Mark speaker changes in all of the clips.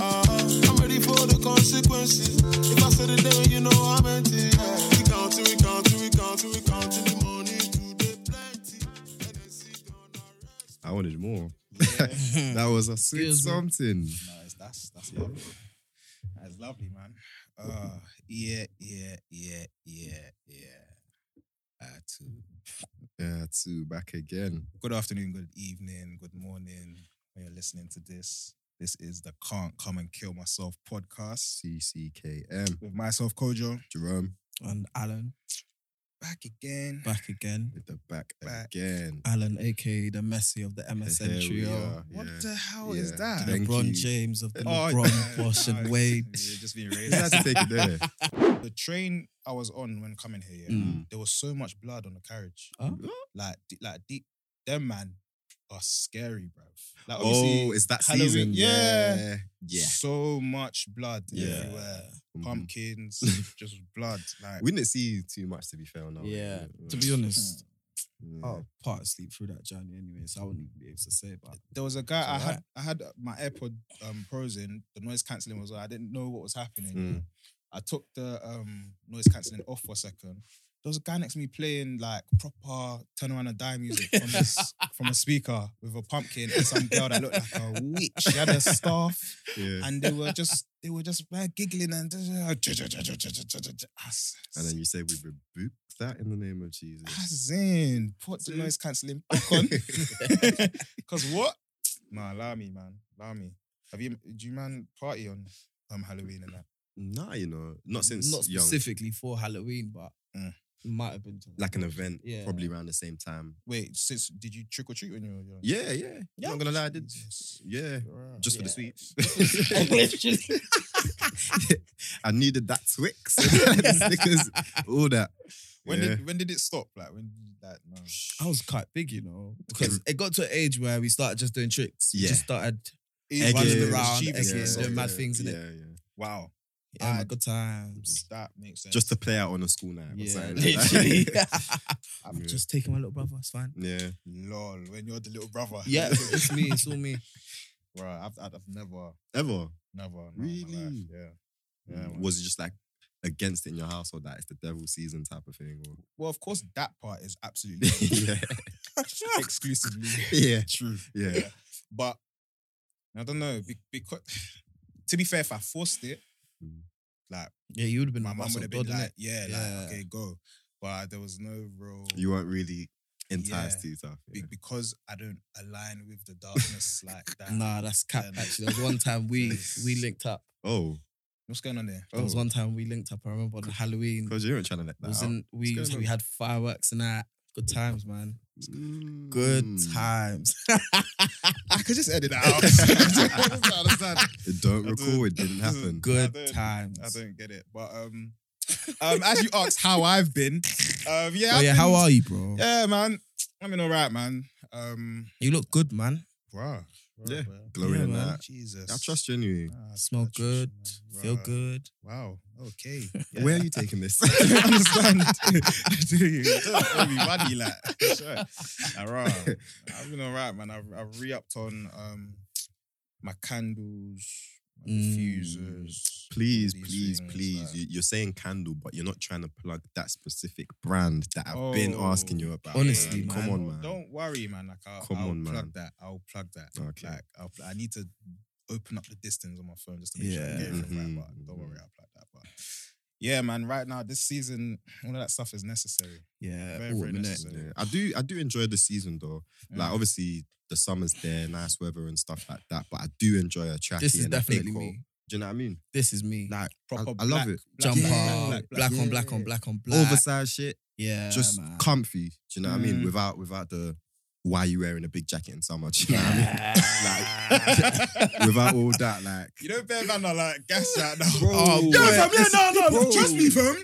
Speaker 1: Uh,
Speaker 2: was a six
Speaker 3: Hmm. Excuse me.
Speaker 2: something.
Speaker 4: No, it's, that's that's lovely. That's lovely, man. Uh, yeah, yeah, yeah, yeah, yeah. Uh, to
Speaker 2: Yeah, two back again.
Speaker 4: good afternoon, good evening, good morning. When you're listening to this, this is the Can't Come and Kill Myself podcast
Speaker 2: CCKM.
Speaker 4: with myself, Kojo.
Speaker 2: Jerome
Speaker 3: And Alan
Speaker 4: Back again.
Speaker 3: back again.
Speaker 2: with the back,
Speaker 4: Back.
Speaker 2: again.
Speaker 3: Alan, aka the Messi of the MSN
Speaker 2: Here we
Speaker 3: trio,
Speaker 2: are,
Speaker 4: What
Speaker 2: yeah.
Speaker 4: the hell
Speaker 2: yeah.
Speaker 4: is that?
Speaker 2: Thank
Speaker 3: LeBron
Speaker 2: you.
Speaker 3: James of the
Speaker 4: Oh,
Speaker 3: LeBron, Bosh and
Speaker 4: no,
Speaker 3: Wade.
Speaker 4: You're just being
Speaker 2: You had to
Speaker 4: racist.
Speaker 2: take it there.
Speaker 4: the train I was on when coming here, yeah,
Speaker 2: Mm.
Speaker 4: there was so much blood on the carriage.
Speaker 3: Huh?
Speaker 4: Like, d- like the, them man are scary, bruv. Like,
Speaker 2: Oh,
Speaker 4: obviously,
Speaker 2: it's that
Speaker 4: Halloween-
Speaker 2: season.
Speaker 4: yeah.
Speaker 2: Yeah. Yeah.
Speaker 4: so much blood
Speaker 3: Yeah. Mm-hmm.
Speaker 4: everywhere.
Speaker 2: Mhm.
Speaker 4: Pumpkins, just blood. Like,
Speaker 2: We didn't see too much, to be fair. No.
Speaker 3: Yeah.
Speaker 2: Yeah.
Speaker 3: To be honest, oh,
Speaker 2: Yeah.
Speaker 3: I'll part sleep through that journey anyway, so I wouldn't even be able to say about
Speaker 4: there was a guy I
Speaker 3: It's
Speaker 4: had. I had uh, my AirPod um, Pros in. The noise cancelling was. on. I didn't know what was happening.
Speaker 3: Hmm.
Speaker 2: Mm.
Speaker 4: I took the um, noise cancelling off for a second. There was a guy next to me playing like proper turn around and die music from, his, from a speaker with a pumpkin and some girl that looked like a witch. She had a staff
Speaker 2: Yeah.
Speaker 4: and they were just they were just like, giggling and I s-
Speaker 2: And then you say we rebuke that in the name of Jesus.
Speaker 4: as in put the noise cancelling back on. Cause what? Nah, allow me, man. Allow me. Have you do you man party on um Halloween and that?
Speaker 2: nah, you know, not since
Speaker 3: not
Speaker 2: young.
Speaker 3: specifically for Halloween, but
Speaker 4: Mm.
Speaker 3: it might have been to
Speaker 2: Like an event,
Speaker 3: Yeah.
Speaker 2: probably around the same time.
Speaker 4: Wait, since did you trick or treat when you were young?
Speaker 2: Yeah, yeah.
Speaker 3: Yeah.
Speaker 2: Not gonna lie, I did.
Speaker 4: Jesus.
Speaker 2: Yeah.
Speaker 4: Right.
Speaker 2: Just for the
Speaker 3: Yeah.
Speaker 2: sweets.
Speaker 3: Literally.
Speaker 2: I needed that Twix, the Snickers, all that.
Speaker 4: When
Speaker 2: Yeah.
Speaker 4: did when did it stop? Like when did you like no.
Speaker 3: I was quite big, you know, because it got to an age where we started just doing tricks. We
Speaker 2: Yeah.
Speaker 3: just started
Speaker 4: It
Speaker 2: Running
Speaker 4: was
Speaker 3: around,
Speaker 4: mischievous
Speaker 3: egging,
Speaker 4: and stuff.
Speaker 3: doing mad things,
Speaker 2: yeah,
Speaker 3: innit?
Speaker 2: yeah.
Speaker 4: Wow.
Speaker 3: yeah,
Speaker 4: I-
Speaker 3: man, good times.
Speaker 4: That makes sense.
Speaker 2: Just to play out on a school night. or
Speaker 3: Yeah,
Speaker 2: something like that.
Speaker 3: literally. I'm
Speaker 2: Yeah.
Speaker 3: just taking my little brother. It's fine.
Speaker 2: yeah.
Speaker 4: lol when you're the little brother.
Speaker 3: Yeah, it's me. It's all me.
Speaker 4: Bro, I've I've I've never
Speaker 2: Ever.
Speaker 4: never no, in my life.
Speaker 2: Really?
Speaker 4: Yeah. Yeah. man.
Speaker 2: was it just like against it in your house or that it's the devil season type of thing? Or
Speaker 4: Well, of course, that part is absolutely
Speaker 2: yeah,
Speaker 4: exclusively
Speaker 2: yeah,
Speaker 4: true.
Speaker 2: yeah.
Speaker 4: But I don't know because to be fair, if I forced it,
Speaker 2: Mm.
Speaker 4: like
Speaker 3: Yeah, you would have been
Speaker 4: my
Speaker 3: the
Speaker 4: mum
Speaker 3: boss
Speaker 4: would
Speaker 3: of
Speaker 4: have been
Speaker 3: God, innit?
Speaker 4: like, yeah,
Speaker 3: Yeah.
Speaker 4: like okay, go. But there was no real
Speaker 2: You weren't really enticed
Speaker 4: Yeah.
Speaker 2: to yourself.
Speaker 4: be- because I don't align with the darkness like that.
Speaker 3: Nah, that's cap.
Speaker 4: Yeah, no.
Speaker 3: Actually, there was one time we
Speaker 4: Yes.
Speaker 3: we linked up.
Speaker 2: Oh,
Speaker 4: What's going on there? Oh.
Speaker 3: There was one time we linked up. I remember on Halloween.
Speaker 2: because you weren't trying to let that
Speaker 3: Was
Speaker 2: out.
Speaker 3: in, we
Speaker 2: What's
Speaker 3: was-
Speaker 2: going
Speaker 3: we
Speaker 2: on?
Speaker 3: had fireworks and that. Good times, man. Good
Speaker 2: Mm.
Speaker 3: times.
Speaker 4: I could just edit that out. I understand.
Speaker 2: I Don't
Speaker 4: I
Speaker 2: recall. It didn't
Speaker 4: don't-
Speaker 2: happen.
Speaker 3: Good
Speaker 4: don't-
Speaker 3: times.
Speaker 4: I don't get it. But um, um, as you asked how I've been, um, yeah,
Speaker 3: Oh
Speaker 4: I've
Speaker 3: yeah, how
Speaker 4: been-
Speaker 3: are you, bro?
Speaker 4: Yeah, man. I mean, all right, man. Um,
Speaker 3: You look good, man.
Speaker 4: bruh. bruh,
Speaker 2: Yeah.
Speaker 4: bruh.
Speaker 2: Glowing
Speaker 3: Yeah,
Speaker 2: in
Speaker 3: man.
Speaker 2: that.
Speaker 4: Jesus.
Speaker 2: I trust you anyway.
Speaker 4: Ah,
Speaker 3: Smell
Speaker 4: I trust you,
Speaker 3: good,
Speaker 4: man.
Speaker 3: Feel
Speaker 4: Bruh.
Speaker 3: good.
Speaker 4: Wow. Okay.
Speaker 2: Where are you taking this?
Speaker 4: I understand. Do you? Don't owe me money, like. Sure. All right. I've been all right, man. I've, I've re-upped on um, my candles, my
Speaker 3: Mm.
Speaker 4: diffusers.
Speaker 2: Please,
Speaker 4: all these
Speaker 2: please,
Speaker 4: things,
Speaker 2: please.
Speaker 4: like-
Speaker 2: You- You're saying candle, but you're not trying to plug that specific brand that I've been asking you about.
Speaker 3: Honestly,
Speaker 2: man.
Speaker 3: man.
Speaker 2: come on, man.
Speaker 4: Oh, Don't worry, man. Like, I'll,
Speaker 2: Come
Speaker 4: I'll
Speaker 2: on,
Speaker 4: plug
Speaker 2: man.
Speaker 4: that. I'll plug that.
Speaker 2: Okay.
Speaker 4: Like, I'll, I need to open up the distance on my phone just to make sure I
Speaker 3: Yeah.
Speaker 4: get everything
Speaker 2: Mhm,
Speaker 4: right. But don't
Speaker 2: mhm.
Speaker 4: worry, I'll plug that. But yeah, man. Right now, this season, all of that stuff is necessary.
Speaker 3: Yeah, oh,
Speaker 4: Very,
Speaker 3: all
Speaker 4: very
Speaker 3: in it.
Speaker 4: necessary. So-
Speaker 2: Yeah. I do I do enjoy the season though. Like
Speaker 4: Mm.
Speaker 2: obviously the summer's there, nice weather and stuff like that. But I do enjoy a track.
Speaker 3: This is definitely me.
Speaker 2: Do you know what I mean?
Speaker 3: This is me.
Speaker 2: Like
Speaker 4: Proper
Speaker 2: I, I love
Speaker 4: black-
Speaker 2: it.
Speaker 4: black-
Speaker 3: Jumper,
Speaker 4: yeah,
Speaker 3: black, on black on
Speaker 4: yeah.
Speaker 3: black on black.
Speaker 2: Oversized shit,
Speaker 3: yeah,
Speaker 2: just
Speaker 3: man.
Speaker 2: comfy. Do you know what I mean?
Speaker 4: Mm.
Speaker 2: Without without the why you wearing a big jacket in summer? Do you know what
Speaker 3: Yeah.
Speaker 2: I mean? Without all that, like
Speaker 4: You know, bear man are like gas right now.
Speaker 2: Bro.
Speaker 4: Oh,
Speaker 2: Yeah,
Speaker 4: yeah,
Speaker 2: fam, yeah,
Speaker 4: no, no,
Speaker 2: Bro.
Speaker 4: trust me, fam.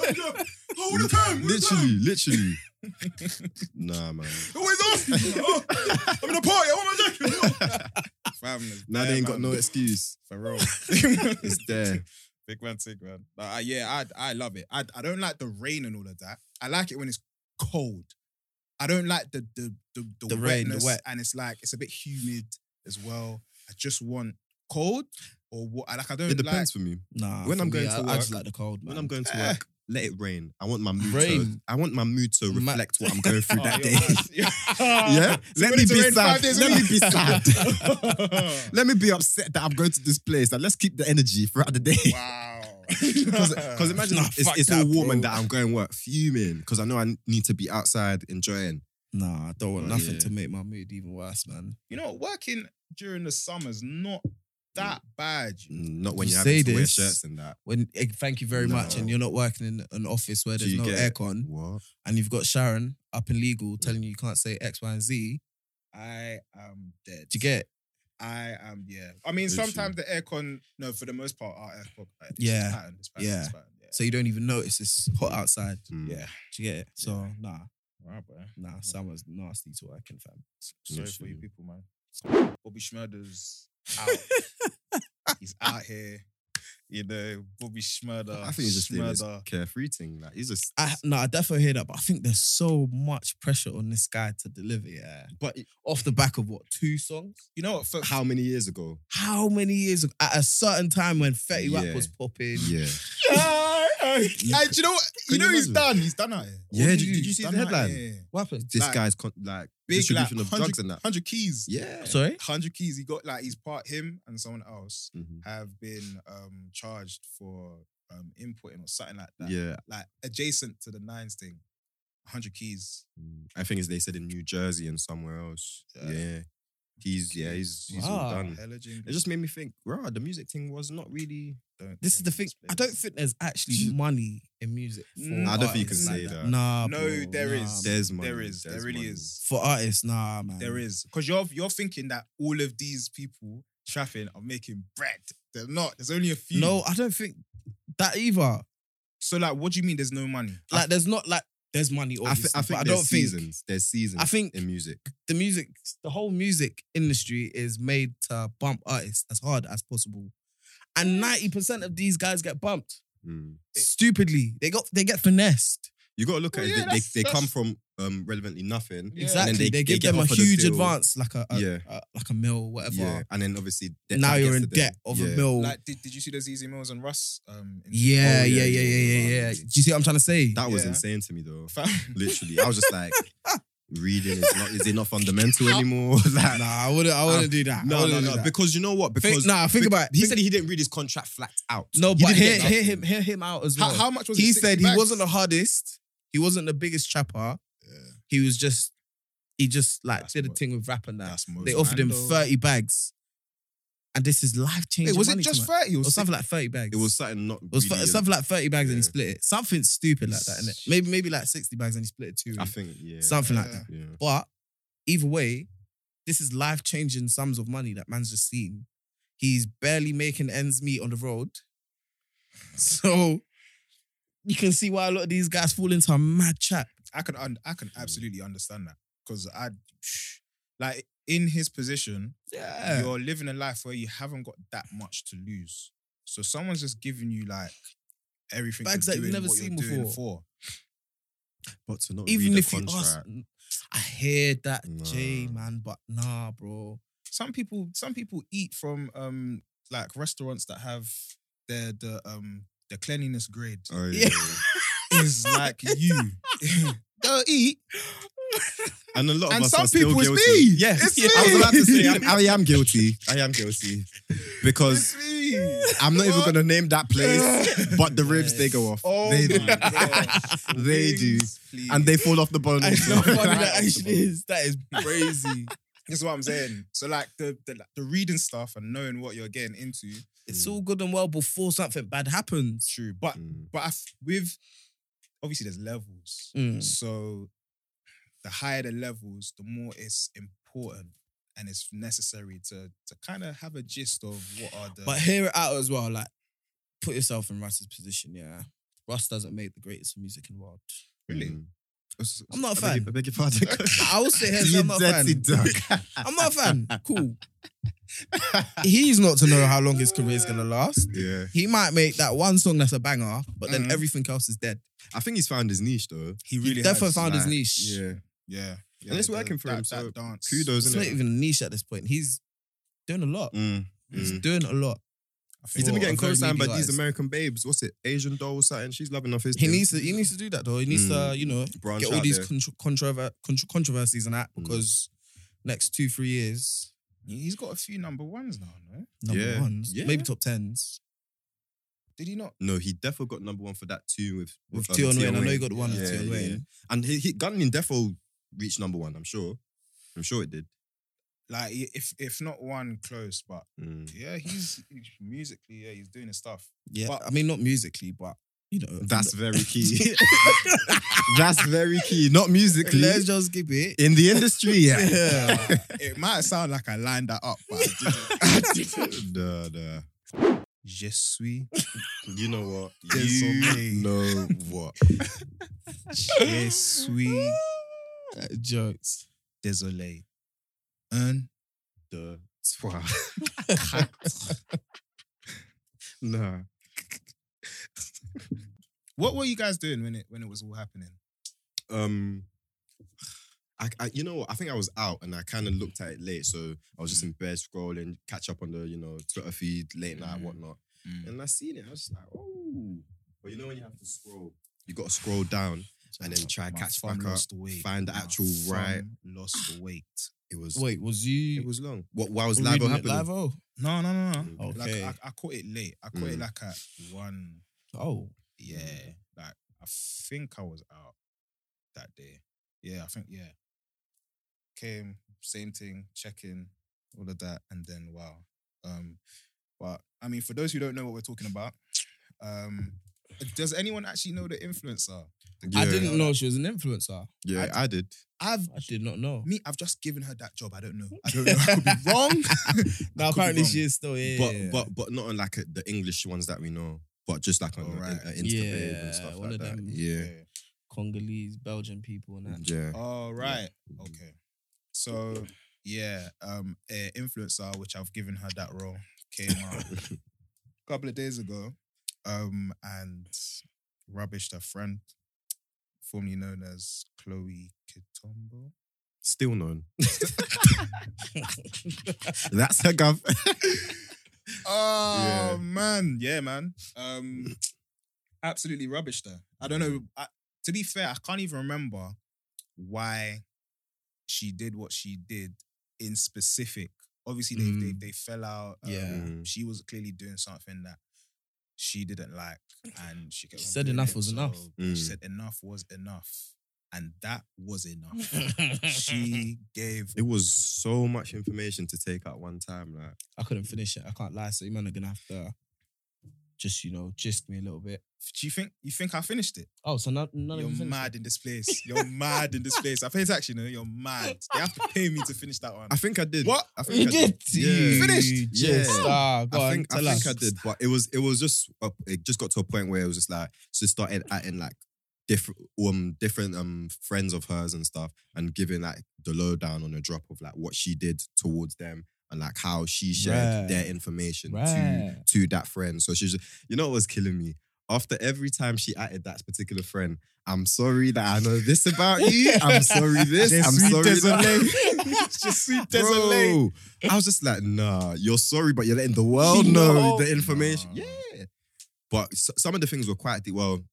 Speaker 4: all the time, all the time.
Speaker 2: literally, literally. nah, man.
Speaker 4: Always on. Oh, I'm in a party. I want my jacket. Oh. fam, it's
Speaker 2: Now
Speaker 4: bare
Speaker 2: they ain't got
Speaker 4: man.
Speaker 2: no excuse.
Speaker 4: for real.
Speaker 2: It's there.
Speaker 4: Big man, big man. But, uh, yeah, I I love it. I I don't like the rain and all of that. I like it when it's cold. I don't like the the the, the,
Speaker 3: The rain, the
Speaker 4: wetness
Speaker 3: wet.
Speaker 4: and it's like it's a bit humid as well. I just want cold or what? Like I don't
Speaker 2: It
Speaker 4: like.
Speaker 2: depends for me.
Speaker 3: Nah,
Speaker 2: When
Speaker 3: for
Speaker 2: I'm going
Speaker 3: me, I-
Speaker 2: to
Speaker 3: I just
Speaker 2: work-
Speaker 3: like the cold, man.
Speaker 2: When I'm going to
Speaker 4: Eh.
Speaker 2: work, let it rain. I want my mood to
Speaker 3: Rain.
Speaker 2: I want my mood to
Speaker 3: Ma-
Speaker 2: reflect what I'm going through
Speaker 4: Oh,
Speaker 2: that
Speaker 4: you're
Speaker 2: day.
Speaker 4: nice. Oh,
Speaker 2: yeah? Let me
Speaker 4: it's
Speaker 2: be
Speaker 4: rain five
Speaker 2: sad.
Speaker 4: days a
Speaker 2: Let me
Speaker 4: week.
Speaker 2: be sad. Let me be upset that I'm going to this place and let's keep the energy throughout the day.
Speaker 4: wow.
Speaker 2: Because imagine
Speaker 3: Nah,
Speaker 2: it's,
Speaker 3: fuck
Speaker 2: it's all
Speaker 3: that,
Speaker 2: warm and
Speaker 3: bro.
Speaker 2: that I'm going work fuming because I know I n- need to be outside enjoying.
Speaker 3: Nah, I don't want
Speaker 2: Oh,
Speaker 3: nothing
Speaker 2: yeah.
Speaker 3: to make my mood even worse, man.
Speaker 4: you know, working during the summer's not that bad. you know.
Speaker 2: Mm, Not when
Speaker 3: You
Speaker 2: you are
Speaker 3: say
Speaker 2: having to wear
Speaker 3: this.
Speaker 2: shirts and that.
Speaker 3: When eh, thank you very much, and
Speaker 2: No.
Speaker 3: you're not working in an office where
Speaker 2: Do
Speaker 3: there's
Speaker 2: you
Speaker 3: no
Speaker 2: get it?
Speaker 3: aircon,
Speaker 2: What?
Speaker 3: and you've got Sharon up in legal telling you you can't say X, Y, and Z.
Speaker 4: I am dead.
Speaker 3: Do you get? It?
Speaker 4: I am, yeah. I mean,
Speaker 2: Literally.
Speaker 4: sometimes the aircon, no, for the most part, our aircon, like, it's
Speaker 3: Yeah.
Speaker 4: pattern, it's pattern,
Speaker 3: Yeah.
Speaker 4: it's pattern, yeah.
Speaker 3: So you don't even notice it's hot outside.
Speaker 2: Mm.
Speaker 4: yeah.
Speaker 3: Do you get it? So
Speaker 4: Yeah.
Speaker 3: nah,
Speaker 4: Wow, bro.
Speaker 3: nah, summer's nasty to work in, fam.
Speaker 4: Sorry for
Speaker 2: Literally.
Speaker 4: you people, man. Bobby Schmurder's out. he's out here. You know, Bobby Schmurder.
Speaker 2: I think he's just doing his
Speaker 4: Schmurder.
Speaker 2: carefree thing. Like he's just
Speaker 3: I no, I definitely hear that, but I think there's so much pressure on this guy to deliver. Yeah, but off the back of what two songs?
Speaker 4: You know what? For,
Speaker 2: how many years ago?
Speaker 3: How many years ago? At a certain time when Fetty
Speaker 2: Yeah.
Speaker 3: Wap was popping.
Speaker 2: Yeah.
Speaker 4: Yeah, uh, hey, do you know what? You
Speaker 2: Can
Speaker 4: know
Speaker 2: you
Speaker 4: he's
Speaker 2: imagine?
Speaker 4: done. He's done out here.
Speaker 2: Yeah,
Speaker 4: What
Speaker 2: did-
Speaker 4: he
Speaker 2: did
Speaker 4: do?
Speaker 2: you
Speaker 4: He's
Speaker 2: see the
Speaker 4: done out
Speaker 2: headline?
Speaker 4: here.
Speaker 3: What happened?
Speaker 2: This
Speaker 4: Like,
Speaker 2: guy's con- like
Speaker 4: Big like
Speaker 2: distribution of
Speaker 4: 100,
Speaker 2: drugs and that.
Speaker 4: 100 keys.
Speaker 2: Yeah.
Speaker 3: Sorry.
Speaker 4: 100 keys. He got like he's part him and someone else
Speaker 2: Mhm.
Speaker 4: have been um charged for um importing or something like that.
Speaker 2: Yeah.
Speaker 4: Like adjacent to the nines thing. 100 keys.
Speaker 2: Mm. I think as they said in New Jersey and somewhere else.
Speaker 4: Yeah.
Speaker 2: Yeah. He's yeah, he's he's
Speaker 3: Wow.
Speaker 2: all done.
Speaker 4: Hella
Speaker 2: It just made me think, rah, the music thing was not really
Speaker 3: This is the thing. I don't think there's actually money in music. For
Speaker 4: Mm, I don't think you
Speaker 3: artists
Speaker 4: can
Speaker 3: like
Speaker 4: say
Speaker 2: that.
Speaker 3: Nah,
Speaker 4: No,
Speaker 3: Ah, bro,
Speaker 4: there
Speaker 3: nah,
Speaker 4: is.
Speaker 3: man.
Speaker 2: there's money.
Speaker 4: there is. There
Speaker 2: there's
Speaker 4: really
Speaker 2: money.
Speaker 4: is.
Speaker 3: For artists, nah, man.
Speaker 4: There is. Because you're you're thinking that all of these people trapping are making bread. They're not. There's only a few.
Speaker 3: No, I don't think that either.
Speaker 4: So like what do you mean there's no money?
Speaker 3: Like, there's not like there's
Speaker 2: I,
Speaker 3: money.
Speaker 2: thi-
Speaker 3: Obviously,
Speaker 2: I think
Speaker 3: but I
Speaker 2: there's
Speaker 3: don't
Speaker 2: seasons.
Speaker 3: think
Speaker 2: There's seasons
Speaker 3: I think-
Speaker 2: in music.
Speaker 3: the music, the whole music industry is made to bump artists as hard as possible, and ninety percent of these guys get bumped
Speaker 2: Mm.
Speaker 3: stupidly. They got they get finessed.
Speaker 2: You gotta look
Speaker 4: Well,
Speaker 2: at
Speaker 4: yeah,
Speaker 2: it. They,
Speaker 4: that's-
Speaker 2: they, they come
Speaker 4: that's-
Speaker 2: from um, relevantly nothing.
Speaker 4: Yeah.
Speaker 3: Exactly.
Speaker 2: And then
Speaker 3: They,
Speaker 2: they- they
Speaker 3: give
Speaker 2: get
Speaker 3: them a
Speaker 2: offered a
Speaker 3: huge
Speaker 2: deal.
Speaker 3: advance, like a, a-
Speaker 2: Yeah.
Speaker 3: a- like a mill, Uh, whatever.
Speaker 2: Yeah. And then obviously debt
Speaker 3: now
Speaker 2: that
Speaker 3: you're
Speaker 2: gets
Speaker 3: in
Speaker 2: to them.
Speaker 3: debt of
Speaker 2: Yeah.
Speaker 3: a mill.
Speaker 4: Like did, did you see those easy meals on Russ? Um in-
Speaker 3: yeah,
Speaker 2: Oh,
Speaker 3: yeah, yeah,
Speaker 2: yeah,
Speaker 3: yeah,
Speaker 2: yeah,
Speaker 3: yeah,
Speaker 2: yeah.
Speaker 3: yeah. Do you see what I'm trying to say?
Speaker 2: That was
Speaker 4: Yeah.
Speaker 2: insane to me though.
Speaker 4: Fam.
Speaker 2: Literally. I was just like, reading is not is it not fundamental anymore? like,
Speaker 3: nah, I wouldn't. I wouldn't do that. I
Speaker 2: no, no,
Speaker 3: wouldn't do
Speaker 2: no.
Speaker 3: that.
Speaker 2: Because you know what? Because
Speaker 3: think, nah, think
Speaker 2: Be-
Speaker 3: about it.
Speaker 2: He
Speaker 3: Think-
Speaker 2: said he didn't read his contract flat out.
Speaker 3: no,
Speaker 2: He
Speaker 3: but
Speaker 2: didn't
Speaker 3: hear,
Speaker 2: get
Speaker 3: hear
Speaker 2: nothing.
Speaker 3: him, hear him out as
Speaker 4: How,
Speaker 3: well.
Speaker 4: how much was it?
Speaker 3: he
Speaker 4: 60
Speaker 3: said he
Speaker 4: bags?
Speaker 3: wasn't the hardest. He wasn't the biggest trapper.
Speaker 4: Yeah.
Speaker 3: He was just, he just like
Speaker 4: That's
Speaker 3: did a
Speaker 4: mo-
Speaker 3: thing with rap and that.
Speaker 4: That's most
Speaker 3: They offered him
Speaker 4: random.
Speaker 3: thirty bags, and this is life changing.
Speaker 4: Wait, was it just 30 or,
Speaker 3: or something like thirty bags?
Speaker 2: It was something not.
Speaker 3: It was
Speaker 2: really,
Speaker 3: fu- something like thirty bags and he
Speaker 2: Yeah.
Speaker 3: split it. Something stupid like that, innit? Maybe maybe like sixty bags and he split it too.
Speaker 2: I think yeah.
Speaker 3: Something like
Speaker 4: Yeah.
Speaker 3: that.
Speaker 2: yeah.
Speaker 3: But either way, this is life changing sums of money that man's just seen. He's barely making ends meet on the road. So you can see why a lot of these guys fall into a mad trap.
Speaker 4: I can un- I can absolutely understand that because I like in his position,
Speaker 3: Yeah.
Speaker 4: you're living a life where you haven't got that much to lose. So someone's just giving you like everything
Speaker 3: Bags
Speaker 4: you're
Speaker 3: that
Speaker 4: doing,
Speaker 3: you've never
Speaker 4: what you're
Speaker 3: seen
Speaker 4: doing
Speaker 3: before.
Speaker 4: For.
Speaker 2: But to not
Speaker 3: Even
Speaker 2: read
Speaker 3: if
Speaker 2: a
Speaker 3: you ask,
Speaker 2: contract.
Speaker 3: I hear that, Jay,
Speaker 2: Nah.
Speaker 3: man, but nah, bro.
Speaker 4: Some people some people eat from um like restaurants that have their the um the cleanliness grade
Speaker 2: Oh,
Speaker 3: Yeah.
Speaker 2: yeah.
Speaker 4: is like you. They'll eat.
Speaker 2: and a lot of
Speaker 4: And
Speaker 2: us
Speaker 4: some
Speaker 2: are still
Speaker 4: people, it's
Speaker 2: guilty.
Speaker 4: me.
Speaker 2: Yeah,
Speaker 4: It's
Speaker 2: I was
Speaker 4: me.
Speaker 2: about to say I'm, I am guilty. I am guilty because
Speaker 4: It's me.
Speaker 2: I'm not even gonna name that place,
Speaker 4: Yeah.
Speaker 2: but the ribs they go off.
Speaker 4: Oh
Speaker 2: they do.
Speaker 4: my gosh.
Speaker 2: They do.
Speaker 4: Please, please.
Speaker 2: And they fall off the bone.
Speaker 3: I know how funny that
Speaker 4: Right.
Speaker 3: actually is. That is crazy.
Speaker 4: That's what I'm saying. So like the, the the reading stuff and knowing what you're getting into,
Speaker 3: it's all good and well before something bad happens.
Speaker 4: true. But
Speaker 2: Mm.
Speaker 4: but I f- with obviously there's levels.
Speaker 3: Mm.
Speaker 4: So the higher the levels, the more it's important and it's necessary to to kind of have a gist of what are the
Speaker 3: But hear it out as well. Like, put yourself in Russ's position. Yeah, Russ doesn't make the greatest music in the world.
Speaker 4: really.
Speaker 2: Mm.
Speaker 3: I'm
Speaker 2: I beg
Speaker 3: not a fan.
Speaker 2: your- I beg your pardon.
Speaker 3: I will sit here. and say
Speaker 2: You
Speaker 3: I'm not a fan.
Speaker 2: dirty dog.
Speaker 3: I'm not a fan. Cool. He's not to know how long his career is gonna last.
Speaker 2: Yeah.
Speaker 3: He might make that one song that's a banger, but then
Speaker 2: Mm-hmm.
Speaker 4: Mhm.
Speaker 3: everything else is dead.
Speaker 2: I think he's found his niche though.
Speaker 4: He really
Speaker 3: Definitely
Speaker 4: has,
Speaker 3: found his
Speaker 4: like,
Speaker 3: niche.
Speaker 2: Yeah.
Speaker 4: Yeah. yeah
Speaker 2: And it's
Speaker 4: the-
Speaker 2: working for
Speaker 4: that,
Speaker 2: him,
Speaker 4: That
Speaker 2: so
Speaker 4: dance.
Speaker 2: Kudos,
Speaker 3: It's
Speaker 2: isn't
Speaker 3: not
Speaker 2: it?
Speaker 3: even a niche at this point. He's doing a lot.
Speaker 2: Mm.
Speaker 3: He's
Speaker 2: Mm.
Speaker 3: doing a lot.
Speaker 4: I I
Speaker 2: He's
Speaker 4: think
Speaker 2: even
Speaker 3: For
Speaker 2: getting
Speaker 3: a very
Speaker 2: co-signed by
Speaker 3: needy
Speaker 2: these
Speaker 3: artist.
Speaker 2: American babes. What's it? Asian doll something. She's loving off his.
Speaker 3: He
Speaker 2: thing.
Speaker 3: needs to. He needs to do that though. He needs
Speaker 2: Mm.
Speaker 3: to, you know,
Speaker 2: branch
Speaker 3: get all
Speaker 2: out
Speaker 3: these
Speaker 2: there.
Speaker 3: contro- controver- contro- controversies and that
Speaker 2: Mm.
Speaker 3: because next two three years,
Speaker 4: he's got a few number ones now, no?
Speaker 3: number
Speaker 2: Yeah.
Speaker 3: ones,
Speaker 2: Yeah.
Speaker 3: maybe top tens
Speaker 4: Did he not?
Speaker 2: No, he definitely got number one for that tune with
Speaker 3: with
Speaker 2: um,
Speaker 3: Tion
Speaker 2: Tion
Speaker 3: Wayne. I know you got the one
Speaker 2: Yeah,
Speaker 3: with Tion
Speaker 2: yeah, yeah.
Speaker 3: Wayne.
Speaker 2: and he, he Gunning defo reached number one. I'm sure. I'm sure it did.
Speaker 4: Like, if if not one close, but
Speaker 2: Mm.
Speaker 4: yeah, he's, he's musically, yeah, he's doing his stuff.
Speaker 3: Yeah,
Speaker 4: But-
Speaker 3: I mean not musically, but you know
Speaker 2: That's very key. That's very key. Not musically.
Speaker 3: Let's just keep it.
Speaker 2: in the industry, yeah.
Speaker 4: Uh, it might sound like I lined that up, but I didn't.
Speaker 2: Duh, duh.
Speaker 4: Je suis
Speaker 2: You know what?
Speaker 4: Désolé.
Speaker 2: You know what?
Speaker 4: Je suis
Speaker 3: Jokes.
Speaker 4: désolé. Un,
Speaker 2: Duh. Trois. Quatre. nah.
Speaker 4: what were you guys doing when it when it was all happening?
Speaker 2: um I, I you know what? I think I was out and I kind of looked at it late, so I was just in bed scrolling, catch up on the you know Twitter feed late night
Speaker 4: Mm.
Speaker 2: whatnot,
Speaker 4: Mm.
Speaker 2: and I seen it. I was just like, oh, but you know when you have to scroll, you got to scroll down and then try
Speaker 4: My
Speaker 2: catch
Speaker 4: thumb
Speaker 2: back up.
Speaker 4: lost the weight.
Speaker 2: find the
Speaker 4: My
Speaker 2: actual right-
Speaker 4: thumb Lost the weight.
Speaker 2: It was
Speaker 3: Wait, was you?
Speaker 2: it was long. What while was
Speaker 3: were
Speaker 2: live
Speaker 3: reading it
Speaker 2: happening?
Speaker 3: live? Oh,
Speaker 4: No, no, no, no.
Speaker 2: Mm.
Speaker 3: Okay.
Speaker 4: Like I, I caught it late. I caught it
Speaker 2: Mm.
Speaker 4: like at one.
Speaker 3: oh,
Speaker 4: Yeah, like I think I was out that day. Yeah, I think yeah. Came same thing, checking all of that, and then wow. Um, but I mean, for those who don't know what we're talking about, um, does anyone actually know the influencer?
Speaker 2: Yeah,
Speaker 3: I didn't know she was an influencer.
Speaker 2: Yeah, I did.
Speaker 4: I've
Speaker 3: I did not know.
Speaker 4: me, I've just given her that job. I don't know. I don't know. I could be wrong.
Speaker 3: Now
Speaker 4: I could be
Speaker 3: apparently
Speaker 4: wrong.
Speaker 3: she is still yeah.
Speaker 2: but
Speaker 3: yeah,
Speaker 2: but but not on like a, the English ones that we know, but just like on
Speaker 4: Oh,
Speaker 2: the-
Speaker 4: right.
Speaker 2: uh, Insta
Speaker 3: Yeah,
Speaker 2: babe and stuff
Speaker 3: one
Speaker 2: like
Speaker 3: of
Speaker 2: that.
Speaker 3: them.
Speaker 2: Yeah,
Speaker 3: Congolese, Belgian people and that.
Speaker 2: yeah.
Speaker 4: All Oh, right. Okay. So yeah, um, a influencer, which I've given her that role, came out a couple of days ago, um, and rubbished her friend, formerly known as Chloe Kitombo.
Speaker 2: Still known. That's her gov.
Speaker 4: Oh
Speaker 2: Yeah.
Speaker 4: man, yeah, man. Um, absolutely rubbish. Though I don't know. I, to be fair, I can't even remember why she did what she did in specific. Obviously, they they,
Speaker 3: Mm.
Speaker 4: they fell out. Um,
Speaker 3: Yeah.
Speaker 2: Mm.
Speaker 4: she was clearly doing something that she didn't like, and she kept
Speaker 3: She
Speaker 4: on
Speaker 3: said
Speaker 4: doing
Speaker 3: enough
Speaker 4: it,
Speaker 3: was enough.
Speaker 4: so She
Speaker 2: Mm.
Speaker 4: said enough was enough, and that was enough. she gave
Speaker 2: It was so much information to take at one time. Like,
Speaker 3: I couldn't finish it. I can't lie. So you man are gonna have to just you know gist me a little bit.
Speaker 4: do you think you think I finished it?
Speaker 3: Oh, so none, none of you
Speaker 4: You're
Speaker 3: finished
Speaker 4: mad in this place. You're mad in this place. I think it's actually no, you're mad. They have to pay me to finish that one.
Speaker 2: I think I did.
Speaker 4: What?
Speaker 2: I
Speaker 3: it?
Speaker 2: think
Speaker 3: You
Speaker 2: I
Speaker 3: did.
Speaker 2: Yeah.
Speaker 3: You
Speaker 2: Finished?
Speaker 3: Just,
Speaker 2: Yeah.
Speaker 3: ah, go
Speaker 2: I
Speaker 3: on,
Speaker 2: think, I,
Speaker 3: tell
Speaker 2: think
Speaker 3: us.
Speaker 2: I did, but it was it was just uh, it just got to a point where it was just like she started adding like different um different um friends of hers and stuff and giving like the lowdown on the drop of like what she did towards them and like how she shared
Speaker 3: Right.
Speaker 2: their information
Speaker 3: Right.
Speaker 2: to to that friend. So she's you know what was killing me. After every time she added that particular friend, I'm sorry that I know this about you. I'm sorry this.
Speaker 4: Je
Speaker 2: I'm
Speaker 4: suis
Speaker 2: sorry that.
Speaker 4: désolé. Je suis désolé.
Speaker 2: Bro, I was just like, nah, you're sorry, but you're letting the world know
Speaker 3: No.
Speaker 2: the information.
Speaker 4: Nah.
Speaker 2: Yeah. But s- some of the things were quite deep. Well,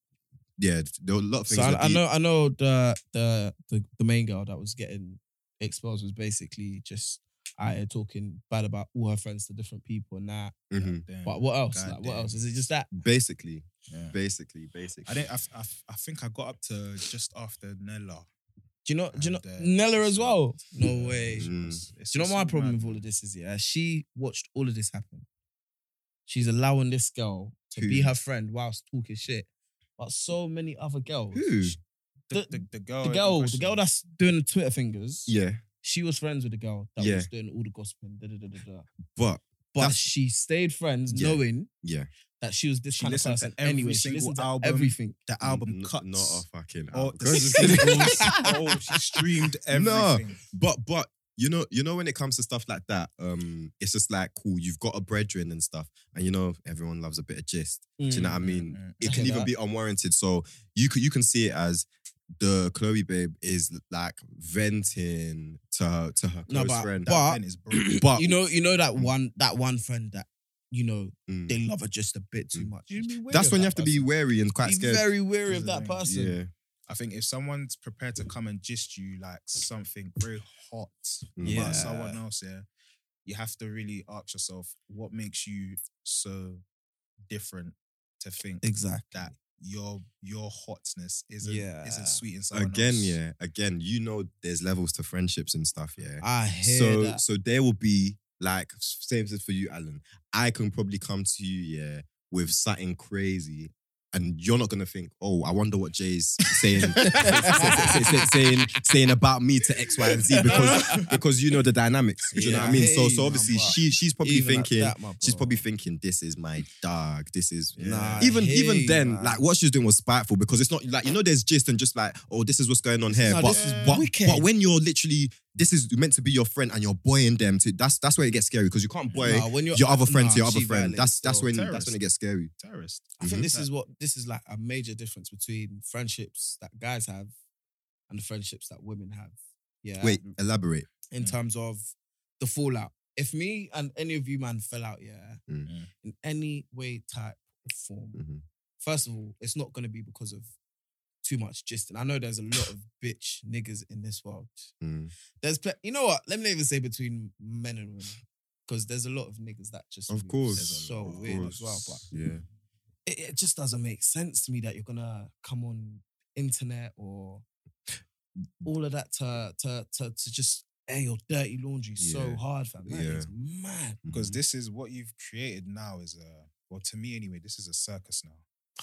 Speaker 2: yeah, there were a lot of things.
Speaker 3: So
Speaker 2: that
Speaker 3: I, I
Speaker 2: deep.
Speaker 3: know I know the, the the the main girl that was getting exposed was basically just out here talking bad about all her friends to different people and that.
Speaker 2: Mhm.
Speaker 4: Damn.
Speaker 3: But what else?
Speaker 4: God
Speaker 3: like what
Speaker 4: damn.
Speaker 3: else? Is it just that?
Speaker 2: Basically,
Speaker 4: Yeah.
Speaker 2: basically, basically.
Speaker 4: I didn't. I, I, I think I got up to just after Nella.
Speaker 3: Do you know? Do you know
Speaker 4: And, uh,
Speaker 3: Nella as well?
Speaker 4: Yeah.
Speaker 3: No way.
Speaker 2: Mm.
Speaker 3: Do you know my problem with all of this is yeah, she watched all of this happen. She's allowing this girl to
Speaker 2: Who?
Speaker 3: be her friend whilst talking shit. But so many other girls.
Speaker 2: Who?
Speaker 4: The, the, the girl. Oh,
Speaker 3: The
Speaker 4: in
Speaker 3: girl, the
Speaker 4: question.
Speaker 3: girl that's doing the Twitter fingers,
Speaker 2: Yeah,
Speaker 3: she was friends with the girl that
Speaker 2: Yeah.
Speaker 3: was doing all the gossiping. Da, da, da, da, da.
Speaker 2: but
Speaker 3: But
Speaker 2: That's-
Speaker 3: she stayed friends
Speaker 2: Yeah.
Speaker 3: knowing
Speaker 2: Yeah.
Speaker 3: that she was this
Speaker 4: She
Speaker 3: kind of
Speaker 4: listened to
Speaker 3: person
Speaker 4: every
Speaker 3: anyway. She
Speaker 4: single
Speaker 3: listened to
Speaker 4: album.
Speaker 3: everything.
Speaker 4: the album
Speaker 2: n-
Speaker 4: cuts.
Speaker 2: Not a fucking
Speaker 4: Oh,
Speaker 2: album.
Speaker 4: the singles. oh, she streamed everything.
Speaker 2: But but you know you know when it comes to stuff like that, um, it's just like cool. You've got a brethren and stuff, and you know everyone loves a bit of gist. Do you know what I mean?
Speaker 4: Mm, mm,
Speaker 2: It can
Speaker 3: Yeah.
Speaker 2: even be unwarranted. So you could you can see it as the Chloe babe is like venting to her to her
Speaker 3: No,
Speaker 2: close
Speaker 3: but-
Speaker 2: friend.
Speaker 4: That
Speaker 3: But-
Speaker 4: pen is broken.
Speaker 2: But
Speaker 3: You know, you know that one that one friend that you know,
Speaker 2: Mm.
Speaker 3: they love her just a bit too
Speaker 2: Mm.
Speaker 3: much.
Speaker 4: You'd be wary
Speaker 2: That's
Speaker 4: of
Speaker 2: when
Speaker 4: that
Speaker 2: you have to be
Speaker 4: person.
Speaker 2: wary and quite
Speaker 3: Be
Speaker 2: scared.
Speaker 3: very wary of
Speaker 4: This is the
Speaker 3: that
Speaker 4: thing.
Speaker 3: person.
Speaker 2: Yeah.
Speaker 4: I think if someone's prepared to come and gist you like something very hot
Speaker 2: Mm.
Speaker 3: Yeah.
Speaker 4: about someone else, yeah, you have to really ask yourself what makes you so different to think
Speaker 3: Exactly.
Speaker 4: that
Speaker 2: Mm.
Speaker 4: your your hotness isn't
Speaker 3: Yeah.
Speaker 4: isn't sweet in someone
Speaker 2: Again,
Speaker 4: else.
Speaker 2: yeah. Again, you know there's levels to friendships and stuff, yeah.
Speaker 3: I hear
Speaker 2: so
Speaker 3: that.
Speaker 2: so there will be like same as for you, Alan. I can probably come to you, yeah, with something crazy. And you're not gonna think, oh, I wonder what Jay's saying, say- say- say- say- saying, saying about me to X, Y, and Z because because Uh, you know the dynamics. Do you know what I mean? So,
Speaker 3: Yeah.
Speaker 2: so obviously
Speaker 3: Hey,
Speaker 2: she she's probably
Speaker 3: Even at
Speaker 2: thinking,
Speaker 3: that, my
Speaker 2: she's
Speaker 3: bro.
Speaker 2: probably thinking, this is my dog. This is
Speaker 3: Nah,
Speaker 2: even
Speaker 3: hey,
Speaker 2: even then,
Speaker 3: man.
Speaker 2: like what she was doing was spiteful because it's not like you know there's gist and just like oh this is what's going on here,
Speaker 3: No,
Speaker 2: but
Speaker 3: this is
Speaker 2: but,
Speaker 3: wicked.
Speaker 2: but when you're literally this is meant to be your friend and you're boying them to that's that's where it gets scary because you can't boy
Speaker 3: Nah, when you're-
Speaker 2: your other friend
Speaker 3: nah,
Speaker 2: to your other
Speaker 3: she
Speaker 2: friend.
Speaker 3: violates,
Speaker 2: That's that's
Speaker 3: bro.
Speaker 2: when that's
Speaker 4: Terrorist.
Speaker 2: when it gets scary.
Speaker 4: Terrorist.
Speaker 3: I think
Speaker 2: Mhm.
Speaker 3: this is what this is like a major difference between friendships that guys have and the friendships that women have. Yeah.
Speaker 2: Wait, elaborate.
Speaker 3: In
Speaker 4: Mm.
Speaker 3: terms of the fallout. If me and any of you man fell out, yeah,
Speaker 2: Mm.
Speaker 4: Mm.
Speaker 3: in any way, type, or form,
Speaker 2: Mhm.
Speaker 3: first of all, it's not gonna be because of too much gist. And I know there's a lot of bitch niggas in this world.
Speaker 2: Mm.
Speaker 3: There's ple- you know what? Let me not even say between men and women. Because there's a lot of niggas that just
Speaker 2: Of
Speaker 3: move
Speaker 2: course,
Speaker 3: so
Speaker 2: of
Speaker 3: weird
Speaker 2: course.
Speaker 3: as well. But
Speaker 2: yeah,
Speaker 3: it, it just doesn't make sense to me that you're gonna come on internet or
Speaker 4: Mm.
Speaker 3: all of that to to to, to just air your dirty laundry so
Speaker 2: Yeah.
Speaker 3: hard, fam. That
Speaker 2: Yeah.
Speaker 3: is mad.
Speaker 4: Because
Speaker 2: Mhm.
Speaker 4: this is what you've created now is a well to me anyway. This is a circus now.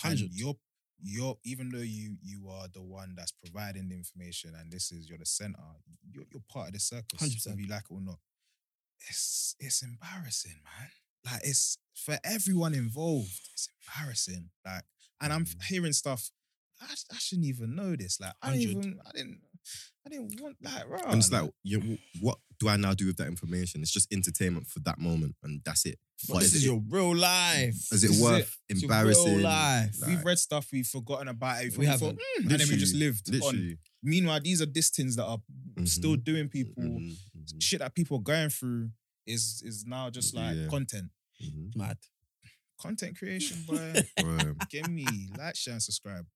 Speaker 4: And
Speaker 3: Hundred.
Speaker 4: You're you're even though you you are the one that's providing the information and this is you're the center. You're, you're part of the circus,
Speaker 3: 100%.
Speaker 4: whether you like it or not. It's it's embarrassing, man. Like it's for everyone involved. It's embarrassing. Like, and I'm
Speaker 2: Mhm.
Speaker 4: hearing stuff. I, sh- I shouldn't even know this. Like, I didn't
Speaker 3: 100.
Speaker 4: even. I didn't. I didn't want like. Right.
Speaker 2: I'm just like, you know, what do I now do with that information? It's just entertainment for that moment, and that's it.
Speaker 3: But this is
Speaker 2: it- Mm,
Speaker 3: your real life.
Speaker 2: is it
Speaker 4: this is
Speaker 2: worth
Speaker 3: It's your real
Speaker 2: embarrassing?
Speaker 3: life.
Speaker 2: like,
Speaker 4: we've read stuff we've forgotten about. It.
Speaker 3: We
Speaker 4: thought,
Speaker 3: haven't.
Speaker 4: "Mm," and then we just
Speaker 2: Literally.
Speaker 4: lived on.
Speaker 2: literally. Mm-hmm.
Speaker 4: Meanwhile, these are these things that are still doing people
Speaker 2: Mhm. Mhm.
Speaker 4: shit that people are going through is is now just like
Speaker 2: Yeah.
Speaker 4: content,
Speaker 2: Mhm.
Speaker 3: Mad.
Speaker 4: content creation, boy.
Speaker 2: Bro,
Speaker 4: Give me like, share, and subscribe.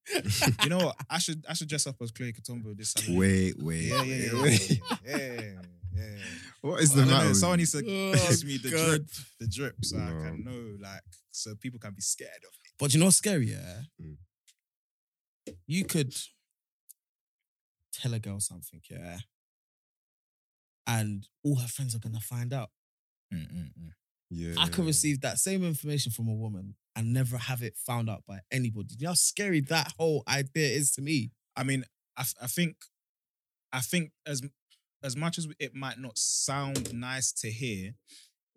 Speaker 4: You know what? I should I should dress up as Chloe Katumbo this Saturday.
Speaker 2: Wait, wait.
Speaker 4: Yeah, yeah,
Speaker 2: wait.
Speaker 4: yeah, yeah, yeah, yeah.
Speaker 2: What is
Speaker 4: I
Speaker 2: the
Speaker 4: don't know,
Speaker 2: matter? with
Speaker 4: someone
Speaker 2: you?
Speaker 4: needs to
Speaker 3: Oh,
Speaker 4: kiss me the
Speaker 3: God.
Speaker 4: drip, the drip, so I
Speaker 2: No.
Speaker 4: can know, like, so people can be scared of. it.
Speaker 3: But you know what's scary, yeah?
Speaker 2: Mm.
Speaker 3: You could tell a girl something, yeah. And all her friends are gonna find out.
Speaker 4: Mm.
Speaker 2: Yeah.
Speaker 3: I could receive that same information from a woman and never have it found out by anybody. You know how scary that whole idea is to me.
Speaker 4: I mean, I, f- I think, I think as as much as it might not sound nice to hear,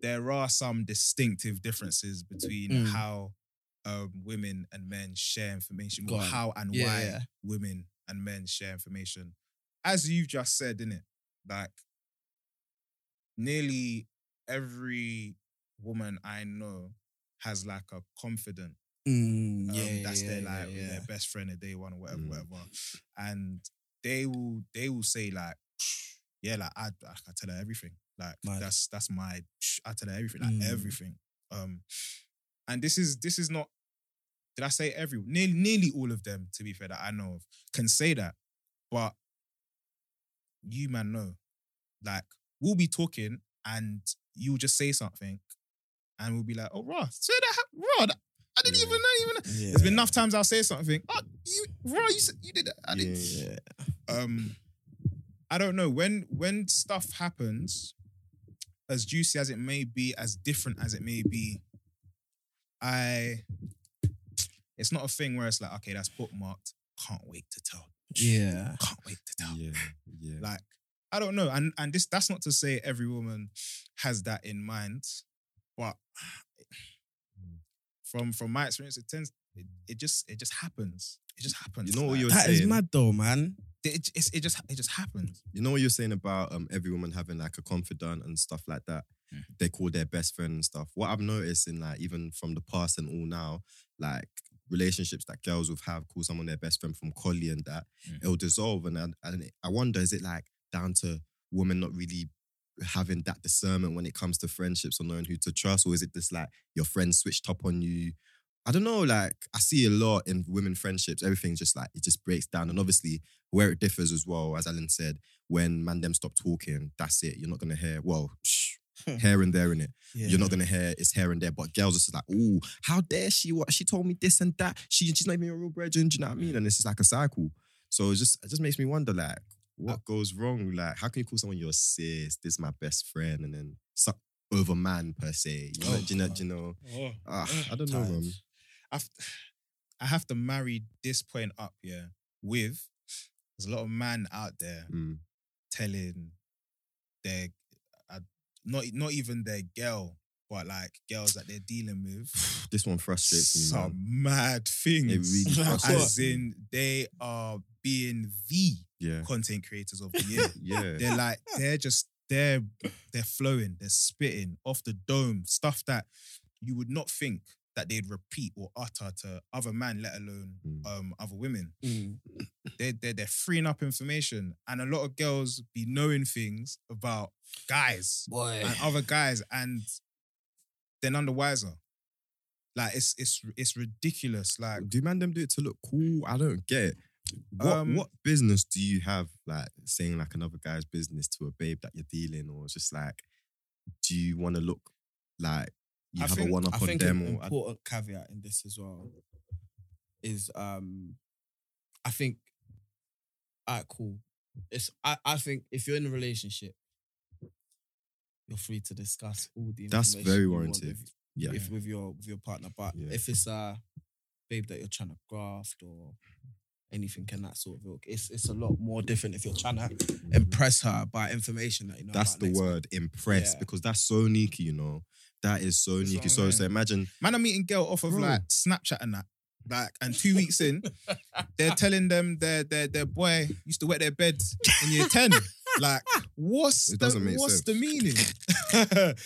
Speaker 4: there are some distinctive differences between
Speaker 3: Mm.
Speaker 4: how um, women and men share information,
Speaker 3: Go
Speaker 4: or
Speaker 3: on.
Speaker 4: how and
Speaker 3: Yeah,
Speaker 4: why
Speaker 3: yeah.
Speaker 4: women and men share information. As you just said, innit? Like, nearly every woman I know has like a confident
Speaker 3: Mm,
Speaker 4: um, that's their like their best friend, their day one, or whatever,
Speaker 2: Mm.
Speaker 4: whatever. And they will they will say like, yeah, like I I, I tell her everything. Like
Speaker 3: Mad.
Speaker 4: that's that's my I tell her everything, like
Speaker 3: Mm.
Speaker 4: everything. Um, and this is this is not. Did I say every nearly nearly all of them? To be fair, that I know of can say that, but you man know, like we'll be talking and you'll just say something, and we'll be like, oh, raw, so that hap- raw, that- I didn't
Speaker 2: Yeah.
Speaker 4: even know, even know. There's been enough times I'll say something. Oh, you, bro, you, said- you did that. I didn't.
Speaker 2: Yeah.
Speaker 4: Um, I don't know when when stuff happens, as juicy as it may be, as different as it may be. I, it's not a thing where it's like, okay, that's bookmarked. Can't wait to tell.
Speaker 3: Yeah.
Speaker 4: Can't wait to tell.
Speaker 2: Yeah. Yeah.
Speaker 4: Like, I don't know. And and this that's not to say every woman has that in mind, but
Speaker 2: Mm.
Speaker 4: from from my experience, it tends it, it just it just happens. It just happens.
Speaker 2: You know what
Speaker 4: Like,
Speaker 2: you're
Speaker 3: That is
Speaker 2: saying-
Speaker 3: mad though, man.
Speaker 4: it, it's, it just it just happens.
Speaker 2: You know what you're saying about um every woman having like a confidant and stuff like that.
Speaker 4: Mm.
Speaker 2: They call their best friend and stuff. What I've noticed in like even from the past and all now, like relationships that girls will have call someone their best friend from collie and that
Speaker 4: Mm.
Speaker 2: it'll dissolve and I, and I wonder is it like down to women not really having that discernment when it comes to friendships or knowing who to trust, or is it just like your friends switched up on you? I don't know. Like I see a lot in women friendships. Everything's just like it just breaks down, and obviously where it differs as well, as Alan said, when man them stop talking, that's it. You're not gonna hear well. Shh,
Speaker 4: Hmm.
Speaker 2: here and there in it. You're not gonna hear it's here and there. But girls are just like, oh, how dare she? What she told me this and that. She she's not even your real brethren. Do you know what I mean?
Speaker 4: Hmm.
Speaker 2: And it's just like a cycle. So it just it just makes me wonder
Speaker 4: Uh
Speaker 2: like what goes wrong? Like how can you call someone your sis? This is my best friend, and then suck over man per se. You know,
Speaker 3: Oh,
Speaker 2: do you know, do you know?
Speaker 4: Oh.
Speaker 2: Ah,
Speaker 4: Oh,
Speaker 2: I don't know, man.
Speaker 3: times.
Speaker 4: I've, I have to marry this point up, yeah, with there's a lot of man out there
Speaker 2: Mm,
Speaker 4: telling their uh, not not even their girl, but like girls that they're dealing with
Speaker 2: this one frustrates me.
Speaker 4: some
Speaker 2: Man.
Speaker 4: mad things.
Speaker 2: It really
Speaker 3: Like
Speaker 2: frustrates
Speaker 4: As
Speaker 2: me.
Speaker 4: in, they are being the
Speaker 2: yeah,
Speaker 4: content creators of the year.
Speaker 2: yeah.
Speaker 4: they're like they're just they're they're flowing, they're spitting off the dome stuff that you would not think that they'd repeat or utter to other men, let alone
Speaker 2: Mm.
Speaker 4: um other women.
Speaker 3: Mm.
Speaker 4: They're, they're they're freeing up information, and a lot of girls be knowing things about guys
Speaker 3: Boy.
Speaker 4: and other guys, and they're none the wiser. Like it's it's it's ridiculous. Like
Speaker 2: do man them do it to look cool? I don't get it. What
Speaker 4: Um,
Speaker 2: what business do you have like saying like another guy's business to a babe that you're dealing, or it's just like, do you want to look like you
Speaker 4: I
Speaker 2: have
Speaker 4: think-
Speaker 2: a one
Speaker 3: I
Speaker 2: up on
Speaker 3: think an
Speaker 2: them? Or I-
Speaker 3: important caveat in this as well is um I think alright, cool. It's I, I think if you're in a relationship, you're free to discuss all the
Speaker 2: That's
Speaker 3: information
Speaker 2: very
Speaker 3: you want
Speaker 2: warranted.
Speaker 3: with-
Speaker 2: yeah,
Speaker 3: if with your with your partner. But
Speaker 2: Yeah.
Speaker 3: if it's a babe that you're trying to graft or anything and that sort of ilk, it's it's a lot more different if you're trying to impress her by information that you know.
Speaker 2: Mm-hmm. that's
Speaker 3: about
Speaker 2: the
Speaker 3: next-
Speaker 2: word impress
Speaker 3: Yeah.
Speaker 2: because that's so neaky, you know. That is so
Speaker 4: That's
Speaker 2: neaky.
Speaker 4: what I
Speaker 2: So
Speaker 4: mean.
Speaker 2: so imagine
Speaker 4: man, I'm meeting girl off of
Speaker 2: Bro.
Speaker 4: like Snapchat and that. Like and two weeks in, they're telling them their their their boy used to wet their bed in year ten. Like what's
Speaker 2: It
Speaker 4: the,
Speaker 2: doesn't make
Speaker 4: what's
Speaker 2: sense.
Speaker 4: the meaning?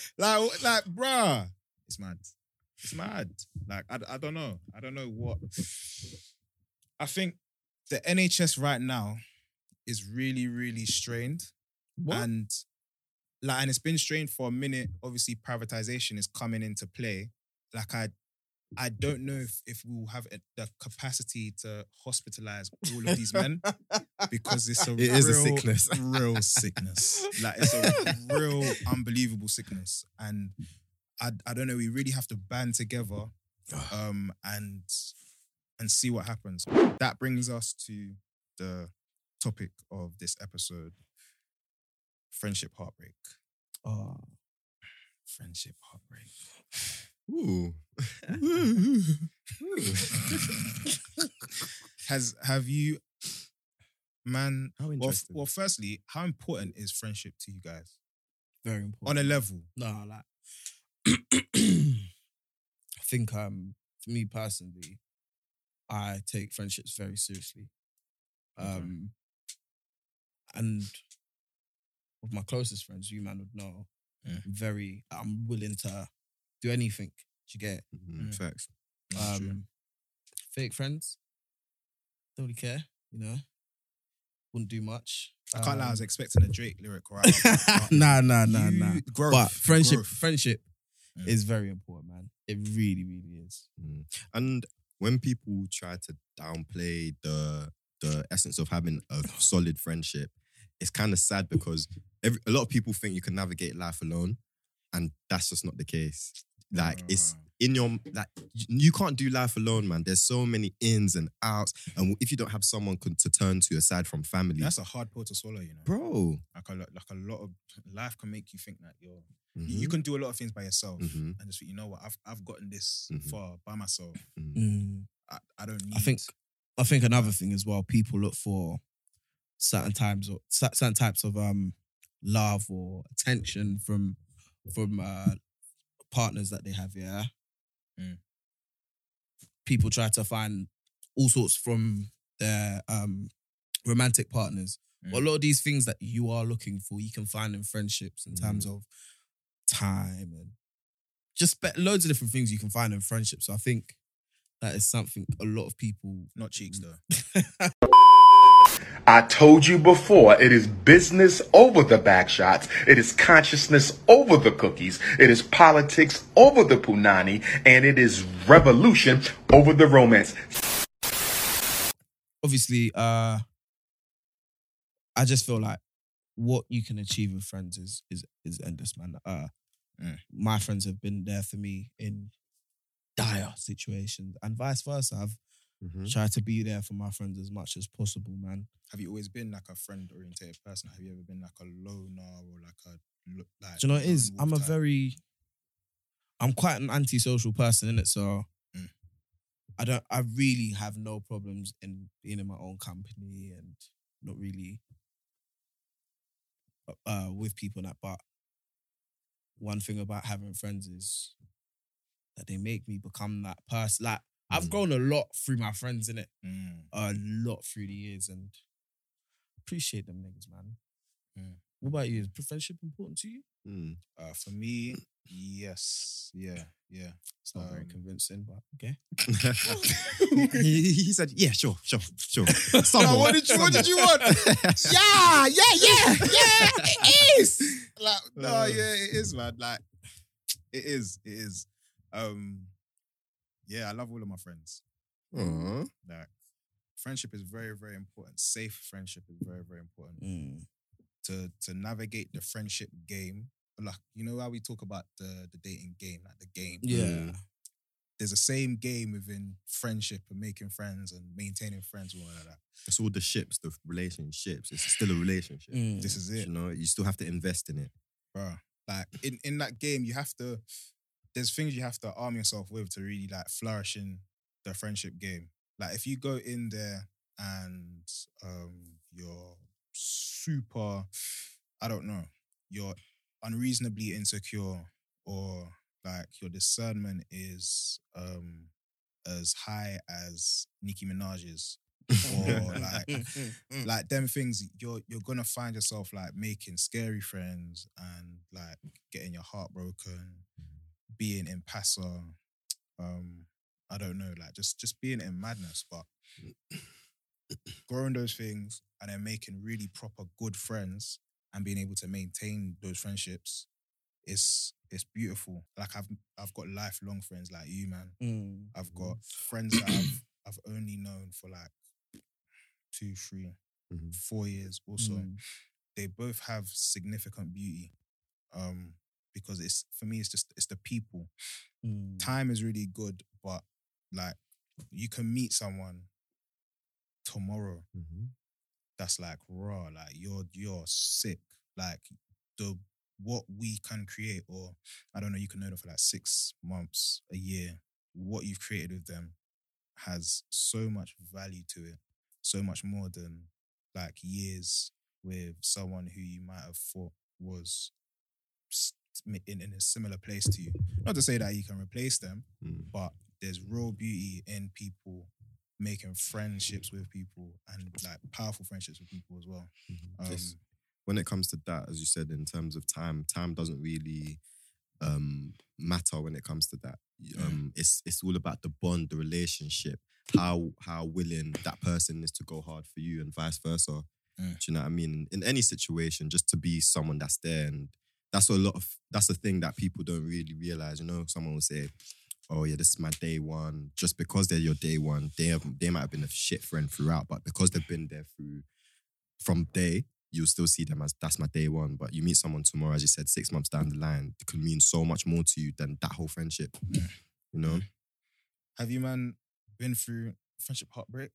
Speaker 4: like like bruh, it's mad. It's mad. Like I, I don't know. I don't know what. I think the NHS right now is really really strained.
Speaker 3: What?
Speaker 4: And like, and it's been strained for a minute. Obviously, privatization is coming into play. Like, I, I don't know if if we will have a- the capacity to hospitalize all of these men because it's a
Speaker 2: it
Speaker 4: real,
Speaker 2: is a sickness.
Speaker 4: real sickness. Like, it's a real unbelievable sickness. And I, I don't know. We really have to band together, um, and and see what happens. That brings us to the topic of this episode: friendship heartbreak.
Speaker 3: Oh.
Speaker 4: Friendship heartbreak.
Speaker 2: Ooh.
Speaker 4: Has have you, man?
Speaker 2: How
Speaker 4: Well, f-
Speaker 2: interesting.
Speaker 4: well, firstly, how important is friendship to you guys
Speaker 3: Very important.
Speaker 4: on a level?
Speaker 3: No, like I think um for me personally, I take friendships very seriously. Um and with my closest friends, you man would know,
Speaker 4: Yeah.
Speaker 3: I'm very I'm willing to do anything to get it.
Speaker 2: Mm, facts.
Speaker 3: um fake friends. Don't really care, you know. Wouldn't do much.
Speaker 4: I can't lie, I was
Speaker 3: Um,
Speaker 4: expecting a Drake lyric right. now, but
Speaker 3: nah, nah, nah,
Speaker 4: you-
Speaker 3: nah.
Speaker 4: growth,
Speaker 3: But friendship,
Speaker 4: growth.
Speaker 3: friendship
Speaker 4: Yeah.
Speaker 3: is very important, man. It really, really is.
Speaker 2: Mm. And when people try to downplay the the essence of having a solid friendship, it's kind of sad because every, a lot of people think you can navigate life alone, and that's just not the case. Like it's in your like you- you can't do life alone, man. There's so many ins and outs, and if you don't have someone con- to turn to aside from family,
Speaker 4: that's a hard pill to swallow, you know.
Speaker 2: bro.
Speaker 4: Like a lot, like a lot of life can make you think that you're
Speaker 2: Mhm,
Speaker 4: you
Speaker 3: Mm-hmm.
Speaker 4: can do a lot of things by yourself,
Speaker 3: Mm.
Speaker 2: mhm,
Speaker 4: and just think, you know what, I've I've gotten this
Speaker 2: Mhm.
Speaker 4: far by myself.
Speaker 2: mhm.
Speaker 4: I, I don't need.
Speaker 3: Mm-hmm. I think, I think another thing as well. People look for certain times or cer- certain types of um love or attention from from uh partners that they have. Yeah,
Speaker 4: Mm.
Speaker 3: people try to find all sorts from their um romantic partners.
Speaker 4: Mm.
Speaker 3: But a lot of these things that you are looking for, you can find in friendships in terms
Speaker 4: Mm.
Speaker 3: of time and just be- loads of different things you can find in friendships. So I think that is something a lot of people.
Speaker 4: not cheeks though.
Speaker 5: I told you before, it is business over the back shots. It is consciousness over the cookies. It is politics over the punani. And it is revolution over the romance.
Speaker 3: obviously, uh, I just feel like what you can achieve with friends is is is endless, man. Uh,
Speaker 4: Mm.
Speaker 3: My friends have been there for me in dire situations, and vice versa. I've
Speaker 2: Mhm.
Speaker 3: tried to be there for my friends as much as possible, man.
Speaker 4: Have you always been like a friend oriented person? Have you ever been like a loner or like a lo- like?
Speaker 3: Do you know what it is?
Speaker 4: lone
Speaker 3: I'm a
Speaker 4: wolf type?
Speaker 3: very, I'm quite an antisocial person, in it. So
Speaker 4: Mm.
Speaker 3: I don't, I really have no problems in being in my own company and not really uh, uh, with people and that. But one thing about having friends is that they make me become that person. Like I've
Speaker 2: Mm.
Speaker 3: grown a lot through my friends, in it.
Speaker 4: Mm.
Speaker 3: A lot through the years, and appreciate them niggas, man.
Speaker 4: Mm.
Speaker 3: What about you? Is friendship important to you?
Speaker 2: Mm.
Speaker 4: Uh, for me, yes, yeah, yeah.
Speaker 3: It's not very
Speaker 4: Um,
Speaker 3: convincing, but okay.
Speaker 4: mm-hmm.
Speaker 2: he, he said, "Yeah, sure, sure, sure." Someone,
Speaker 4: what did you- what did you
Speaker 2: want?
Speaker 4: yeah, yeah, yeah, yeah. It is like no,
Speaker 2: Uh.
Speaker 4: yeah, it is, man. Like it is, it is. Um, yeah, I love all of my friends.
Speaker 2: Aw.
Speaker 4: Like friendship is very, very important. Safe friendship is very, very important
Speaker 3: Mm,
Speaker 4: to to navigate the friendship game. Like you know how we talk about the the dating game, like the game.
Speaker 3: Yeah.
Speaker 4: There's the same game within friendship and making friends and maintaining friends and all of that.
Speaker 2: It's all the ships, the relationships. It's still a relationship.
Speaker 4: This is it.
Speaker 2: You know, you still have to invest in it.
Speaker 4: bro. Like in in that game, you have to. There's things you have to arm yourself with to really like flourish in the friendship game. Like if you go in there and um you're super, I don't know, you're unreasonably insecure or like your discernment is um as high as Nicki Minaj's or like
Speaker 3: mm,
Speaker 4: like them things you're you're gonna find yourself like making scary friends and like getting your heart broken being in passer um i don't know like just just being in madness but growing those things and then making really proper good friends and being able to maintain those friendships it's it's beautiful like i've i've got lifelong friends like you man
Speaker 3: Mm.
Speaker 4: i've got friends that i've i've only known for like two three
Speaker 2: Mhm.
Speaker 4: four years also
Speaker 3: Mm-hmm. Mm.
Speaker 4: they both have significant beauty um because it's for me it's just it's the people
Speaker 3: Mm.
Speaker 4: time is really good but like you can meet someone tomorrow
Speaker 2: Mhm.
Speaker 4: that's like raw like you're you're sick like the what we can create or i don't know you can know them for like six months a year what you've created with them has so much value to it so much more than like years with someone who you might have thought was s- in, in a similar place to you not to say that you can replace them
Speaker 2: Mm.
Speaker 4: but there's real beauty in people making friendships with people and like powerful friendships with people as well. Um,
Speaker 2: Yes. when it comes to that, as you said, in terms of time, time doesn't really um, matter when it comes to that. Um, It's it's all about the bond, the relationship, how how willing that person is to go hard for you, and vice versa.
Speaker 4: Mm.
Speaker 2: Do you know what I mean? In any situation, just to be someone that's there, and that's a lot of that's a thing that people don't really realize. You know, someone will say. Oh yeah, this is my day one. Just because they're your day one, they have, they might have been a shit friend throughout, but because they've been there through from day, you'll still see them as that's my day one. But you meet someone tomorrow, as you said, six months down the line, it could mean so much more to you than that whole friendship. You know?
Speaker 4: have you, man, been through friendship heartbreak?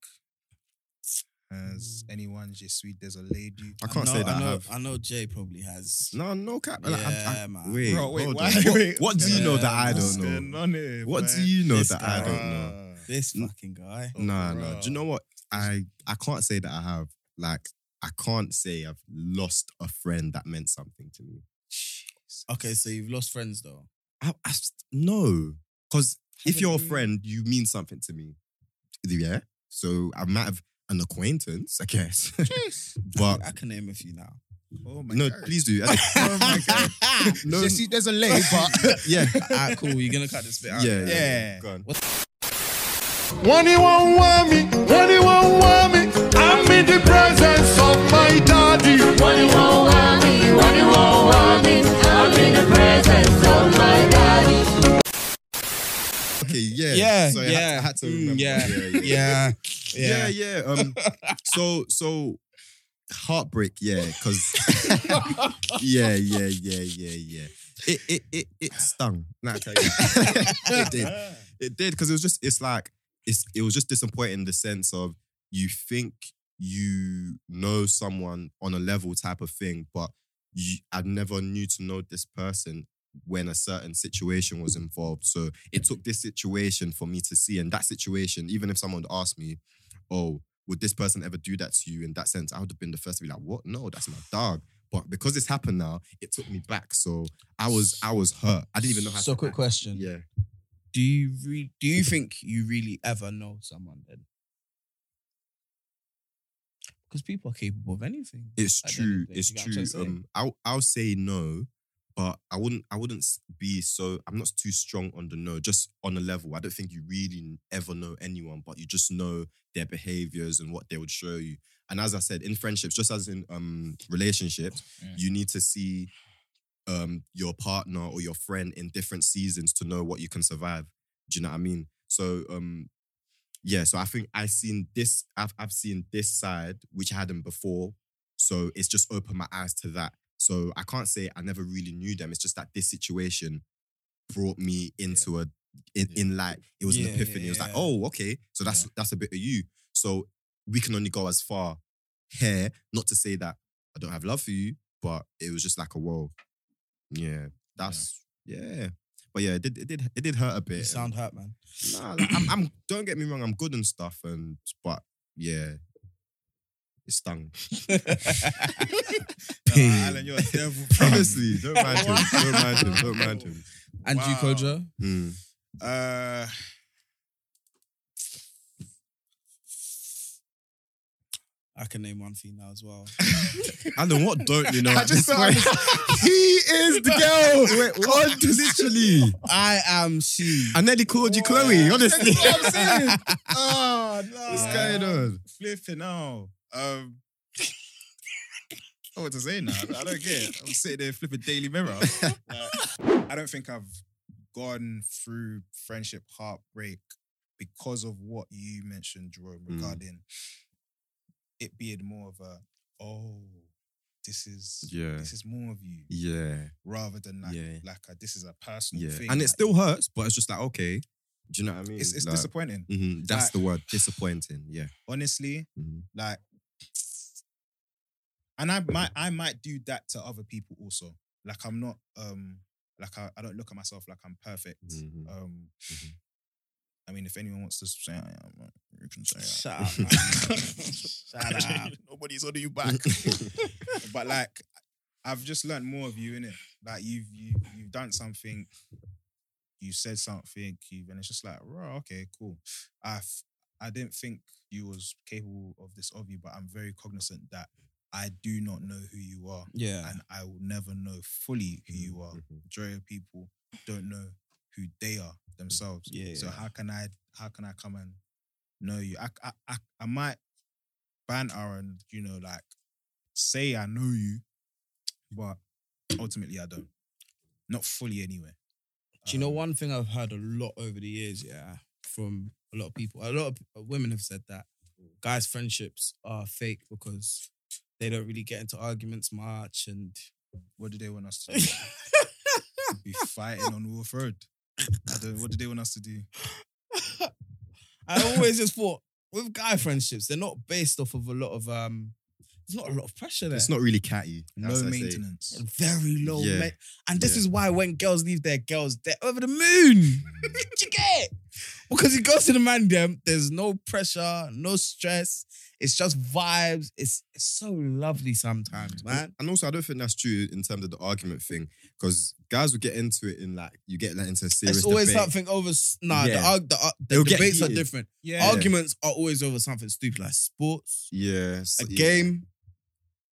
Speaker 4: Has anyone just sweet? There's a lady.
Speaker 2: I can't
Speaker 3: know,
Speaker 2: say that
Speaker 3: I
Speaker 2: I
Speaker 3: know,
Speaker 2: have.
Speaker 3: I know Jay probably has.
Speaker 2: No, no cap. Like, I,
Speaker 3: Yeah,
Speaker 2: I,
Speaker 3: man.
Speaker 2: Wait,
Speaker 4: Bro, wait,
Speaker 2: hold
Speaker 4: why-
Speaker 2: on. What,
Speaker 4: wait.
Speaker 2: what do you know that I
Speaker 3: Yeah,
Speaker 2: don't
Speaker 3: what's
Speaker 2: know?
Speaker 4: on here,
Speaker 2: What
Speaker 4: man?
Speaker 2: do you know
Speaker 3: This
Speaker 2: that I don't know?
Speaker 4: Bruh.
Speaker 3: This
Speaker 2: N-
Speaker 3: fucking guy.
Speaker 2: Nah,
Speaker 4: Bro.
Speaker 2: nah. Do you know what? I I can't say that I have. Like, I can't say I've lost a friend that meant something to me.
Speaker 3: Okay, so you've lost friends though.
Speaker 2: I, I s- no, because if
Speaker 3: Haven't
Speaker 2: you're a
Speaker 3: you?
Speaker 2: friend, you mean something to me. Yeah. So I might have an acquaintance, I guess.
Speaker 3: I,
Speaker 2: but
Speaker 3: I can name a few now.
Speaker 4: Oh my
Speaker 2: no,
Speaker 4: God.
Speaker 2: please do.
Speaker 4: Oh my God.
Speaker 2: No.
Speaker 4: Just see, there's a lady, but
Speaker 2: yeah.
Speaker 3: Alright, cool. You're gonna cut this bit
Speaker 2: Yeah,
Speaker 3: out.
Speaker 2: yeah,
Speaker 4: Yeah.
Speaker 2: Go on.
Speaker 5: Anyone want me? Anyone want me? I'm in the presence
Speaker 6: love my daddy.
Speaker 7: What you want, honey? What you want, honey? I'm in the presence of my daddy.
Speaker 2: Okay, yeah,
Speaker 3: Yeah,
Speaker 2: So I
Speaker 3: yeah.
Speaker 2: had, I had to
Speaker 3: Mm,
Speaker 2: remember.
Speaker 3: yeah.
Speaker 2: yeah, yeah, yeah.
Speaker 3: Yeah.
Speaker 2: yeah. Um, so, so heartbreak, yeah, because yeah, yeah, yeah, yeah, yeah. It it it it stung. Nah, I tell you. it did. It did because it was just it's like it's it was just disappointing in the sense of you think you know someone on a level type of thing, but you I never knew to know this person when a certain situation was involved. So it took this situation for me to see. And that situation, even if someone asked me, Oh, would this person ever do that to you in that sense? I would have been the first to be like, What? No, that's my dog. But because it's happened now, it took me back. So I was I was hurt. I didn't even know how
Speaker 3: So
Speaker 2: to
Speaker 3: quick
Speaker 2: act.
Speaker 3: question.
Speaker 2: Yeah.
Speaker 3: Do you re- do you think you really ever know someone then? Because people are capable of anything.
Speaker 2: It's
Speaker 3: at the end
Speaker 2: true.
Speaker 3: of the day,
Speaker 2: It's
Speaker 3: you get what
Speaker 2: true.
Speaker 3: I'm trying to say?
Speaker 2: Um, I'll I'll say no, but I wouldn't I wouldn't s- be so. I'm not too strong on the no. Just on a level, I don't think you really n- ever know anyone, but you just know their behaviors and what they would show you. And as I said, in friendships, just as in um relationships,
Speaker 4: Mm.
Speaker 2: you need to see um your partner or your friend in different seasons to know what you can survive. Do you know what I mean? So um yeah, so I think I've seen this, I've I've seen this side, which I hadn't before. So it's just opened my eyes to that. So I can't say I never really knew them. It's just that this situation brought me into a in, in like it was
Speaker 3: Yeah,
Speaker 2: an
Speaker 3: yeah,
Speaker 2: epiphany. It was like,
Speaker 3: yeah.
Speaker 2: oh, okay. So that's that's a bit of you. So we can only go as far here. Not to say that I don't have love for you, but it was just like a whoa. Yeah. That's yeah. But yeah, it did it did it did hurt a bit.
Speaker 3: You
Speaker 2: and-
Speaker 3: sound hurt, man.
Speaker 2: Nah, like, I'm, I'm. Don't get me wrong. I'm good and stuff, and but yeah, it stung.
Speaker 4: Nah, Alan, you're a devil. bro.
Speaker 2: Honestly, don't mind him. Don't mind him. Don't mind him.
Speaker 3: And you,
Speaker 4: Wow.
Speaker 3: Koja?
Speaker 2: Hmm.
Speaker 4: Uh,
Speaker 3: I can name one female as well.
Speaker 2: Alan, what don't you know?
Speaker 4: I
Speaker 2: at
Speaker 4: just
Speaker 2: this
Speaker 4: felt
Speaker 2: point? he is the girl. Wait, what? Literally,
Speaker 3: I am she.
Speaker 2: I nearly called you Chloe. Honestly,
Speaker 4: That's what I'm saying. oh no,
Speaker 2: what's going on?
Speaker 4: flipping out. Um, I don't know what to say now. I don't get it. I'm sitting there flipping Daily Mirror. Like, I don't think I've gone through friendship heartbreak because of what you mentioned, Jerome,
Speaker 2: Mm.
Speaker 4: regarding it being more of a oh, this is
Speaker 2: Yeah,
Speaker 4: this is more of you
Speaker 2: yeah,
Speaker 4: rather than like
Speaker 2: Yeah.
Speaker 4: like a, this is a personal
Speaker 2: yeah.
Speaker 4: thing.
Speaker 2: And it
Speaker 4: like,
Speaker 2: still hurts, but it's just like okay. Do you know what I mean?
Speaker 4: it's, it's
Speaker 2: Like,
Speaker 4: disappointing.
Speaker 2: mhm, that's
Speaker 4: Like-
Speaker 2: the word. Disappointing. Yeah.
Speaker 4: Honestly,
Speaker 2: Mhm.
Speaker 4: like and i might i might do that to other people also like i'm not um like i, I don't look at myself like i'm perfect
Speaker 2: Mhm.
Speaker 4: um
Speaker 2: Mhm.
Speaker 4: i mean if anyone wants to say i am uh, you can say that.
Speaker 3: Shut up. man. Shut up.
Speaker 4: nobody's holding you back
Speaker 2: mm-hmm.
Speaker 4: but like i've just learned more of you in it like you've you, you've done something you said something you've and it's just like right okay cool i f- i didn't think you was capable of this of you but i'm very cognizant that i do not know who you are
Speaker 3: Yeah.
Speaker 4: and i will never know fully who you are
Speaker 2: Mhm.
Speaker 4: majority of people don't know who they are themselves.
Speaker 3: Yeah,
Speaker 4: So
Speaker 3: yeah.
Speaker 4: how can I how can I come and know you? I I I, I might banter and you know like say I know you, but ultimately I don't. Not fully anyway.
Speaker 3: Do you know
Speaker 4: Um,
Speaker 3: one thing I've heard a lot over the years, yeah, from a lot of people. A lot of uh, women have said that
Speaker 2: Mm.
Speaker 3: guys' friendships are fake because they don't really get into arguments much and
Speaker 4: What do they want us to do? Be fighting on Wolf Road. I don't, what do they want us to do?
Speaker 3: I always just thought with guy friendships, they're not based off of a lot of um there's not a lot of pressure there.
Speaker 2: It's not really catty.
Speaker 4: Low
Speaker 2: That's what I say.
Speaker 4: maintenance.
Speaker 3: very low
Speaker 2: Yeah.
Speaker 3: ma- and this
Speaker 2: Yeah.
Speaker 3: is why when girls leave their girls they're over the moon. Did you get it? Because it goes to the man them, there's no pressure, no stress. It's just vibes. It's, it's so lovely sometimes, man.
Speaker 2: And also, I don't think that's true in terms of the argument thing, because guys will get into it in like you get like into a serious.
Speaker 3: It's always
Speaker 2: debate.
Speaker 3: something over. s- Nah, the
Speaker 2: Yeah.
Speaker 3: arg- the, ar- the,
Speaker 2: They'll get
Speaker 3: debates are
Speaker 2: heated.
Speaker 3: different.
Speaker 4: Yeah.
Speaker 3: Arguments are always over something stupid like sports,
Speaker 2: Yeah, so-
Speaker 3: a
Speaker 2: yeah.
Speaker 3: game,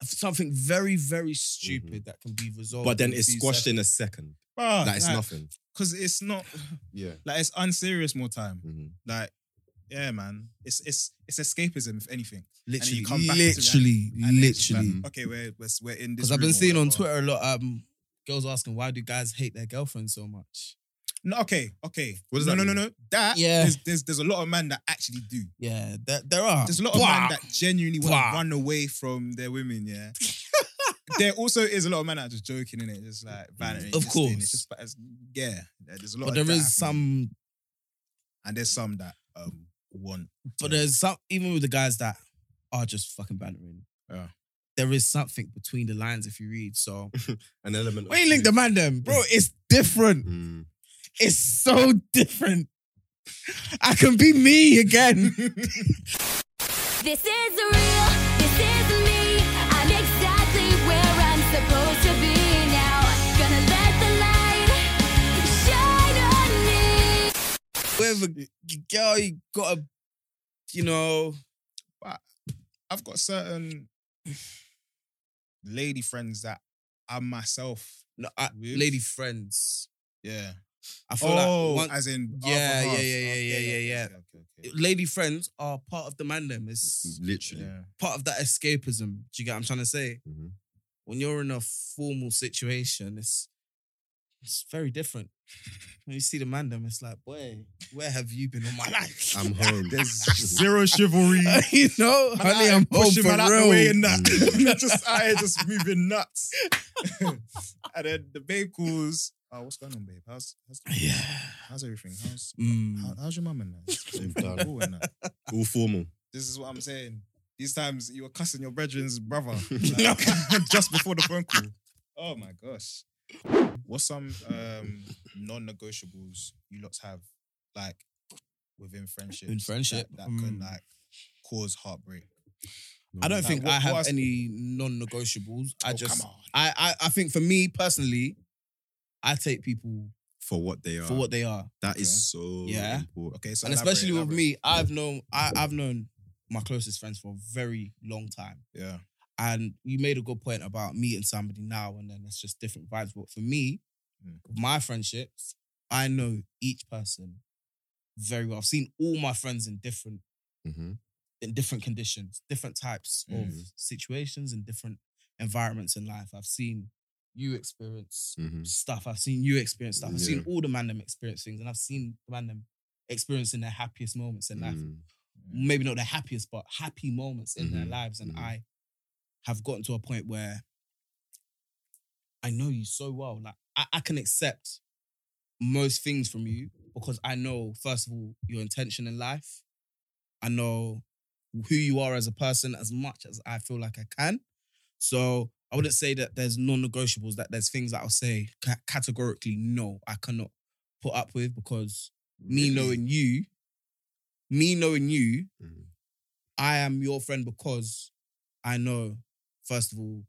Speaker 3: something very very stupid that can be resolved.
Speaker 2: Mm-hmm. but then
Speaker 3: in
Speaker 2: it's
Speaker 3: two
Speaker 2: squashed
Speaker 3: seconds.
Speaker 2: in a second.
Speaker 4: Bruh,
Speaker 2: That is
Speaker 4: like,
Speaker 2: nothing.
Speaker 4: Cause it's not
Speaker 2: Yeah.
Speaker 4: like it's unserious more time.
Speaker 2: hmm
Speaker 4: Like Yeah, man. It's it's it's escapism, if anything.
Speaker 3: Literally,
Speaker 4: come back to reality.
Speaker 3: literally,
Speaker 4: And it's just
Speaker 3: literally.
Speaker 4: like, okay, we're, we're we're in this.
Speaker 3: Because I've been
Speaker 4: room or
Speaker 3: seeing on
Speaker 4: whatever.
Speaker 3: Twitter a lot um girls asking why do guys hate their girlfriends so much?
Speaker 4: No, okay, okay.
Speaker 2: What does
Speaker 4: no,
Speaker 2: that
Speaker 4: no,
Speaker 2: mean?
Speaker 4: no, no. That
Speaker 3: Yeah.
Speaker 4: there's, there's there's a lot of men that actually do.
Speaker 3: Yeah, there, there
Speaker 2: Ah,
Speaker 3: are.
Speaker 4: There's a lot of
Speaker 3: Blah.
Speaker 4: men that genuinely want
Speaker 3: Blah.
Speaker 4: to run away from their women. Yeah. there also is a lot of men that are just joking in it, just like
Speaker 2: Mm.
Speaker 4: vanity.
Speaker 3: Of
Speaker 4: just doing it,
Speaker 3: course.
Speaker 4: just- but it's- yeah, there's a lot.
Speaker 3: but
Speaker 4: there
Speaker 3: there
Speaker 4: is
Speaker 3: is some
Speaker 4: and there's some that um want.
Speaker 3: but there's some even with the guys that are just fucking bantering.
Speaker 4: Yeah.
Speaker 3: There is something between the lines if you read. So
Speaker 2: An element.
Speaker 3: when you link the man them, bro, it's different.
Speaker 2: Mm.
Speaker 3: It's so different. I can be me again.
Speaker 7: This is real, this is me. I'm exactly where I'm supposed to be now. Gonna let the light shine on me.
Speaker 3: Whatever girl you gotta, you know,
Speaker 4: I've got certain lady friends that I myself.
Speaker 3: no, I,
Speaker 4: With-
Speaker 3: lady friends.
Speaker 4: Yeah.
Speaker 3: I feel
Speaker 4: Oh,
Speaker 3: like one,
Speaker 4: as in
Speaker 3: Yeah,
Speaker 4: half and
Speaker 3: yeah,
Speaker 4: half.
Speaker 3: yeah, yeah,
Speaker 4: Okay,
Speaker 3: yeah, yeah, yeah.
Speaker 4: okay, okay, okay.
Speaker 3: lady friends are part of the man them.
Speaker 4: Mm.
Speaker 3: It's
Speaker 2: Literally.
Speaker 4: Yeah.
Speaker 3: part of that escapism. Do you get what I'm trying to say?
Speaker 4: Mm-hmm.
Speaker 2: Mhm.
Speaker 3: When you're in a formal situation, it's it's very different. When you see the man them, it's like, boy, where have you been all my life?
Speaker 2: I'm home.
Speaker 4: zero chivalry.
Speaker 3: you know, honey, I'm home
Speaker 4: pushing
Speaker 3: for
Speaker 4: man out the
Speaker 3: real.
Speaker 4: way and that. just I just moving nuts. and then the babe calls. Oh, what's going on, babe? How's how's,
Speaker 3: yeah.
Speaker 4: how's everything? How's Oh, how,
Speaker 3: Mm.
Speaker 4: how's your mum and that?
Speaker 2: They've done.
Speaker 4: Cool and that?
Speaker 2: All formal.
Speaker 4: This is what I'm saying. These times you were cussing your brethren's brother like, just before the phone call. Oh my gosh. What's some um, non-negotiables you lot have like within friendship?
Speaker 3: In friendship?
Speaker 4: that, that can
Speaker 3: Mm.
Speaker 4: like cause heartbreak.
Speaker 2: Mm.
Speaker 3: I don't
Speaker 4: Like,
Speaker 3: think
Speaker 4: what-
Speaker 3: I have
Speaker 4: what's-
Speaker 3: any non-negotiables. I
Speaker 4: Oh,
Speaker 3: just,
Speaker 4: come on.
Speaker 3: I, I, I think for me personally, I take people
Speaker 2: For what they
Speaker 4: Uh-huh.
Speaker 2: are.
Speaker 3: for what they are.
Speaker 2: That is so
Speaker 3: Yeah.
Speaker 2: important.
Speaker 4: Okay, so
Speaker 3: and
Speaker 4: elaborate,
Speaker 3: especially with
Speaker 4: elaborate.
Speaker 3: me, I've known I, I've known my closest friends for a very long time.
Speaker 4: Yeah.
Speaker 3: And you made a good point about meeting somebody now and then it's just different vibes. But for me,
Speaker 4: Mm.
Speaker 3: my friendships, I know each person very well. I've seen all my friends in different
Speaker 2: hmm
Speaker 3: in different conditions, different types of
Speaker 4: Mm.
Speaker 3: situations and different environments in life. I've seen you experience
Speaker 2: hmm
Speaker 3: stuff. I've seen you experience stuff. I've
Speaker 2: Yeah.
Speaker 3: seen all the man them experience things, and I've seen the man them experiencing their happiest moments in life.
Speaker 2: Mm. Mm-hmm,
Speaker 3: Maybe not their happiest, but happy moments in their
Speaker 2: Mhm,
Speaker 3: lives. And
Speaker 2: mhm.
Speaker 3: I have gotten to a point where I know you so well. Like I, I can accept most things from you because I know, first of all, your intention in life. I know who you are as a person as much as I feel like I can. So I wouldn't say that there's non-negotiables. That there's things that I'll say ca- categorically no, I cannot put up with because me knowing you, me knowing you,
Speaker 2: Mhm.
Speaker 3: I am your friend because I know first of all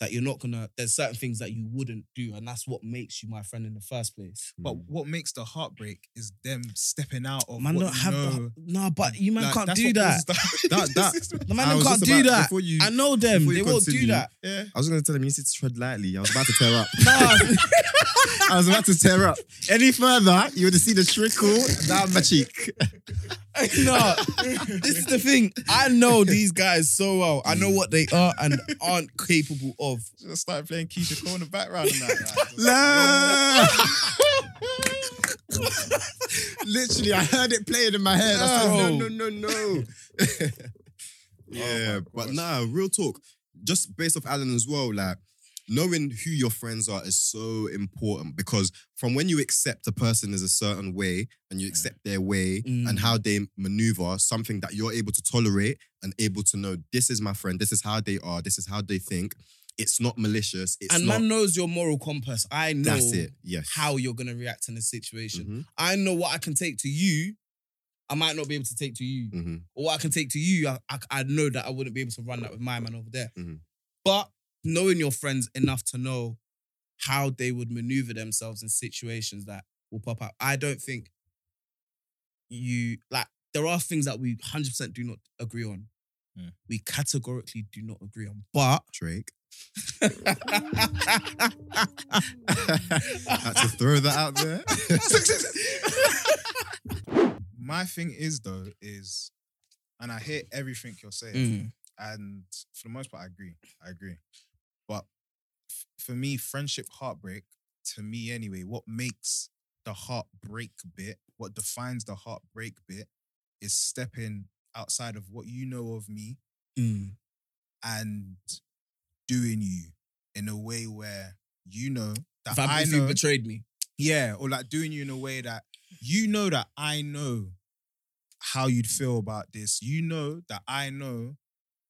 Speaker 3: that you're not gonna. There's certain things that you wouldn't do, and that's what makes you my friend in the first place.
Speaker 2: mm-hmm.
Speaker 4: But what makes the heartbreak is them stepping out of
Speaker 3: Hmm. Man,
Speaker 4: what
Speaker 3: don't
Speaker 4: you
Speaker 3: have
Speaker 4: know.
Speaker 3: no, but you man
Speaker 4: Like,
Speaker 3: can't
Speaker 4: that's
Speaker 3: do
Speaker 4: what
Speaker 3: that.
Speaker 4: causes
Speaker 2: That- that-
Speaker 4: This is the-
Speaker 3: The man
Speaker 2: I
Speaker 3: them
Speaker 2: was
Speaker 3: can't
Speaker 2: just
Speaker 3: do
Speaker 2: about-
Speaker 3: that.
Speaker 2: before you-
Speaker 3: I know them.
Speaker 2: before you
Speaker 3: They won't do
Speaker 2: continue,
Speaker 3: that.
Speaker 4: yeah.
Speaker 2: I was going to tell him you need to tread lightly. I was about to tear up.
Speaker 3: No,
Speaker 2: I was about to tear up. Any further, you would see the trickle down my cheek.
Speaker 3: no. This is the thing. I know these guys so well. I know what they are and aren't capable of.
Speaker 4: Just started playing Keisha Cole in the background and that. Like, just-
Speaker 2: La- Literally, I heard it playing in my head. I said,
Speaker 3: Oh.
Speaker 2: no, no, no, no.
Speaker 4: Oh
Speaker 2: yeah, but nah, real talk. Just based off Alan as well, like knowing who your friends are is so important because from when you accept a person as a certain way and you accept their way
Speaker 3: Mm.
Speaker 2: and how they maneuver, something that you're able to tolerate and able to know this is my friend, this is how they are, this is how they think. It's not malicious. It's
Speaker 3: and
Speaker 2: not.
Speaker 3: man knows your moral compass. I know
Speaker 2: that's it. Yes.
Speaker 3: how you're gonna react in a situation.
Speaker 2: Mhm,
Speaker 3: I know what I can take to you. I might not be able to take to you,
Speaker 2: mhm,
Speaker 3: or what I can take to you. I, I, I know that I wouldn't be able to run that with my man over there.
Speaker 2: Mhm.
Speaker 3: But knowing your friends enough to know how they would maneuver themselves in situations that will pop up. I don't think you like there are things that we 100% do not agree on.
Speaker 4: Yeah.
Speaker 3: We categorically do not agree on. But
Speaker 2: Drake. Had to throw that out there.
Speaker 4: My My thing is though is, and I hear everything you're saying,
Speaker 3: Mm.
Speaker 4: and for the most part, I agree. I agree. But f- for me, friendship heartbreak, to me anyway, what makes the heartbreak bit, what defines the heartbreak bit, is stepping outside of what you know of me
Speaker 3: Mm.
Speaker 4: and doing you in a way where you know that
Speaker 3: If I,
Speaker 4: I
Speaker 3: if you
Speaker 4: know.
Speaker 3: betrayed me.
Speaker 4: Yeah, or like doing you in a way that you know that I know how you'd feel about this. You know that I know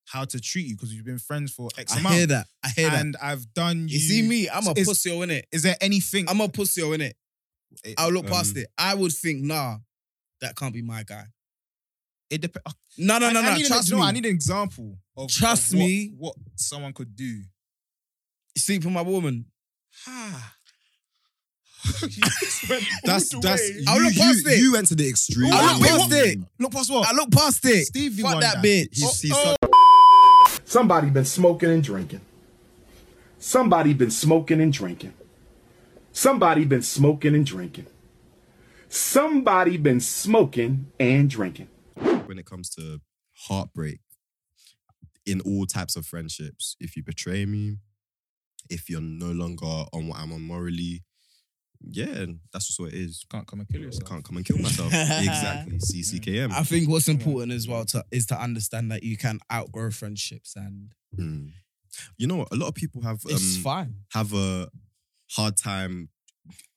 Speaker 4: how to treat you because you've been friends for X
Speaker 3: I
Speaker 4: amount.
Speaker 3: hear that. I hear that.
Speaker 4: and I've done you.
Speaker 3: You see me? I'm a
Speaker 4: It's-
Speaker 3: pussy, innit?
Speaker 4: Is there anything?
Speaker 3: I'm a pussy, innit?
Speaker 4: It-
Speaker 3: I'll look
Speaker 2: Um,
Speaker 3: past it. I would think, nah, that can't be my guy.
Speaker 4: it depends.
Speaker 3: No, no, no,
Speaker 4: I,
Speaker 3: no.
Speaker 4: need an
Speaker 3: Trust
Speaker 4: ex- no,
Speaker 3: me.
Speaker 4: I need an example of
Speaker 3: Trust
Speaker 4: of what-
Speaker 3: me.
Speaker 4: what someone could do.
Speaker 3: sleep with my woman.
Speaker 4: Ah.
Speaker 2: That's that's.
Speaker 3: way. I'll look
Speaker 2: you-
Speaker 3: past
Speaker 2: you-
Speaker 3: it.
Speaker 2: You went to the extreme.
Speaker 3: I'll look
Speaker 2: Yeah.
Speaker 3: past it.
Speaker 4: Look past what
Speaker 3: I look past it.
Speaker 4: Stevie
Speaker 3: Fuck
Speaker 4: won
Speaker 3: that Oh,
Speaker 4: that.
Speaker 3: bitch.
Speaker 2: He's, he's such-
Speaker 5: Somebody been smoking and drinking. Somebody been smoking and drinking. Somebody been smoking and drinking. Somebody been smoking and drinking.
Speaker 2: when it comes to heartbreak in all types of friendships. If you betray me, if you're no longer on what I'm on morally, yeah, that's just what it is.
Speaker 4: Can't come and kill yourself.
Speaker 2: Can't come and kill myself. exactly. CCKM.
Speaker 3: I think what's important as well to, is to understand that you can outgrow friendships and
Speaker 2: Mm. You know, what? a lot of people have
Speaker 3: it's
Speaker 2: um,
Speaker 3: fine.
Speaker 2: have a hard time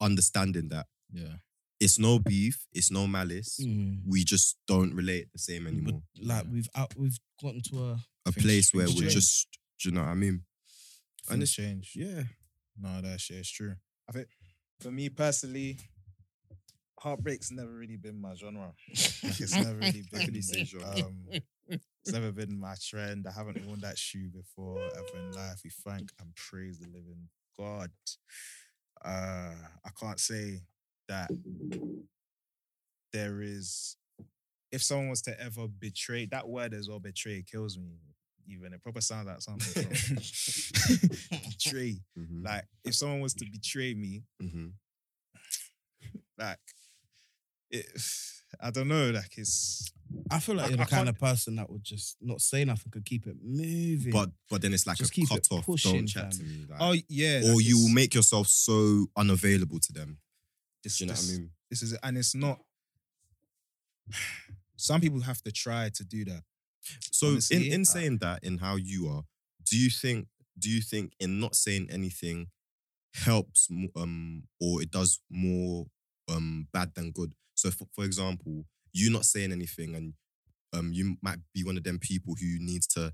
Speaker 2: understanding that.
Speaker 4: Yeah.
Speaker 2: It's no beef. It's no malice.
Speaker 3: Mm.
Speaker 2: We just don't relate the same anymore.
Speaker 3: Like we've out, we've gotten to a
Speaker 2: A
Speaker 4: Things-
Speaker 2: place where
Speaker 4: things
Speaker 2: we're
Speaker 4: change.
Speaker 2: just, do you know what I mean? it's-
Speaker 4: And it's changed.
Speaker 2: Yeah.
Speaker 4: No, that shit is true. I think for me personally, heartbreak's never really been my genre. Like, it's never really been um, it's never been my trend. I haven't worn that shoe before ever in life. We thank and praise the living God. Uh, I can't say that there is. If someone was to ever betray that word as well, betray kills me. Even it proper sounds like something. from- betray.
Speaker 2: Mhm.
Speaker 4: Like if someone was to betray me,
Speaker 2: Mhm.
Speaker 4: like it, I don't know, like it's
Speaker 3: I feel like
Speaker 4: I-
Speaker 3: you're the
Speaker 4: I
Speaker 3: kind
Speaker 4: can't-
Speaker 3: of person that would just not say nothing, could keep it moving.
Speaker 2: But but then it's like
Speaker 3: Just
Speaker 2: a
Speaker 3: keep it
Speaker 2: cut off.
Speaker 3: pushing,
Speaker 2: Don't chat
Speaker 3: fam.
Speaker 2: to me. Like,
Speaker 4: oh yeah,
Speaker 2: or
Speaker 4: like,
Speaker 2: you will
Speaker 4: it's-
Speaker 2: make yourself so unavailable to them.
Speaker 4: this,
Speaker 2: Do you know
Speaker 4: this,
Speaker 2: what I mean?
Speaker 4: This is and it's not. Some people have to try to do that.
Speaker 2: So
Speaker 4: honestly,
Speaker 2: in, in
Speaker 4: uh,
Speaker 2: saying that, in how you are, do you think do you think in not saying anything helps mo- um or it does more um bad than good? So for, for example, you not saying anything and um you might be one of them people who needs to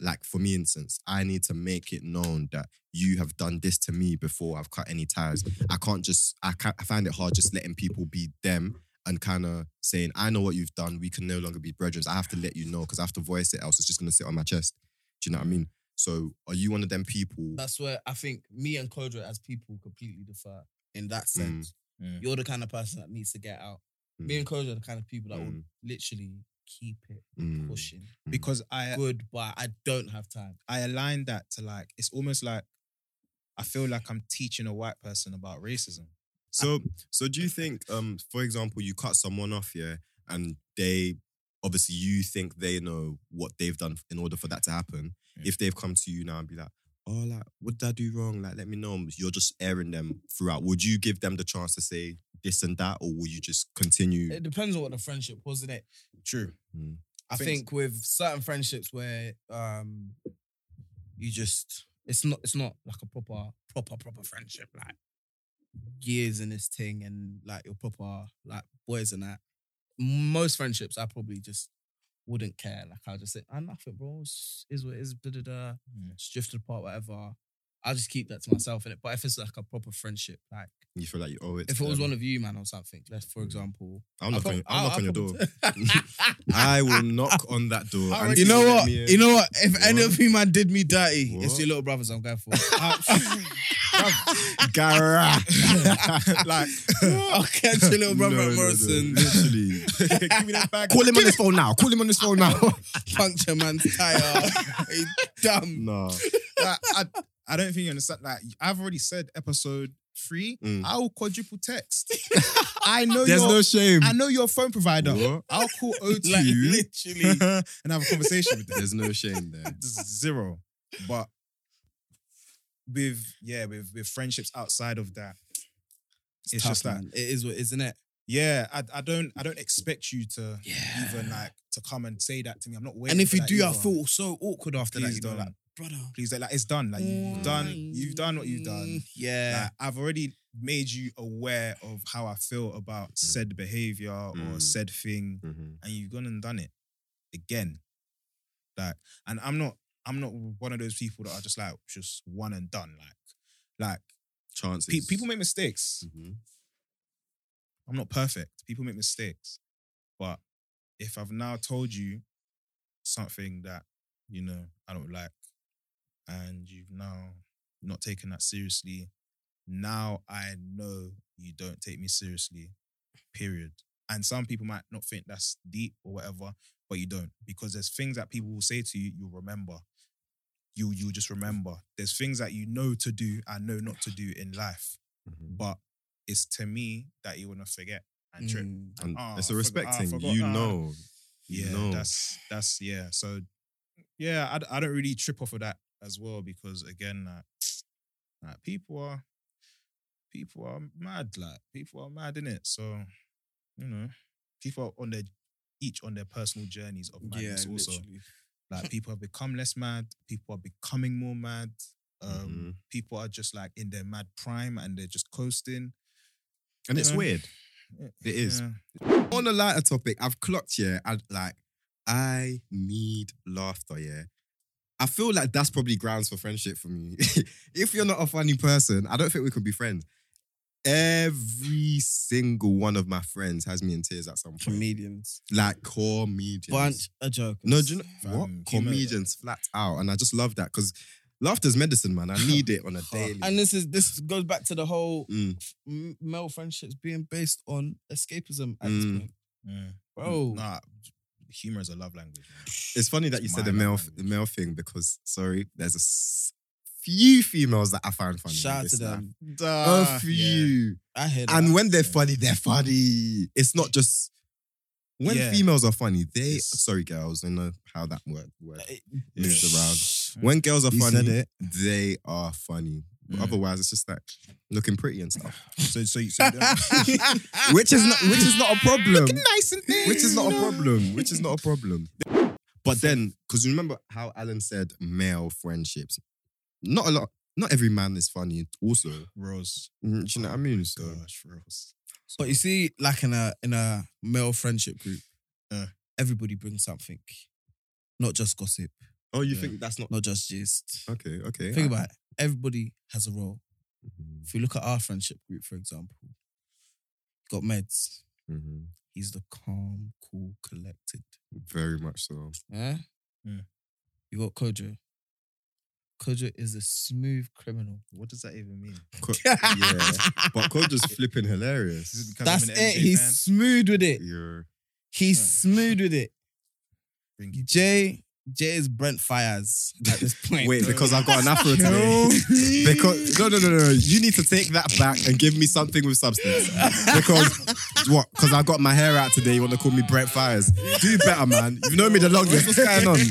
Speaker 2: like for me instance, I need to make it known that you have done this to me before I've cut any ties. I can't just I can't, I find it hard just letting people be them and kind of saying, I know what you've done. We can no longer be brethren. I have to let you know because I have to voice it, else it's just gonna sit on my chest. Do you know what I mean? So are you one of them people?
Speaker 3: that's where I think me and Kodra as people completely differ in that sense.
Speaker 4: Mm.
Speaker 3: You're the kind of person that needs to get out. Me
Speaker 2: Mm.
Speaker 3: and Kodra are the kind of people that will
Speaker 2: Mm.
Speaker 3: literally keep it
Speaker 2: Mm.
Speaker 3: pushing.
Speaker 4: Because I
Speaker 3: Good, but I don't have time.
Speaker 4: I align that to like it's almost like I feel like I'm teaching a white person about racism.
Speaker 2: So so do you think, um, for example, you cut someone off, yeah, and they obviously you think they know what they've done in order for that to happen.
Speaker 4: Yeah.
Speaker 2: If they've come to you now and be like, Oh, like, what did I do wrong? Like, let me know. You're just airing them throughout. Would you give them the chance to say this and that, or will you just continue? Mm,
Speaker 3: It depends on what the friendship was, isn't it?
Speaker 4: True.
Speaker 3: I
Speaker 4: Friends-
Speaker 3: think with certain friendships where um you just it's not it's not like a proper proper proper friendship like years in this thing and like your proper like boys and that. Most friendships I probably just wouldn't care. Like I'll just say, I nothing, bro. It's, is what it is, da da da.
Speaker 4: Yeah.
Speaker 3: It's drifted apart, whatever. I'll just keep that to myself in it. But if it's like a proper friendship, like
Speaker 2: You feel like "Oh, um, you owe it.
Speaker 3: if
Speaker 2: to
Speaker 3: it was
Speaker 2: them?
Speaker 3: one of you, man, or something, let's for example,
Speaker 2: Mm. I'll knock on, I'll
Speaker 3: I'll-
Speaker 2: knock on your door.
Speaker 3: I'll probably-
Speaker 2: I will knock on that door.
Speaker 3: I
Speaker 2: and
Speaker 3: reckon-
Speaker 2: see
Speaker 3: you know
Speaker 2: let
Speaker 3: what?
Speaker 2: me in.
Speaker 3: You know what? If any
Speaker 2: What?
Speaker 3: of you man did me dirty, it's
Speaker 2: What?
Speaker 3: your little brothers I'm going for.
Speaker 2: Gara.
Speaker 4: like
Speaker 3: I'll catch your little brother
Speaker 2: No, no,
Speaker 3: at
Speaker 2: no,
Speaker 3: Morrison,
Speaker 2: Literally.
Speaker 4: give me that bag.
Speaker 2: Call him on his phone now. Call him on his phone now.
Speaker 3: puncture man's tire. He dumb.
Speaker 2: no.
Speaker 4: Like, I, I don't think you understand. Like I've already said episode free,
Speaker 2: Mm.
Speaker 4: I will quadruple text. I know
Speaker 2: There's
Speaker 4: your,
Speaker 2: no shame.
Speaker 4: I know your phone provider. I'll call O2
Speaker 3: Like literally.
Speaker 4: and have a conversation with them.
Speaker 2: There's no shame there.
Speaker 4: zero. But with yeah, with with friendships outside of that, it's,
Speaker 3: tough,
Speaker 4: just that
Speaker 3: man. it is what isn't it?
Speaker 4: yeah, I, I don't I don't expect you to
Speaker 3: Yeah.
Speaker 4: even like to come and say that to me. I'm not waiting.
Speaker 3: and if
Speaker 4: for
Speaker 3: you
Speaker 4: that
Speaker 3: do, I
Speaker 4: either.
Speaker 3: feel so awkward after
Speaker 4: Please
Speaker 3: that. You
Speaker 4: don't.
Speaker 3: know, like, brother.
Speaker 4: please like, like it's done. Like you-
Speaker 3: Mm.
Speaker 4: you've done you've done what you've done.
Speaker 3: Yeah.
Speaker 4: Like, I've already made you aware of how I feel about
Speaker 3: Mm.
Speaker 4: said behavior or
Speaker 2: Mm.
Speaker 4: said thing,
Speaker 2: Mhm.
Speaker 4: and you've gone and done it again. Like, and I'm not I'm not one of those people that are just like just one and done. Like, like
Speaker 2: Chances.
Speaker 4: pe- people make mistakes.
Speaker 2: Mhm.
Speaker 4: I'm not perfect. People make mistakes. But if I've now told you something that, you know, I don't like, and you've now not taken that seriously, now I know you don't take me seriously, period. And some people might not think that's deep or whatever, but you don't. Because there's things that people will say to you, you'll remember. You you'll just remember. There's things that you know to do and know not to do in life.
Speaker 2: Mhm.
Speaker 4: But it's to me that you wanna forget and trip.
Speaker 3: Mm.
Speaker 2: And
Speaker 4: Ah,
Speaker 2: it's
Speaker 4: I
Speaker 2: a respect
Speaker 4: forgot- ah, I
Speaker 2: thing.
Speaker 4: forgot,
Speaker 2: you
Speaker 4: ah.
Speaker 2: know. You
Speaker 4: Yeah,
Speaker 2: know.
Speaker 4: that's that's yeah. So yeah, I, d- I don't really trip off of that as well because again, like, like people are people are mad. Like people are mad in it. So you know, people are on their each on their personal journeys of
Speaker 3: Yeah,
Speaker 4: madness. also,
Speaker 3: literally.
Speaker 4: like people have become less mad. People are becoming more mad. Um,
Speaker 3: Mm-hmm.
Speaker 2: Mhm.
Speaker 4: People are just like in their mad prime and they're just coasting.
Speaker 2: And it's
Speaker 4: Yeah.
Speaker 2: weird. It is.
Speaker 4: Yeah.
Speaker 2: On a lighter topic, I've clocked, yeah, I like I need laughter, yeah. I feel like that's probably grounds for friendship for me. if you're not a funny person, I don't think we could be friends. Every single one of my friends has me in tears at some point.
Speaker 3: Comedians.
Speaker 2: Like comedians.
Speaker 3: Bunch of jokers.
Speaker 2: No, do you know
Speaker 4: Fam,
Speaker 2: what?
Speaker 4: you know
Speaker 2: Comedians flat out. And I just love that because laughter's medicine, man. I need it on a daily.
Speaker 3: And this is this goes back to the whole
Speaker 2: Mm,
Speaker 3: m- male friendships being based on escapism at this
Speaker 2: Mm.
Speaker 3: point.
Speaker 4: Yeah.
Speaker 3: Bro.
Speaker 4: Nah, humor is a love language. Man.
Speaker 2: It's funny that you said the
Speaker 4: My
Speaker 2: male,
Speaker 4: language.
Speaker 2: the male thing because, sorry, there's a s- few females that I find funny. in
Speaker 3: Shout out
Speaker 2: this
Speaker 3: to
Speaker 2: life.
Speaker 3: them. Ah,
Speaker 2: a
Speaker 4: Duh. Yeah.
Speaker 2: few.
Speaker 3: I heard
Speaker 2: And
Speaker 3: that.
Speaker 2: when they're funny, they're funny. It's not just when
Speaker 4: Yeah.
Speaker 2: females are funny, they
Speaker 4: It's-
Speaker 2: sorry girls, I know how that word word
Speaker 3: It-
Speaker 2: moves around. When girls are
Speaker 3: He
Speaker 2: funny,
Speaker 3: said it.
Speaker 2: they are funny. But
Speaker 4: Mm.
Speaker 2: otherwise it's just like looking pretty and stuff.
Speaker 4: So so so
Speaker 2: which is not which is not a problem.
Speaker 4: nice and thin.
Speaker 2: Which is not a problem. Which is not a problem. But then, because you remember how Alan said male friendships. Not a lot, not every man is funny also.
Speaker 4: Rose.
Speaker 2: Mm, Do you know what I mean? So
Speaker 4: Oh Gosh, Rose.
Speaker 3: But you see, like in a in a male friendship group,
Speaker 4: Uh.
Speaker 3: everybody brings something. Not just gossip,
Speaker 2: Oh, you
Speaker 4: Yeah.
Speaker 2: think that's not
Speaker 3: not just gist.
Speaker 2: Okay, okay.
Speaker 3: Think about it. Everybody has a role.
Speaker 2: Mhm,
Speaker 3: If we look at our friendship group, for example, got meds.
Speaker 4: Mm-hmm.
Speaker 2: mhm.
Speaker 3: He's the calm, cool, collected.
Speaker 2: Very much so.
Speaker 3: Yeah?
Speaker 4: Yeah.
Speaker 3: You got Kojo. Kojo is a smooth criminal.
Speaker 4: What does that even mean?
Speaker 2: Co- yeah. But Kojo's flipping hilarious.
Speaker 4: Is it because
Speaker 3: That's
Speaker 4: I'm
Speaker 3: it.
Speaker 4: an MJ
Speaker 3: He's
Speaker 4: fan?
Speaker 3: smooth with it.
Speaker 2: You're
Speaker 3: He's
Speaker 4: Yeah.
Speaker 3: smooth with it.
Speaker 4: Bring it.
Speaker 3: Jay, Jay is Brent Fires at this point.
Speaker 2: Wait, because I've got an afro today. Because no, no, no, no, no. You need to take that back and give me something with substance. Because what? Because I got my hair out today. You want to call me Brett Fires? Do better, man. You know me the longest. What's going on?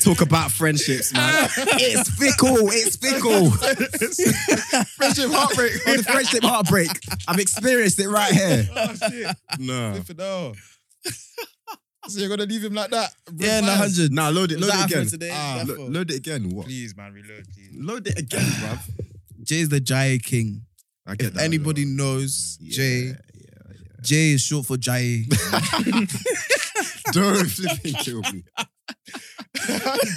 Speaker 2: Talk about friendships, man. It's fickle. It's fickle. friendship heartbreak. On the friendship heartbreak. I've experienced it right here.
Speaker 4: Oh shit.
Speaker 2: No.
Speaker 4: Flip it off. So you're gonna leave him like that?
Speaker 3: Yeah, no, 100.
Speaker 2: Now load it.
Speaker 3: Was
Speaker 2: Load
Speaker 3: that
Speaker 2: it
Speaker 3: afro
Speaker 2: again.
Speaker 3: today?
Speaker 2: Ah,
Speaker 3: That
Speaker 2: lo-
Speaker 3: for-
Speaker 2: load it again. What?
Speaker 4: Please, man, reload, please.
Speaker 2: Load it again, bruv.
Speaker 3: Jay is the Jai King.
Speaker 2: I
Speaker 3: If anybody knows Jay, Jay is short for Jai.
Speaker 2: Don't flipping kill me.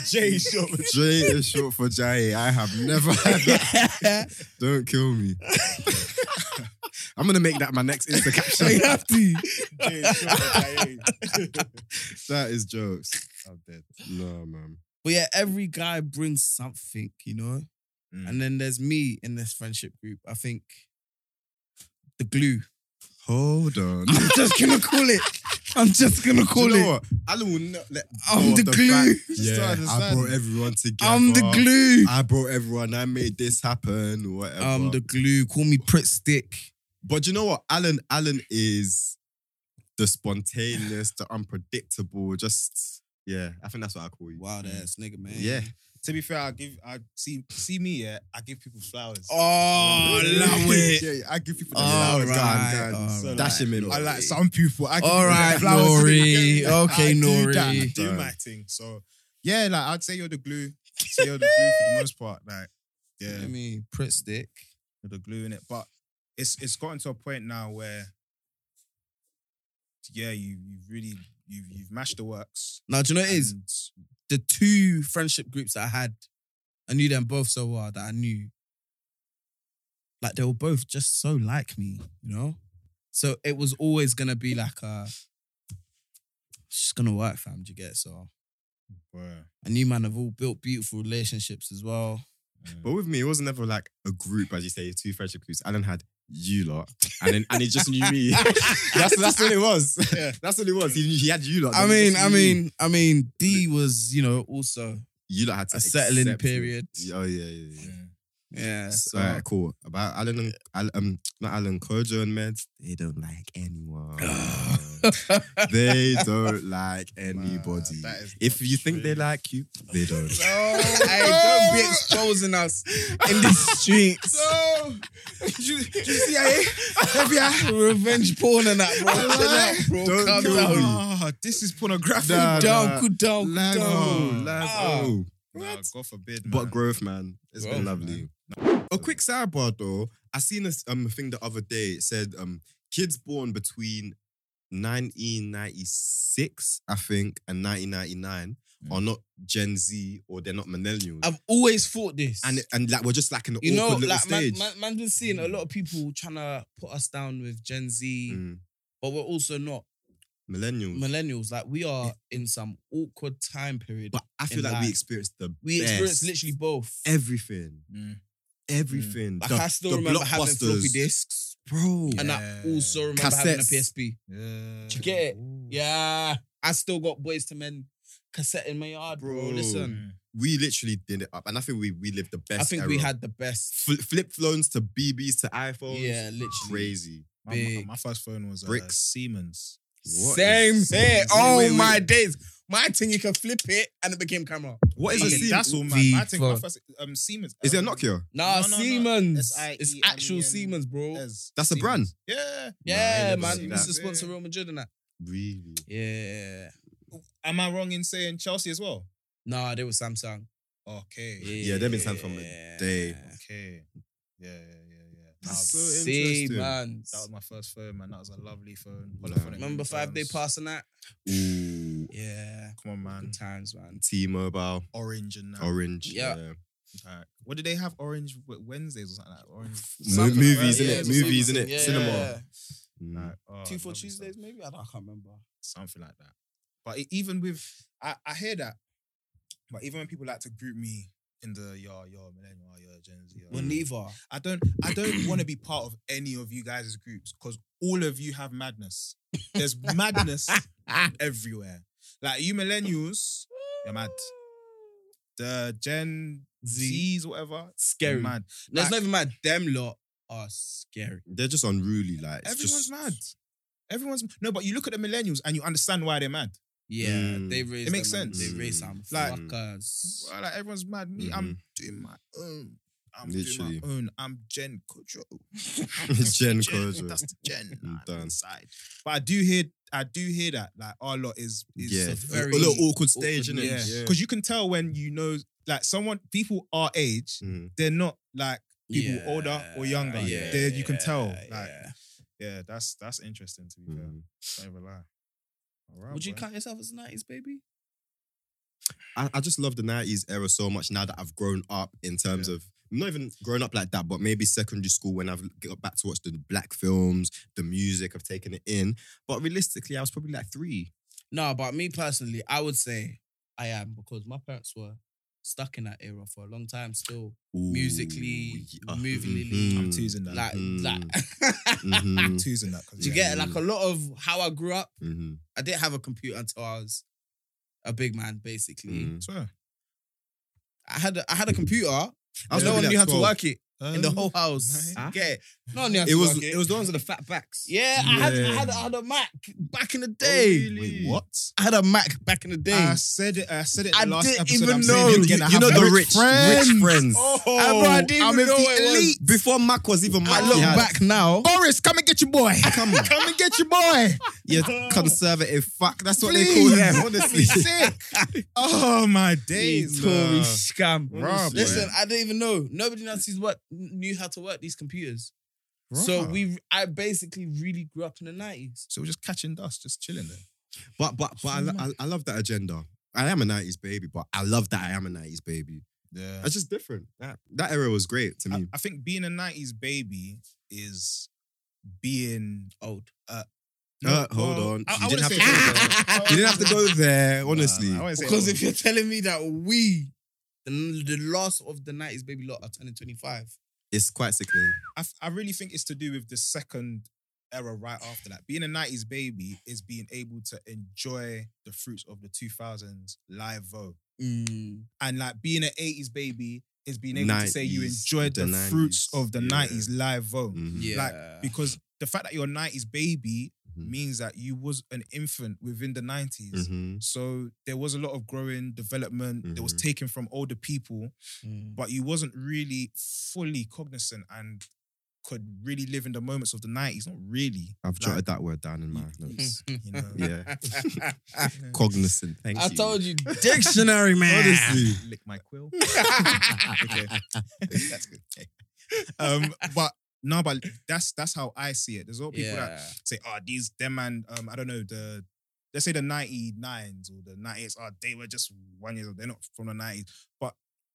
Speaker 4: Jay Short.
Speaker 2: Jay is short for Jay. I have never had that. Don't kill me. I'm gonna make that my next Insta caption.
Speaker 3: have to.
Speaker 4: Jay Short.
Speaker 2: that is jokes. I'm dead. No, man.
Speaker 3: But yeah, every guy brings something, you know?
Speaker 4: Mm.
Speaker 3: And then there's me in this friendship group. I think the glue.
Speaker 2: Hold on.
Speaker 3: I'm just gonna call it I'm just gonna
Speaker 2: Do
Speaker 3: call
Speaker 2: you know
Speaker 3: it.
Speaker 2: what? Alan will not let
Speaker 3: I'm
Speaker 2: go of
Speaker 3: the glue.
Speaker 2: fact-
Speaker 4: Just don't
Speaker 2: Yeah, I
Speaker 4: understand.
Speaker 2: brought everyone together.
Speaker 3: I'm the glue.
Speaker 2: I brought everyone. I made this happen. Whatever.
Speaker 3: I'm the glue. Call me Pritt Stick.
Speaker 2: But you know what? Alan Alan is the spontaneous, the unpredictable, just yeah, I think that's what I call you.
Speaker 3: Wild ass nigga, man.
Speaker 2: Mm. Yeah.
Speaker 4: To be fair, I give I see see me. Yeah, I give people flowers.
Speaker 3: Oh, I love it.
Speaker 2: Yeah, yeah, I give people the
Speaker 3: All
Speaker 2: flowers.
Speaker 3: right,
Speaker 2: God, God.
Speaker 3: all
Speaker 2: Dash
Speaker 3: right.
Speaker 2: him in.
Speaker 4: I like some people. I give
Speaker 3: All
Speaker 4: people
Speaker 3: right,
Speaker 4: flowers.
Speaker 3: Nori. Okay,
Speaker 4: I
Speaker 3: Nori.
Speaker 4: Do, that. I do
Speaker 2: Sorry.
Speaker 4: my thing. So yeah, like I'd say you're the glue. So you're the glue for the most part. Like yeah,
Speaker 3: I
Speaker 4: you're
Speaker 3: mean, Pritt Stick.
Speaker 4: the glue in it. But it's it's gotten to a point now where yeah, you you really you've you've mashed the works.
Speaker 3: Now, do you know what it is?
Speaker 4: and
Speaker 3: The two friendship groups that I had, I knew them both so well that I knew. Like they were both just so like me, you know? So it was always gonna be like a it's just gonna work, fam. Do you get it? So
Speaker 4: bruh,
Speaker 3: I knew man have all built beautiful relationships as well.
Speaker 2: But with me, it was never like a group, as you say, two friendship groups. Alan had you lot, and then, and he just knew me. that's that's what it was. That's what it was. He, he had you lot.
Speaker 3: I
Speaker 2: then he
Speaker 3: mean,
Speaker 2: just
Speaker 3: I
Speaker 2: knew me.
Speaker 3: mean, I mean, D was, you know, also
Speaker 2: you lot had to
Speaker 3: a settling
Speaker 2: accept me.
Speaker 3: period.
Speaker 2: Oh yeah, yeah, yeah.
Speaker 4: yeah.
Speaker 3: Yeah. So
Speaker 2: All right, cool. About Alan and Al- um, not Alan Kojo and Meds, they don't like anyone. they don't like anybody.
Speaker 4: that is
Speaker 2: if
Speaker 4: not
Speaker 2: you think they
Speaker 4: true.
Speaker 2: like you, they don't.
Speaker 3: hey, don't be exposing us in the streets.
Speaker 2: no, you, CIA, FBI,
Speaker 3: Revenge porn and that, bro. Chill out, bro.
Speaker 2: Don't
Speaker 3: Calm
Speaker 2: do
Speaker 3: down.
Speaker 2: it.
Speaker 4: Oh, this is pornographic.
Speaker 2: Nah,
Speaker 3: Cool down,
Speaker 2: nah.
Speaker 3: cool down, cool
Speaker 2: Live,
Speaker 3: down.
Speaker 2: oh, live,
Speaker 3: Ah.
Speaker 2: oh.
Speaker 4: Nah, God forbid. Man.
Speaker 2: But growth, man. it's been
Speaker 4: Growth,
Speaker 2: lovely. A quick sidebar though. I seen this um thing the other day. It said um kids born between 1996, I think, and 1999
Speaker 3: Hmm.
Speaker 2: are not Gen Z or they're not millennials.
Speaker 3: I've always thought this.
Speaker 2: and and like we're just like in an
Speaker 3: you know,
Speaker 2: awkward little
Speaker 3: like man,
Speaker 2: stage.
Speaker 3: man, man's been seeing a lot of people trying to put us down with Gen Z,
Speaker 2: Mm,
Speaker 3: but we're also not
Speaker 2: millennials.
Speaker 3: millennials. Like we are in some awkward time period.
Speaker 2: but I feel
Speaker 3: in
Speaker 2: like we
Speaker 3: life.
Speaker 2: experienced the
Speaker 3: we
Speaker 2: best.
Speaker 3: experience literally both.
Speaker 2: everything.
Speaker 4: Mm.
Speaker 2: Everything.
Speaker 3: Like
Speaker 2: The-
Speaker 3: I still
Speaker 2: the
Speaker 3: remember having floppy
Speaker 2: blockbusters.
Speaker 3: discs,
Speaker 2: Bro.
Speaker 3: and I
Speaker 4: Yeah.
Speaker 3: also remember having a
Speaker 2: Cassettes.
Speaker 3: PSP.
Speaker 4: Yeah.
Speaker 3: Do you get it?
Speaker 4: Ooh.
Speaker 3: Yeah, I still got boys to men cassette in my yard, bro.
Speaker 2: Bro.
Speaker 3: Listen,
Speaker 4: Mm.
Speaker 2: we literally did it up. And I think we we lived the best.
Speaker 3: I think we
Speaker 2: era.
Speaker 3: had the best.
Speaker 2: Fli flip phones to BBs to iPhones.
Speaker 3: Yeah, literally.
Speaker 2: Crazy.
Speaker 4: Mm, My,
Speaker 3: Big.
Speaker 4: my first phone was uh,
Speaker 2: Bricks.
Speaker 4: Siemens.
Speaker 2: What
Speaker 3: Same
Speaker 2: is-
Speaker 3: here.
Speaker 2: Wait,
Speaker 3: Oh
Speaker 2: wait, wait.
Speaker 3: my days. My thing, you can flip it and it became camera.
Speaker 2: What is
Speaker 3: Okay,
Speaker 2: a Siemens?
Speaker 4: That's all, man.
Speaker 3: V
Speaker 4: I think my
Speaker 3: phone.
Speaker 4: first um, Siemens.
Speaker 2: Is it a
Speaker 4: um,
Speaker 2: Nokia?
Speaker 4: No,
Speaker 3: Nah,
Speaker 4: no, no.
Speaker 3: Siemens.
Speaker 2: E
Speaker 4: S-I-E-M-E-N.
Speaker 3: It's actual Siemens, bro.
Speaker 4: Yes,
Speaker 2: That's a brand.
Speaker 4: Siemens. Yeah.
Speaker 3: yeah,
Speaker 2: E. Nah, I never
Speaker 3: man.
Speaker 2: seen
Speaker 3: We
Speaker 2: that.
Speaker 3: used to sponsor Real Madrid and that.
Speaker 2: Really?
Speaker 3: Yeah.
Speaker 4: Am I wrong in saying Chelsea as well?
Speaker 3: Nah, they were Samsung.
Speaker 4: Okay.
Speaker 2: Yeah, they've been Samsung from the day.
Speaker 4: Okay. Yeah, yeah, yeah. yeah.
Speaker 2: That's
Speaker 4: Nah,
Speaker 2: so
Speaker 3: See,
Speaker 2: interesting.
Speaker 3: man.
Speaker 4: that was my first phone, man. That was a lovely phone.
Speaker 2: Nah.
Speaker 4: Polyphonic
Speaker 3: Remember five day
Speaker 4: ringtones.
Speaker 3: pass and that?
Speaker 2: Ooh.
Speaker 3: Yeah.
Speaker 4: Come on, man.
Speaker 3: Good times, man.
Speaker 2: T-Mobile,
Speaker 4: Orange and that.
Speaker 2: Orange.
Speaker 3: Yeah.
Speaker 4: Alright. What did they have? Orange Wed- Wednesdays or something like that? Orange.
Speaker 2: Mo-
Speaker 3: Samsung,
Speaker 2: movies,
Speaker 3: right?
Speaker 2: innit?
Speaker 3: Yeah, it's a
Speaker 2: movies,
Speaker 3: Samsung.
Speaker 2: innit?
Speaker 3: Yeah,
Speaker 2: Cinema.
Speaker 3: yeah, yeah.
Speaker 2: Mm.
Speaker 4: Like, oh,
Speaker 3: Two for
Speaker 4: lovely stuff.
Speaker 3: Tuesdays, maybe? I, don't, I can't remember.
Speaker 4: something like that. But e- even with, I, I hear that, but even when people like to group me in the your your millennial, your Gen Z,
Speaker 3: Well,
Speaker 4: your-
Speaker 3: neither.
Speaker 4: I don't I don't want to be part of any of you guys' groups because all of you have madness. There's madness everywhere. Like you millennials, you're mad. The Gen
Speaker 3: Z.
Speaker 4: Z's, whatever, you're
Speaker 3: Scary.
Speaker 4: mad.
Speaker 3: No,
Speaker 4: Like-
Speaker 3: it's not even mad. Them lot are scary.
Speaker 2: They're just unruly. Like it's
Speaker 4: Everyone's
Speaker 2: just,
Speaker 4: mad. Everyone's no, but you look at the millennials and you understand why they're mad.
Speaker 3: Yeah,
Speaker 2: Mm.
Speaker 3: they raise.
Speaker 4: It makes
Speaker 3: them and
Speaker 2: sense.
Speaker 3: They raise some
Speaker 4: Like-
Speaker 3: fuckers.
Speaker 4: Well, like everyone's mad. Me, I'm doing my own. I'm
Speaker 2: Literally.
Speaker 4: doing my own. I'm Gen Kojo.
Speaker 2: It's Gen Kojo.
Speaker 4: That's the Gen.
Speaker 2: I'm
Speaker 4: I'm
Speaker 2: done.
Speaker 4: inside. But I do hear, I do hear that like our lot is is
Speaker 2: yeah,
Speaker 4: a
Speaker 2: it's
Speaker 4: very
Speaker 2: a little
Speaker 3: awkward
Speaker 2: awkward stage,
Speaker 3: awkward,
Speaker 2: innit?
Speaker 4: yeah.
Speaker 3: yeah.
Speaker 4: Because you can tell when you know like someone people our age,
Speaker 2: Mm.
Speaker 4: they're not like people older or younger.
Speaker 3: Yeah,
Speaker 4: They- you can
Speaker 3: yeah,
Speaker 4: tell.
Speaker 3: yeah.
Speaker 4: Like yeah, that's that's interesting to be fair.
Speaker 2: Mm.
Speaker 4: Don't even lie. All right,
Speaker 3: Would you
Speaker 4: boy.
Speaker 3: count yourself as nineties baby?
Speaker 2: I, I just love the 90s era so much now that I've grown up in terms of not even grown up like that, but maybe secondary school when I've got back to watch the black films, the music, I've taken it in. But realistically, I was probably like three.
Speaker 3: No, but me personally, I would say I am because my parents were stuck in that era for a long time still.
Speaker 2: Ooh,
Speaker 3: Musically,
Speaker 2: yeah.
Speaker 3: movingly,
Speaker 2: Mhm.
Speaker 4: I'm teasing that.
Speaker 3: Like,
Speaker 2: Mm.
Speaker 3: like
Speaker 2: Mhm.
Speaker 4: I'm teasing that. 'cause
Speaker 3: Do you
Speaker 4: Mm. yeah.
Speaker 3: get like a lot of how I grew up?
Speaker 2: Mhm.
Speaker 3: I didn't have a computer until I was a big man, basically.
Speaker 2: Mhm.
Speaker 4: Swear.
Speaker 3: I had a, I had a computer.
Speaker 2: I was
Speaker 3: no one
Speaker 2: looking at
Speaker 3: knew how to
Speaker 2: 12.
Speaker 3: work it in the
Speaker 4: Um,
Speaker 3: whole house.
Speaker 2: Huh?
Speaker 3: Yeah, Uh-huh. no one knew how to
Speaker 2: It was
Speaker 3: work it.
Speaker 2: it was the ones with the fat backs.
Speaker 3: yeah, I had, I
Speaker 4: Yeah.
Speaker 3: had I had a Mac back in the day. Ah,
Speaker 2: Wait, what?
Speaker 3: Oh, I had a Mac back in the day.
Speaker 4: I said it. I said it. In the
Speaker 3: I
Speaker 4: last
Speaker 3: didn't
Speaker 4: episode,
Speaker 3: even
Speaker 4: I'm
Speaker 3: know.
Speaker 4: Saying it
Speaker 2: You,
Speaker 4: again, I
Speaker 2: you
Speaker 4: have
Speaker 2: know the
Speaker 4: very
Speaker 2: rich
Speaker 4: friends.
Speaker 2: rich friends. Oh,
Speaker 3: I, bro, I didn't
Speaker 4: I'm
Speaker 3: even know
Speaker 4: with
Speaker 3: what
Speaker 4: the
Speaker 3: it was.
Speaker 4: elite.
Speaker 2: Before Mac was even Mac,
Speaker 3: I
Speaker 2: he
Speaker 3: look
Speaker 2: had-
Speaker 3: back now.
Speaker 4: Boris, come and get your boy.
Speaker 2: Come on.
Speaker 4: come and get your boy.
Speaker 2: You conservative fuck. That's what
Speaker 4: Please.
Speaker 2: they call them. Honestly,
Speaker 4: Sick. Oh my days.
Speaker 3: Tory
Speaker 4: uh,
Speaker 3: scam.
Speaker 2: Bruh,
Speaker 3: Listen,
Speaker 2: boy.
Speaker 3: I didn't even know. Nobody else is what knew how to work these computers. So
Speaker 4: Bruh.
Speaker 3: we, I basically really grew up in the nineties.
Speaker 4: So we're just catching dust, just chilling there.
Speaker 2: But but but I, lo- I, I love that agenda. I am a '90s baby, but I love that I am a '90s baby.
Speaker 4: Yeah.
Speaker 2: That's just different. That, that era was great to
Speaker 4: I,
Speaker 2: me.
Speaker 4: I think being a 90s baby is being old. Uh,
Speaker 2: Uh, hold on.
Speaker 4: I,
Speaker 2: You didn't have
Speaker 4: I wouldn't
Speaker 2: to
Speaker 4: say
Speaker 2: go
Speaker 4: old.
Speaker 2: you didn't have to go there,
Speaker 4: Nah,
Speaker 2: honestly.
Speaker 4: I wouldn't say
Speaker 3: Because
Speaker 4: old.
Speaker 3: if you're telling me that we, the, the last of the nineties baby lot are turning twenty five.
Speaker 2: it's quite sickening.
Speaker 4: I, f- I really think it's to do with the second era right after that. Being a 90s baby is being able to enjoy the fruits of the 2000s live vote.
Speaker 3: Mm,
Speaker 4: And like being an 80s baby is being able to say you
Speaker 2: 90s,
Speaker 4: enjoyed the,
Speaker 2: the 90s,
Speaker 4: fruits of the
Speaker 2: yeah.
Speaker 4: 90s live vote.
Speaker 2: Mhm.
Speaker 3: Yeah.
Speaker 4: Like, because the fact that you're a 90s baby
Speaker 2: Mhm.
Speaker 4: means that you was an infant within the 90s.
Speaker 2: Mhm.
Speaker 4: So there was a lot of growing development that was
Speaker 2: Mhm.
Speaker 4: taken from older people,
Speaker 3: Mm.
Speaker 4: but you wasn't really fully cognizant and could really live in the moments of the 90s. Not really.
Speaker 2: I've
Speaker 4: Like,
Speaker 2: jotted that word down in my notes.
Speaker 4: you know.
Speaker 2: yeah, cognizant. Thank
Speaker 3: I
Speaker 2: you.
Speaker 3: told you, dictionary man.
Speaker 2: Honestly,
Speaker 4: Lick my quill. okay. that's good. Um, but no, but that's that's how I see it. There's a lot of people that
Speaker 3: Yeah.
Speaker 4: say, oh, these them and um, I don't know, the let's say the 99s or the 98s, oh, they were just one years old, they're not from the 90s. But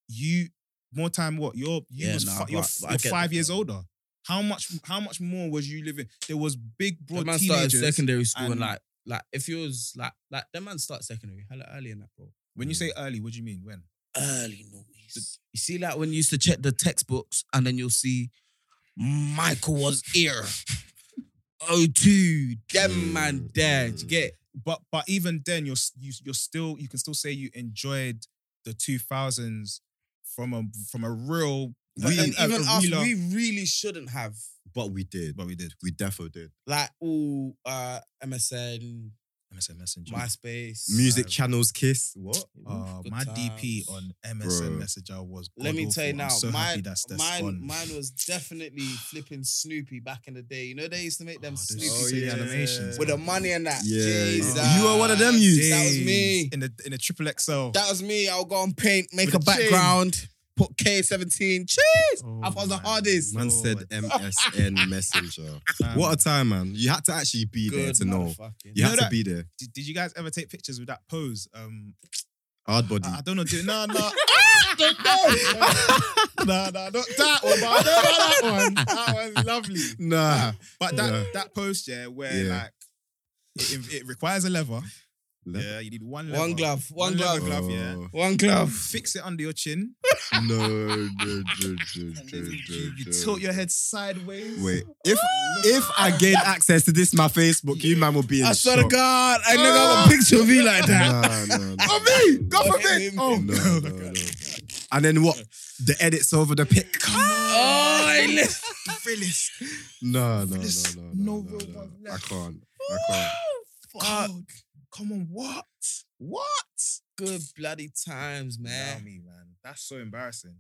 Speaker 4: you more time what? You're you
Speaker 3: Yeah,
Speaker 4: was
Speaker 3: nah,
Speaker 4: fi- you're,
Speaker 3: but-
Speaker 4: f-
Speaker 3: but I
Speaker 4: you're
Speaker 3: get
Speaker 4: five
Speaker 3: that,
Speaker 4: years
Speaker 3: though.
Speaker 4: older. How much how much more was you living? There was big
Speaker 3: That
Speaker 4: broad
Speaker 3: man started
Speaker 4: teenagers.
Speaker 3: secondary school and
Speaker 4: and-
Speaker 3: like, like if you was like, like that man start secondary hella early in that bro.
Speaker 4: When you say
Speaker 3: mm.
Speaker 4: early, what do you mean? When?
Speaker 3: early noughties. You see, like when you used to check the textbooks, and then you'll see Michael was here. Oh, two, them
Speaker 2: Mm,
Speaker 3: man there. Do you get? it?
Speaker 4: But but even then, you're s- you, you're still you can still say you enjoyed the 2000s from a from a real
Speaker 3: But- and
Speaker 4: a- a
Speaker 3: even us,
Speaker 4: realer-
Speaker 3: we really shouldn't have
Speaker 2: but we did. But we did. We defo did.
Speaker 3: like all uh, MSN,
Speaker 4: MSN Messenger.
Speaker 3: MySpace,
Speaker 2: Music
Speaker 3: uh,
Speaker 2: channels kiss. What? Oh,
Speaker 4: Uh,
Speaker 3: Good
Speaker 4: my DP
Speaker 3: times.
Speaker 4: on MSN
Speaker 2: Bro.
Speaker 4: Messenger was.
Speaker 3: Let me
Speaker 4: god-awful.
Speaker 3: tell you now,
Speaker 4: I'm so
Speaker 3: mine,
Speaker 4: happy that's, that's
Speaker 3: mine,
Speaker 4: gone.
Speaker 3: mine was definitely flipping Snoopy back in the day. You know they used to make them
Speaker 4: Oh, those
Speaker 3: Snoopy
Speaker 2: oh,
Speaker 4: silly
Speaker 2: yeah.
Speaker 4: animations
Speaker 3: with the
Speaker 4: man.
Speaker 3: money and that.
Speaker 2: Yeah.
Speaker 3: Jesus.
Speaker 2: You were one of them, you.
Speaker 3: That was
Speaker 4: Jeez.
Speaker 3: me.
Speaker 4: in the in the triple XL.
Speaker 3: That was me. I'll go and paint, make
Speaker 4: With
Speaker 3: a
Speaker 4: a chain.
Speaker 3: background, put K17. Cheese! I was the
Speaker 4: Oh my
Speaker 3: hardest.
Speaker 2: Man said MSN Messenger. What a time, man. You had to actually be there to know. You,
Speaker 4: You
Speaker 2: had
Speaker 4: know
Speaker 2: to
Speaker 4: that-
Speaker 2: be there.
Speaker 4: Did, did you guys ever take pictures with that pose? Um,
Speaker 2: Hard body.
Speaker 4: I, I don't know. Do, no, no. no, no, not that one. But I know about that one. That one's lovely.
Speaker 2: nah.
Speaker 4: But that
Speaker 2: Yeah.
Speaker 4: that post, yeah, where
Speaker 2: Yeah.
Speaker 4: like it, it requires a lever.
Speaker 2: Lever?
Speaker 4: Yeah, you need one lever.
Speaker 3: One glove, one
Speaker 4: lever
Speaker 3: glove.
Speaker 4: glove. Yeah.
Speaker 3: One glove.
Speaker 4: Fix it under your chin.
Speaker 2: No, no, no, no,
Speaker 4: And
Speaker 2: no,
Speaker 4: then you, you
Speaker 2: no,
Speaker 4: tilt your
Speaker 2: no.
Speaker 4: head sideways.
Speaker 2: Wait, if if I gain access to this, my Facebook, you man will be in
Speaker 3: I swear to
Speaker 2: shock.
Speaker 3: God, I never got a picture of you like that.
Speaker 2: Nah, nah, nah,
Speaker 4: On me,
Speaker 2: nah,
Speaker 4: go
Speaker 2: nah.
Speaker 4: for me. Oh
Speaker 2: No,
Speaker 4: no,
Speaker 2: no, no. And then what? The edits over the pic.
Speaker 3: Oh, I left.
Speaker 4: Phyllis.
Speaker 2: No, no, no,
Speaker 4: There's
Speaker 2: no,
Speaker 4: no
Speaker 2: no, no,
Speaker 4: real
Speaker 2: no.
Speaker 4: one
Speaker 2: I
Speaker 4: left.
Speaker 2: can't. I can't.
Speaker 4: God, come on, what? What?
Speaker 3: Good bloody times,
Speaker 4: Nah,
Speaker 3: man.
Speaker 4: me, man. That's so embarrassing.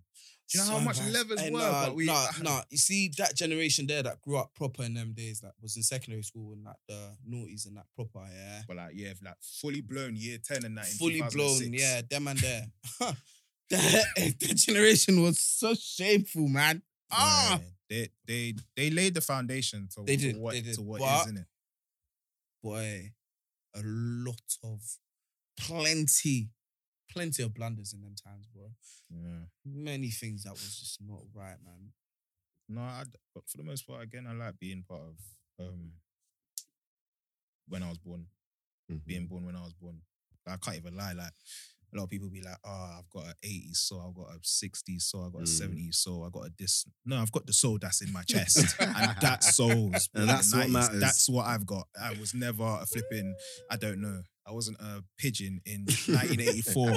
Speaker 4: Do you know how much levers
Speaker 3: Hey,
Speaker 4: were?
Speaker 3: Nah,
Speaker 4: but we, uh,
Speaker 3: nah, nah. You see that generation there that grew up proper in them days, that was in secondary school and like the noughties and that proper, yeah.
Speaker 4: But like, yeah, like fully blown year ten and that. in
Speaker 3: fully blown.
Speaker 4: 2006.
Speaker 3: Yeah, them and there. that, that generation was so shameful, man. Ah,
Speaker 4: Yeah, they they they laid the foundation to,
Speaker 3: They
Speaker 4: to
Speaker 3: did,
Speaker 4: what
Speaker 3: they did.
Speaker 4: to what
Speaker 3: But-
Speaker 4: is in it.
Speaker 3: boy, a lot of plenty, plenty of blunders in them times, bro.
Speaker 4: Yeah.
Speaker 3: Many things that was just not right, man.
Speaker 4: No, I, d- but for the most part, again, I like being part of um when I was born.
Speaker 2: Mhm.
Speaker 4: being born when I was born. I can't even lie. Like a lot of people be like, oh, I've got an 80s soul, I've got a 60s soul, I've got a
Speaker 2: Mm.
Speaker 4: 70s soul, I've got a this. No, I've got the soul that's in my chest. and that soul's
Speaker 2: And that's what
Speaker 4: 90s.
Speaker 2: matters.
Speaker 4: That's what I've got. I was never a flipping, I don't know. I wasn't a pigeon in 1984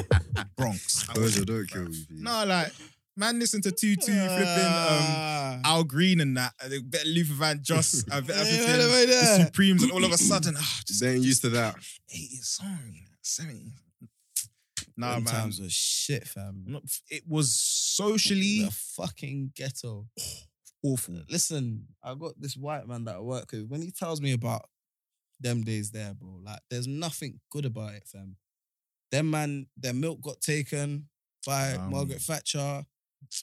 Speaker 4: Bronx. I
Speaker 2: Bozo,
Speaker 4: wasn't,
Speaker 2: don't
Speaker 4: bruv.
Speaker 2: kill you. B.
Speaker 4: No, like, man, listen to 2 2 flipping. Um,
Speaker 2: Ah.
Speaker 4: Al Green and that, and then Luther Van Joss, and everything,
Speaker 3: wait, wait,
Speaker 4: the
Speaker 3: wait.
Speaker 4: Supremes, and all of a sudden, ah, just
Speaker 2: They ain't used to that.
Speaker 4: 80 song, 70.
Speaker 3: Nah,
Speaker 4: Nah, man.
Speaker 3: times was shit, fam.
Speaker 4: I'm not- it was socially
Speaker 3: the fucking ghetto.
Speaker 4: awful.
Speaker 3: Listen, I got this white man that I work with. When he tells me about them days there, bro, like there's nothing good about it, fam. Them man, their milk got taken by
Speaker 4: Um.
Speaker 3: Margaret Thatcher.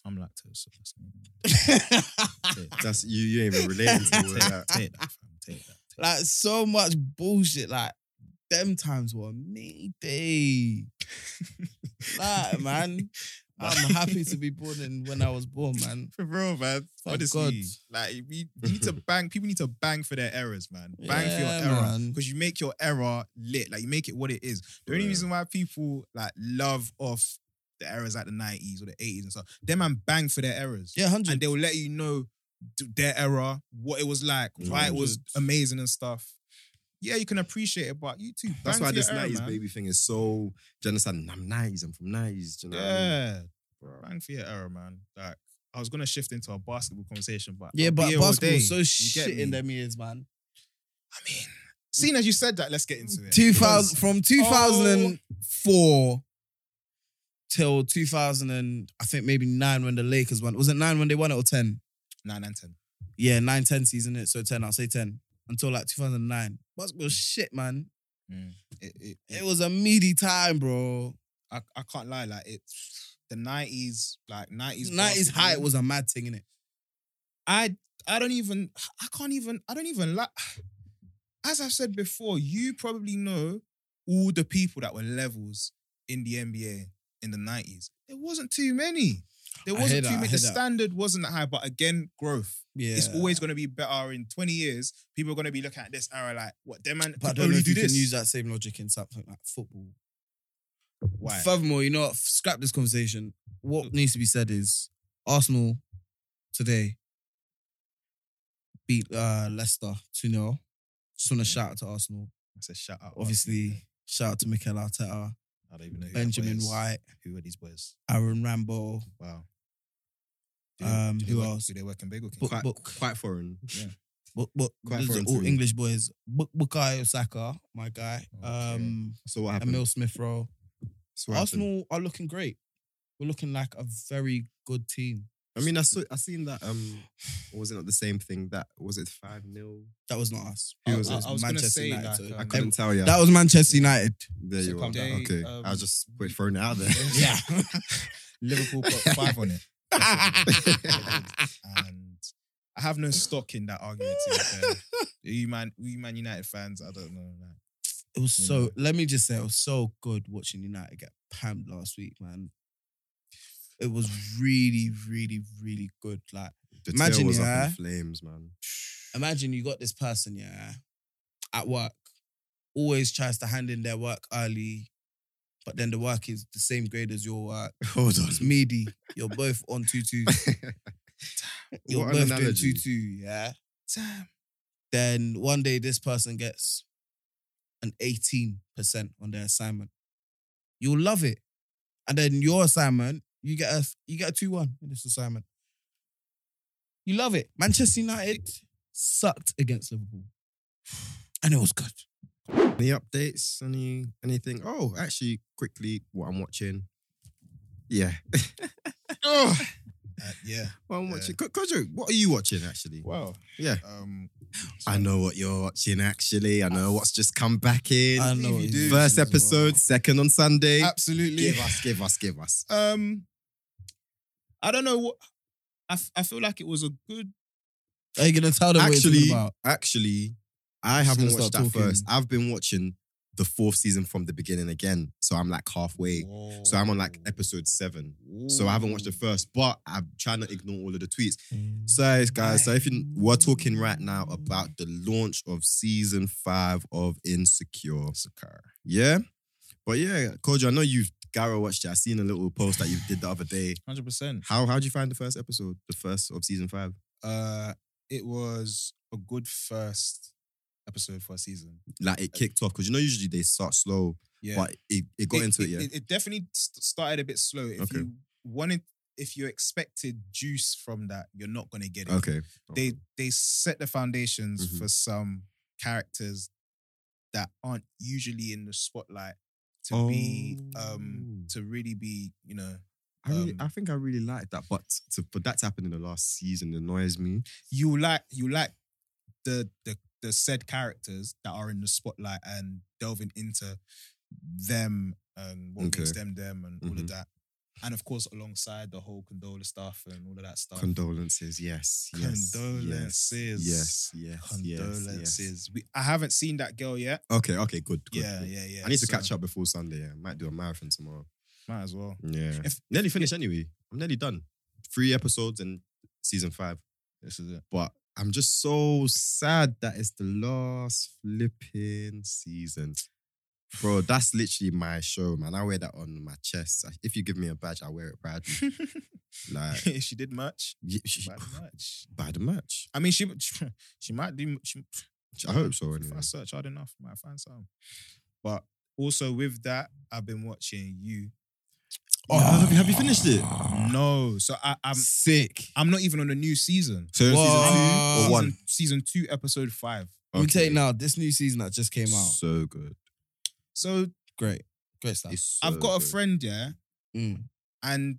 Speaker 4: I'm lactose. so that's- Take that.
Speaker 2: That's you. You ain't even relating to all of
Speaker 4: Take
Speaker 2: that.
Speaker 4: that, take that, fam, take that. take
Speaker 3: like so much bullshit. Like them times were me day. like man, I'm happy to be born in when I was born, man.
Speaker 4: For real, man.
Speaker 3: Thank
Speaker 4: Honestly,
Speaker 3: God.
Speaker 4: like we we need to bang. People need to bang for their errors, man. Bang for
Speaker 3: Yeah,
Speaker 4: your error
Speaker 3: man.
Speaker 4: because you make your error lit. Like you make it what it is. The only
Speaker 2: Yeah.
Speaker 4: reason why people like love off the errors like the nineties or the eighties and stuff, them man bang for their errors.
Speaker 3: Yeah,
Speaker 4: and
Speaker 3: hundred.
Speaker 4: they will let you know th- their error, what it was like, why it was amazing and stuff. Yeah, you can appreciate it, but you too.
Speaker 2: That's why
Speaker 4: bang for your
Speaker 2: this
Speaker 4: error,
Speaker 2: nineties
Speaker 4: man.
Speaker 2: baby thing is so. Do you understand? I'm nineties. I'm from nineties. Do you know what I mean?
Speaker 4: Yeah,
Speaker 2: Bro.
Speaker 4: bang for your error, man. Like I was gonna shift into a basketball conversation, but
Speaker 3: Yeah,
Speaker 4: I'll be
Speaker 3: but
Speaker 4: here all
Speaker 3: basketball
Speaker 4: day.
Speaker 3: was so
Speaker 4: get
Speaker 3: shit in
Speaker 4: me?
Speaker 3: them years, man.
Speaker 4: I mean, seeing as you said that, let's get into it.
Speaker 3: Two thousand from two thousand four
Speaker 4: Oh.
Speaker 3: till two thousand and I think maybe nine when the Lakers won. Was it nine when they won it or ten?
Speaker 4: nine and ten.
Speaker 3: Yeah, nine, 10 season, it so ten. I'll say ten until like two thousand nine. Basketball was shit, man.
Speaker 4: It, it,
Speaker 3: It was a meaty time, bro.
Speaker 4: I, I can't lie, like it's the nineties, like nineties.
Speaker 3: Nineties height was a mad thing, innit?
Speaker 4: I I don't even I can't even I don't even like as I've said before, you probably know all the people that were levels in the NBA in the 90s. There wasn't too many. There
Speaker 3: I hear
Speaker 4: wasn't
Speaker 3: that,
Speaker 4: too
Speaker 3: I
Speaker 4: many. The
Speaker 3: hear that.
Speaker 4: standard wasn't that high, but again, growth.
Speaker 3: Yeah,
Speaker 4: It's always going to be better in 20 years. People are going to be looking at this era like, what, them man
Speaker 3: But I
Speaker 4: could
Speaker 3: don't know
Speaker 4: only
Speaker 3: if
Speaker 4: do
Speaker 3: you
Speaker 4: this.
Speaker 3: can use that same logic in something like football.
Speaker 4: Why? Mm.
Speaker 3: Furthermore, you know what? Scrap this conversation. What needs to be said is Arsenal today beat uh, Leicester 2 0. Just want to shout out to Arsenal.
Speaker 4: It's a shout out.
Speaker 3: Obviously, shout out to Mikel
Speaker 4: I
Speaker 3: Arteta,
Speaker 4: don't even know. Who that boy
Speaker 3: Benjamin
Speaker 4: is.
Speaker 3: White,
Speaker 4: Who are these boys?
Speaker 3: Aaron Rambo,
Speaker 4: Wow.
Speaker 3: Um,
Speaker 4: they
Speaker 3: who
Speaker 4: work-
Speaker 3: else?
Speaker 4: Do they work in Bagel King?
Speaker 3: Book-
Speaker 2: Quite,
Speaker 3: book.
Speaker 2: quite foreign.
Speaker 3: but, but
Speaker 2: Quite
Speaker 3: these are
Speaker 2: foreign to
Speaker 3: all
Speaker 2: me.
Speaker 3: English boys. Bu- Bukayo Saka, my guy,
Speaker 4: Oh,
Speaker 3: um,
Speaker 2: So what happened?
Speaker 3: Emil Smith Rowe.
Speaker 2: So what happened?
Speaker 3: Arsenal are looking great. We're looking like a very good team.
Speaker 2: I mean, I saw. I seen that. Um, or was it not the same thing? That was it five 0
Speaker 3: That was not us.
Speaker 2: Who was
Speaker 3: That
Speaker 2: it?
Speaker 4: I was gonna
Speaker 3: Manchester
Speaker 4: say,
Speaker 3: United,
Speaker 4: like,
Speaker 3: so-
Speaker 4: um,
Speaker 2: I couldn't tell you.
Speaker 3: That was Manchester United.
Speaker 2: there
Speaker 4: So
Speaker 2: you are.
Speaker 4: calm down.
Speaker 2: okay,
Speaker 4: They, um,
Speaker 2: I was just wait, throwing it out there.
Speaker 4: Yeah. Liverpool put five on it. and I have no stock in that argument. to be fair. You man, we man United fans, I don't know. Like,
Speaker 3: It was
Speaker 4: Yeah.
Speaker 3: so. Let me just say, it was so good watching United get pammed last week, man. It was really, really, really good. Like,
Speaker 2: The
Speaker 3: Imagine,
Speaker 2: tail was up
Speaker 3: yeah.
Speaker 2: in flames, man.
Speaker 3: imagine you got this person, yeah, at work, always tries to hand in their work early, but then the work is the same grade as your work.
Speaker 2: Hold on.
Speaker 3: It's meaty. You're both on two twos. You're
Speaker 2: What an
Speaker 3: both doing
Speaker 2: analogy.
Speaker 3: two two, yeah. Then one day this person gets an 18% on their assignment. You'll love it. And then your assignment, you get a you get a 2-1 in this assignment. You love it. Manchester United sucked against Liverpool. And it was good.
Speaker 2: Any updates? Any anything? Oh, actually, quickly, what I'm watching. Yeah, Oh,
Speaker 4: uh, yeah.
Speaker 2: what I'm
Speaker 4: Yeah.
Speaker 2: watching. Co- Kojo, what are you watching actually?
Speaker 4: Well,
Speaker 2: Yeah,
Speaker 4: um,
Speaker 2: I know what you're watching actually. I know what's just come back in.
Speaker 3: I know
Speaker 4: you do.
Speaker 2: First
Speaker 3: as well.
Speaker 2: episode, second on Sunday.
Speaker 4: absolutely.
Speaker 2: Give us, give us, give us.
Speaker 4: Um, I don't know what. I, f- I feel like it was a good.
Speaker 3: Are you gonna tell them what it's
Speaker 2: Actually,
Speaker 3: all about?
Speaker 2: actually, I
Speaker 3: Just
Speaker 2: haven't
Speaker 3: gonna
Speaker 2: watched that
Speaker 3: start talking.
Speaker 2: first. I've been watching the fourth season from the beginning again, so I'm like halfway. So I'm on like episode seven. So I haven't watched the first, but I'm trying to ignore all of the tweets.
Speaker 4: Mm.
Speaker 2: So guys, so if you we're talking right now about the launch of season five of Insecure. Yeah. But yeah, Kojo, I know you've Garo watched it. I seen a little post that you did the other day.
Speaker 4: Hundred percent.
Speaker 2: How how did you find the first episode, the first of season five?
Speaker 4: Uh, it was a good first episode for a season.
Speaker 2: Like it kicked off because you know usually they start slow,
Speaker 4: Yeah,
Speaker 2: but it, it got into it. Yeah,
Speaker 4: It, definitely st- started a bit slow. If
Speaker 2: Okay.
Speaker 4: you wanted, if you expected juice from that, you're not gonna get it.
Speaker 2: okay.
Speaker 4: They they set the foundations
Speaker 2: Mhm.
Speaker 4: for some characters that aren't usually in the spotlight to be um
Speaker 2: Oh.
Speaker 4: to really be you know
Speaker 2: I, really,
Speaker 4: um,
Speaker 2: I think I really liked that, but to, but that's happened in the last season. Annoys me.
Speaker 4: you like you like the the the said characters that are in the spotlight and delving into them and what makes
Speaker 2: Okay.
Speaker 4: them them and all
Speaker 2: Mhm.
Speaker 4: of that. And of course, alongside the whole condola stuff and all of that stuff.
Speaker 2: Condolences. Yes. yes,
Speaker 4: Condolences.
Speaker 2: Yes. Yes. yes, yes,
Speaker 4: Condolences. We, I haven't seen that girl yet.
Speaker 2: Okay. Okay. Good. good
Speaker 4: yeah,
Speaker 2: good.
Speaker 4: yeah, yeah.
Speaker 2: I need to catch up before Sunday. yeah. I might do a marathon tomorrow.
Speaker 4: Might as well.
Speaker 2: Yeah.
Speaker 4: If-
Speaker 2: nearly finished anyway. I'm nearly done. Three episodes and season five.
Speaker 4: This is it.
Speaker 2: But I'm just so sad that it's the last flipping season. Bro, that's literally my show, man. I wear that on my chest. If you give me a badge, I wear it proudly. like,
Speaker 4: she did much.
Speaker 2: y- sh-
Speaker 4: Bad much.
Speaker 2: bad match.
Speaker 4: I mean, she she might do. She,
Speaker 2: I hope so.
Speaker 4: If
Speaker 2: Anyway.
Speaker 4: I search hard enough, I might find some. But also with that, I've been watching you.
Speaker 2: Oh, have, you, have you finished it?
Speaker 4: No, so I, I'm
Speaker 3: Sick.
Speaker 4: I'm not even on the new season.
Speaker 2: So it's
Speaker 3: Whoa.
Speaker 2: season two or one?
Speaker 4: Season, season two, episode five.
Speaker 3: Let me tell you
Speaker 2: Okay.
Speaker 3: now, this new season that just came out,
Speaker 2: So good.
Speaker 4: So
Speaker 3: great. Great stuff.
Speaker 2: It's so
Speaker 4: I've got
Speaker 2: good.
Speaker 4: a friend, yeah,
Speaker 3: Mm.
Speaker 4: and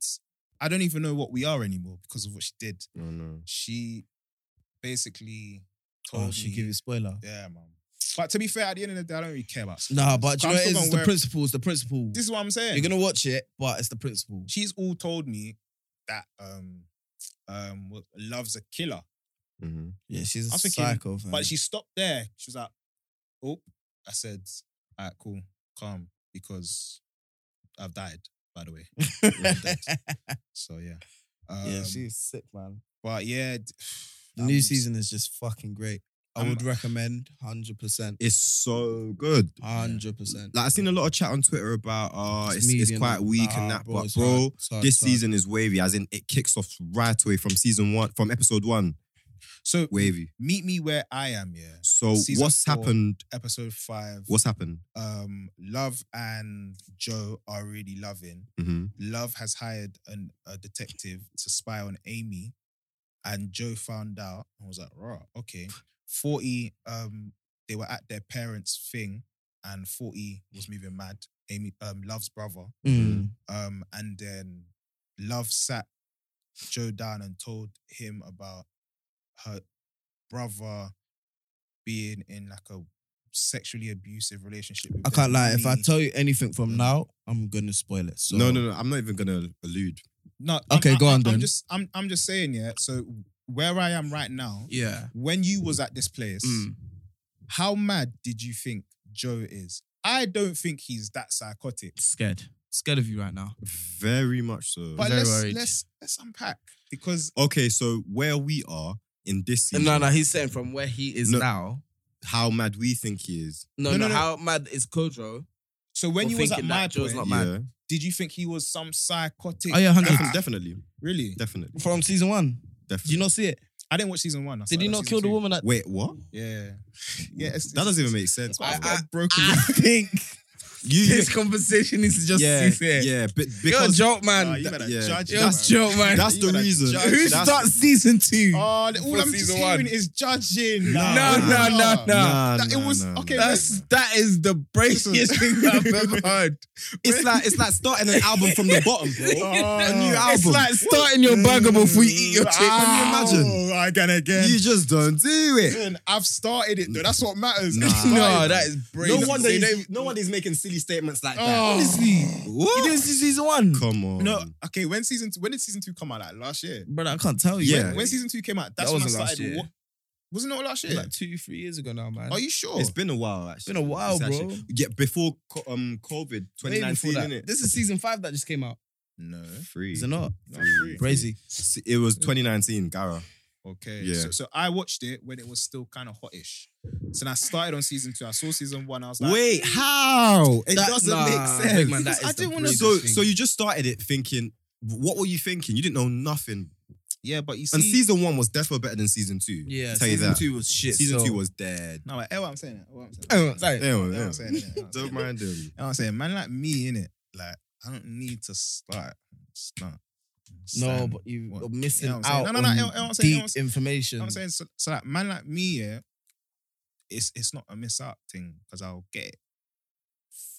Speaker 4: I don't even know what we are anymore because of what she did.
Speaker 2: Oh, no.
Speaker 4: She basically told
Speaker 3: Oh, she
Speaker 4: me,
Speaker 3: give you spoiler.
Speaker 4: yeah, man. But to be fair, at the end of the day, I don't really care about.
Speaker 3: Nah, but do you
Speaker 4: I'm still
Speaker 3: know what it is?
Speaker 4: gonna
Speaker 3: It's the
Speaker 4: wear-
Speaker 3: principle. It's the principle.
Speaker 4: This is what I'm saying.
Speaker 3: You're gonna watch it, but it's the principle.
Speaker 4: she's all told me that um um what- love's a killer.
Speaker 2: Mhm.
Speaker 3: Yeah, she's
Speaker 4: I
Speaker 3: a
Speaker 4: was thinking-
Speaker 3: psycho. fam.
Speaker 4: But she stopped there. She was like, "Oh," I said, "All right, cool, calm," because I've died. By the way, so yeah, um,
Speaker 3: yeah, she's sick, man.
Speaker 4: But yeah, d-
Speaker 3: The
Speaker 4: I'm
Speaker 3: new
Speaker 4: s-
Speaker 3: season is just fucking great. I
Speaker 4: I'm-
Speaker 3: would recommend hundred percent,
Speaker 2: It's so good.
Speaker 3: hundred percent.
Speaker 2: Like I seen a lot of chat on Twitter about uh it's, it's quite weak and that, but bro, this season is wavy. As in, it kicks off right away from season one, from episode one,
Speaker 4: So
Speaker 2: wavy.
Speaker 4: meet me where I am. Yeah,
Speaker 2: So
Speaker 4: Season
Speaker 2: what's
Speaker 4: four.
Speaker 2: happened?
Speaker 4: episode five.
Speaker 2: What's happened?
Speaker 4: um, Love and Joe are really loving.
Speaker 2: hmm
Speaker 4: Love has hired an, a detective to spy on Amy, and Joe found out and was like, "Right, okay." Forty, um, they were at their parents' thing, and Forty was moving mad. Amy, um, Love's brother,
Speaker 3: Mm.
Speaker 4: um, and then Love sat Joe down and told him about her brother being in like a sexually abusive relationship. With
Speaker 3: I can't lie. If I
Speaker 4: nanny.
Speaker 3: tell you anything from
Speaker 4: Mm.
Speaker 3: now, I'm gonna spoil it. So
Speaker 2: No, no, no. I'm not even gonna allude.
Speaker 4: No.
Speaker 3: Okay,
Speaker 4: I'm,
Speaker 3: go
Speaker 4: I'm-
Speaker 3: on then.
Speaker 4: I'm just, I'm, I'm just saying, yeah. So where I am right now,
Speaker 3: yeah,
Speaker 4: when you was at this place,
Speaker 3: Mm.
Speaker 4: how mad did you think Joe is? I don't think he's that psychotic.
Speaker 3: scared, scared of you right now.
Speaker 2: Very much so.
Speaker 4: But
Speaker 3: very
Speaker 4: let's
Speaker 3: worried.
Speaker 4: let's let's unpack because
Speaker 2: okay, so where we are in this season,
Speaker 3: No, no, he's saying from where he is
Speaker 2: No.
Speaker 3: now.
Speaker 2: how mad we think he is.
Speaker 3: No,
Speaker 4: No, no,
Speaker 3: no,
Speaker 4: no.
Speaker 3: how mad is Kojo?
Speaker 4: so when
Speaker 3: Or
Speaker 4: you was at
Speaker 3: thinking that
Speaker 4: my
Speaker 3: Joe's
Speaker 4: point,
Speaker 3: not
Speaker 2: yeah,
Speaker 3: mad.
Speaker 4: did you think he was some psychotic?
Speaker 3: Oh yeah, hundred
Speaker 2: Defin- definitely,
Speaker 4: Really?
Speaker 2: definitely,
Speaker 3: from season one. Did
Speaker 2: definitely.
Speaker 3: you not see it?
Speaker 4: I didn't watch season one. I
Speaker 3: Did
Speaker 4: started
Speaker 3: he
Speaker 4: at
Speaker 3: not
Speaker 4: season
Speaker 3: kill the
Speaker 4: two.
Speaker 3: woman? At-
Speaker 2: Wait, what?
Speaker 4: Yeah, yeah. It's,
Speaker 2: That doesn't even make sense.
Speaker 4: I've
Speaker 2: bro.
Speaker 4: got broken.
Speaker 3: I think
Speaker 2: you,
Speaker 3: this conversation needs to just
Speaker 2: yeah,
Speaker 3: cease here.
Speaker 2: yeah, but
Speaker 3: You're a
Speaker 2: because
Speaker 3: joke, man.
Speaker 4: Nah, you better
Speaker 2: yeah,
Speaker 4: judge
Speaker 3: You're
Speaker 4: him,
Speaker 3: a
Speaker 2: that's-
Speaker 4: man.
Speaker 3: joke, man.
Speaker 2: that's
Speaker 4: You
Speaker 2: the
Speaker 4: better
Speaker 2: reason.
Speaker 4: judge
Speaker 3: Who
Speaker 2: that's-
Speaker 3: starts season two?
Speaker 4: Oh, all
Speaker 3: For
Speaker 4: I'm just
Speaker 3: season
Speaker 4: hearing
Speaker 3: one.
Speaker 4: is judging.
Speaker 2: Nah,
Speaker 3: No, no, no, no.
Speaker 2: Nah,
Speaker 4: That- it
Speaker 2: nah,
Speaker 4: was-
Speaker 2: nah,
Speaker 4: okay,
Speaker 2: nah.
Speaker 3: That's that is the braciest thing that I've ever heard.
Speaker 2: It's like it's like starting an album from the bottom, bro. Mm,
Speaker 4: Oh.
Speaker 2: A new album.
Speaker 3: It's like starting your burger before you eat your chicken.
Speaker 2: Ah.
Speaker 3: Can you imagine?
Speaker 2: imagine?
Speaker 4: I can
Speaker 3: mm.
Speaker 4: again.
Speaker 2: you just don't do it.
Speaker 4: Listen, I've started it though. That's what matters.
Speaker 2: Nah.
Speaker 4: I've started
Speaker 3: No,
Speaker 4: it.
Speaker 3: that is brain.
Speaker 2: No wonder he's, no wonder he's making silly statements like
Speaker 4: Oh.
Speaker 2: that.
Speaker 3: Honestly, you didn't see season one,
Speaker 2: Come on.
Speaker 4: No, okay. When season two, when did season two come out? Like last year.
Speaker 3: brother. I can't tell you.
Speaker 2: Yeah.
Speaker 4: When season two came out, that's
Speaker 3: That
Speaker 4: when I
Speaker 3: wasn't last
Speaker 4: started.
Speaker 3: year.
Speaker 4: What, wasn't it last
Speaker 3: It was
Speaker 4: year?
Speaker 3: like two, three years ago now, man.
Speaker 4: Are you sure?
Speaker 2: It's been a while, actually.
Speaker 3: Been a while,
Speaker 2: It's actually-
Speaker 3: bro.
Speaker 2: Yeah, before co- um COVID,
Speaker 3: Way before
Speaker 2: 2019,
Speaker 3: that.
Speaker 2: innit?
Speaker 3: This is season five that just came out.
Speaker 4: no.
Speaker 2: Free.
Speaker 3: Is it not?
Speaker 4: Not free.
Speaker 3: Crazy.
Speaker 2: It was 2019, Gara.
Speaker 4: Okay.
Speaker 2: Yeah.
Speaker 4: So, so I watched it when it was still kind of hotish. So then I started on season two. I saw season one. I was like,
Speaker 2: Wait, how? It
Speaker 3: mm. That-
Speaker 2: doesn't
Speaker 3: nah,
Speaker 2: make sense.
Speaker 3: big man, that is
Speaker 2: I
Speaker 3: the
Speaker 2: didn't want to.
Speaker 3: bravest
Speaker 2: So,
Speaker 3: thing.
Speaker 2: so you just started it thinking, what were you thinking? You didn't know nothing.
Speaker 4: yeah, but you see,
Speaker 2: And season one was definitely better than season two.
Speaker 3: Yeah,
Speaker 2: tell you
Speaker 3: season
Speaker 2: that.
Speaker 3: two was shit.
Speaker 2: season
Speaker 3: so-
Speaker 2: two was dead.
Speaker 4: no, like, eh, what I'm saying, eh, what I'm saying,
Speaker 3: Eh, what I'm saying.
Speaker 2: Anyway,
Speaker 4: Eh, what
Speaker 2: anyway.
Speaker 4: I'm saying, eh, what I'm saying.
Speaker 2: Don't mind them.
Speaker 4: You know what I'm saying, man, like me in it, like I don't need to start, start.
Speaker 3: No,
Speaker 4: start.
Speaker 3: but you,
Speaker 4: What?
Speaker 3: are missing
Speaker 4: You know what I'm
Speaker 3: out
Speaker 4: saying? No, no, no,
Speaker 3: on
Speaker 4: you know what I'm saying? You know
Speaker 3: deep
Speaker 4: what I'm saying?
Speaker 3: information.
Speaker 4: You know what I'm saying, so, so like man like me, yeah, it's it's not a miss out thing because I'll get it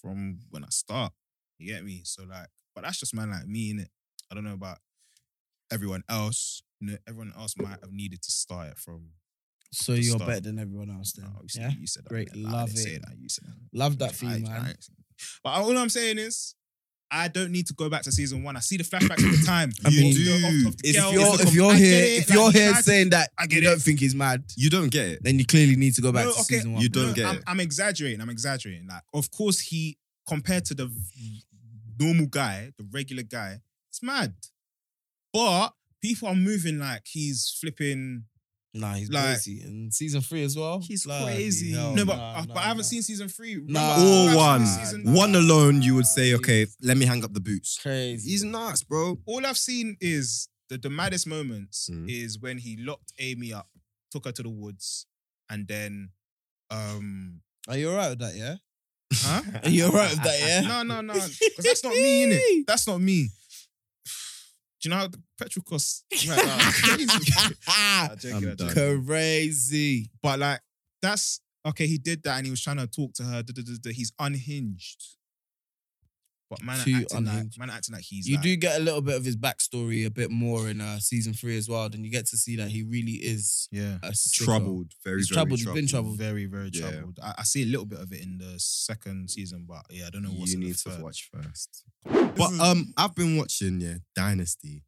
Speaker 4: from when I start. You get me? So like, but that's just man like me in it. I don't know about everyone else. You know, everyone else might have needed to start it from.
Speaker 3: so
Speaker 4: the
Speaker 3: you're
Speaker 4: start.
Speaker 3: better than everyone else then.
Speaker 4: Oh, you, said,
Speaker 3: yeah?
Speaker 4: you said that.
Speaker 3: Great,
Speaker 4: man. Like, I
Speaker 3: love
Speaker 4: didn't Say
Speaker 3: it.
Speaker 4: that. You said that.
Speaker 3: Love that for you,
Speaker 4: I-
Speaker 3: man.
Speaker 4: I- but all I'm saying is, I don't need to go back to season one. I see the flashbacks at the time.
Speaker 3: I mean,
Speaker 4: Of the- of- of the
Speaker 3: If
Speaker 4: girls.
Speaker 3: you're, if you're
Speaker 4: I get
Speaker 3: here,
Speaker 4: it,
Speaker 3: if
Speaker 4: like,
Speaker 3: you're
Speaker 4: he
Speaker 3: here
Speaker 4: tried to-
Speaker 3: saying that
Speaker 4: I get
Speaker 3: you
Speaker 4: it.
Speaker 3: don't think he's mad,
Speaker 2: You don't get it.
Speaker 3: then you clearly need to go back
Speaker 4: No,
Speaker 3: to
Speaker 4: okay,
Speaker 3: season one.
Speaker 2: You don't get
Speaker 4: I'm,
Speaker 2: it.
Speaker 4: I'm exaggerating. I'm exaggerating. Like, of course, he compared to the v- normal guy, the regular guy, it's mad. But people are moving like he's flipping.
Speaker 3: Nah, he's
Speaker 4: Like-
Speaker 3: crazy. And season three as well.
Speaker 2: He's
Speaker 3: Bloody
Speaker 2: crazy.
Speaker 3: hell,
Speaker 4: no, but,
Speaker 3: nah,
Speaker 4: uh,
Speaker 3: nah,
Speaker 4: but I haven't
Speaker 3: nah.
Speaker 4: seen season three. Remember,
Speaker 3: Nah.
Speaker 2: Or
Speaker 4: I watched
Speaker 2: one.
Speaker 4: season-
Speaker 3: Nah.
Speaker 2: One alone, you would say, okay, let me hang up the boots.
Speaker 3: Crazy.
Speaker 2: He's nuts, bro.
Speaker 4: All I've seen is the, the maddest moments
Speaker 2: Mhm.
Speaker 4: is when he locked Amy up, took her to the woods, and then, um,
Speaker 3: Are you alright with that? Yeah.
Speaker 4: huh?
Speaker 3: Are you alright with that? Yeah.
Speaker 4: No, no, no. Because that's not me, innit? That's not me. Do you know how the petrol costs right now? Nah, joking,
Speaker 2: I'm
Speaker 4: nah, joking.
Speaker 2: done.
Speaker 3: crazy.
Speaker 4: But like, that's okay. He did that, and he was trying to talk to her. duh, duh, duh, duh, He's unhinged. But man, are
Speaker 3: Too
Speaker 4: acting
Speaker 3: unhinged.
Speaker 4: like man, are acting like he's.
Speaker 3: You
Speaker 4: like,
Speaker 3: do get a little bit of his backstory a bit more in uh, season three as well. Then you get to see that he really is
Speaker 4: Yeah.
Speaker 3: a sicko.
Speaker 2: Troubled, very,
Speaker 3: He's
Speaker 2: very troubled.
Speaker 3: troubled, he's been troubled.
Speaker 4: Very, very
Speaker 2: Yeah.
Speaker 4: troubled. I, I see a little bit of it in the second season, but yeah, I don't know what's
Speaker 2: You
Speaker 4: in
Speaker 2: need
Speaker 4: the
Speaker 2: to
Speaker 4: third.
Speaker 2: watch first. But um, I've been watching yeah Dynasty.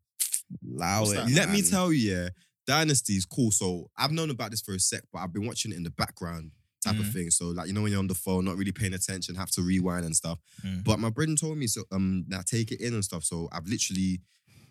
Speaker 3: Allow
Speaker 4: What's
Speaker 3: it.
Speaker 4: that?
Speaker 2: Let me
Speaker 3: man.
Speaker 2: tell you, yeah, Dynasty is cool. So I've known about this for a sec, but I've been watching it in the background type
Speaker 4: Mhm.
Speaker 2: of thing. So like you know when you're on the phone, not really paying attention, have to rewind and stuff.
Speaker 4: Mm.
Speaker 2: But my brother told me so um now take it in and stuff. So I've literally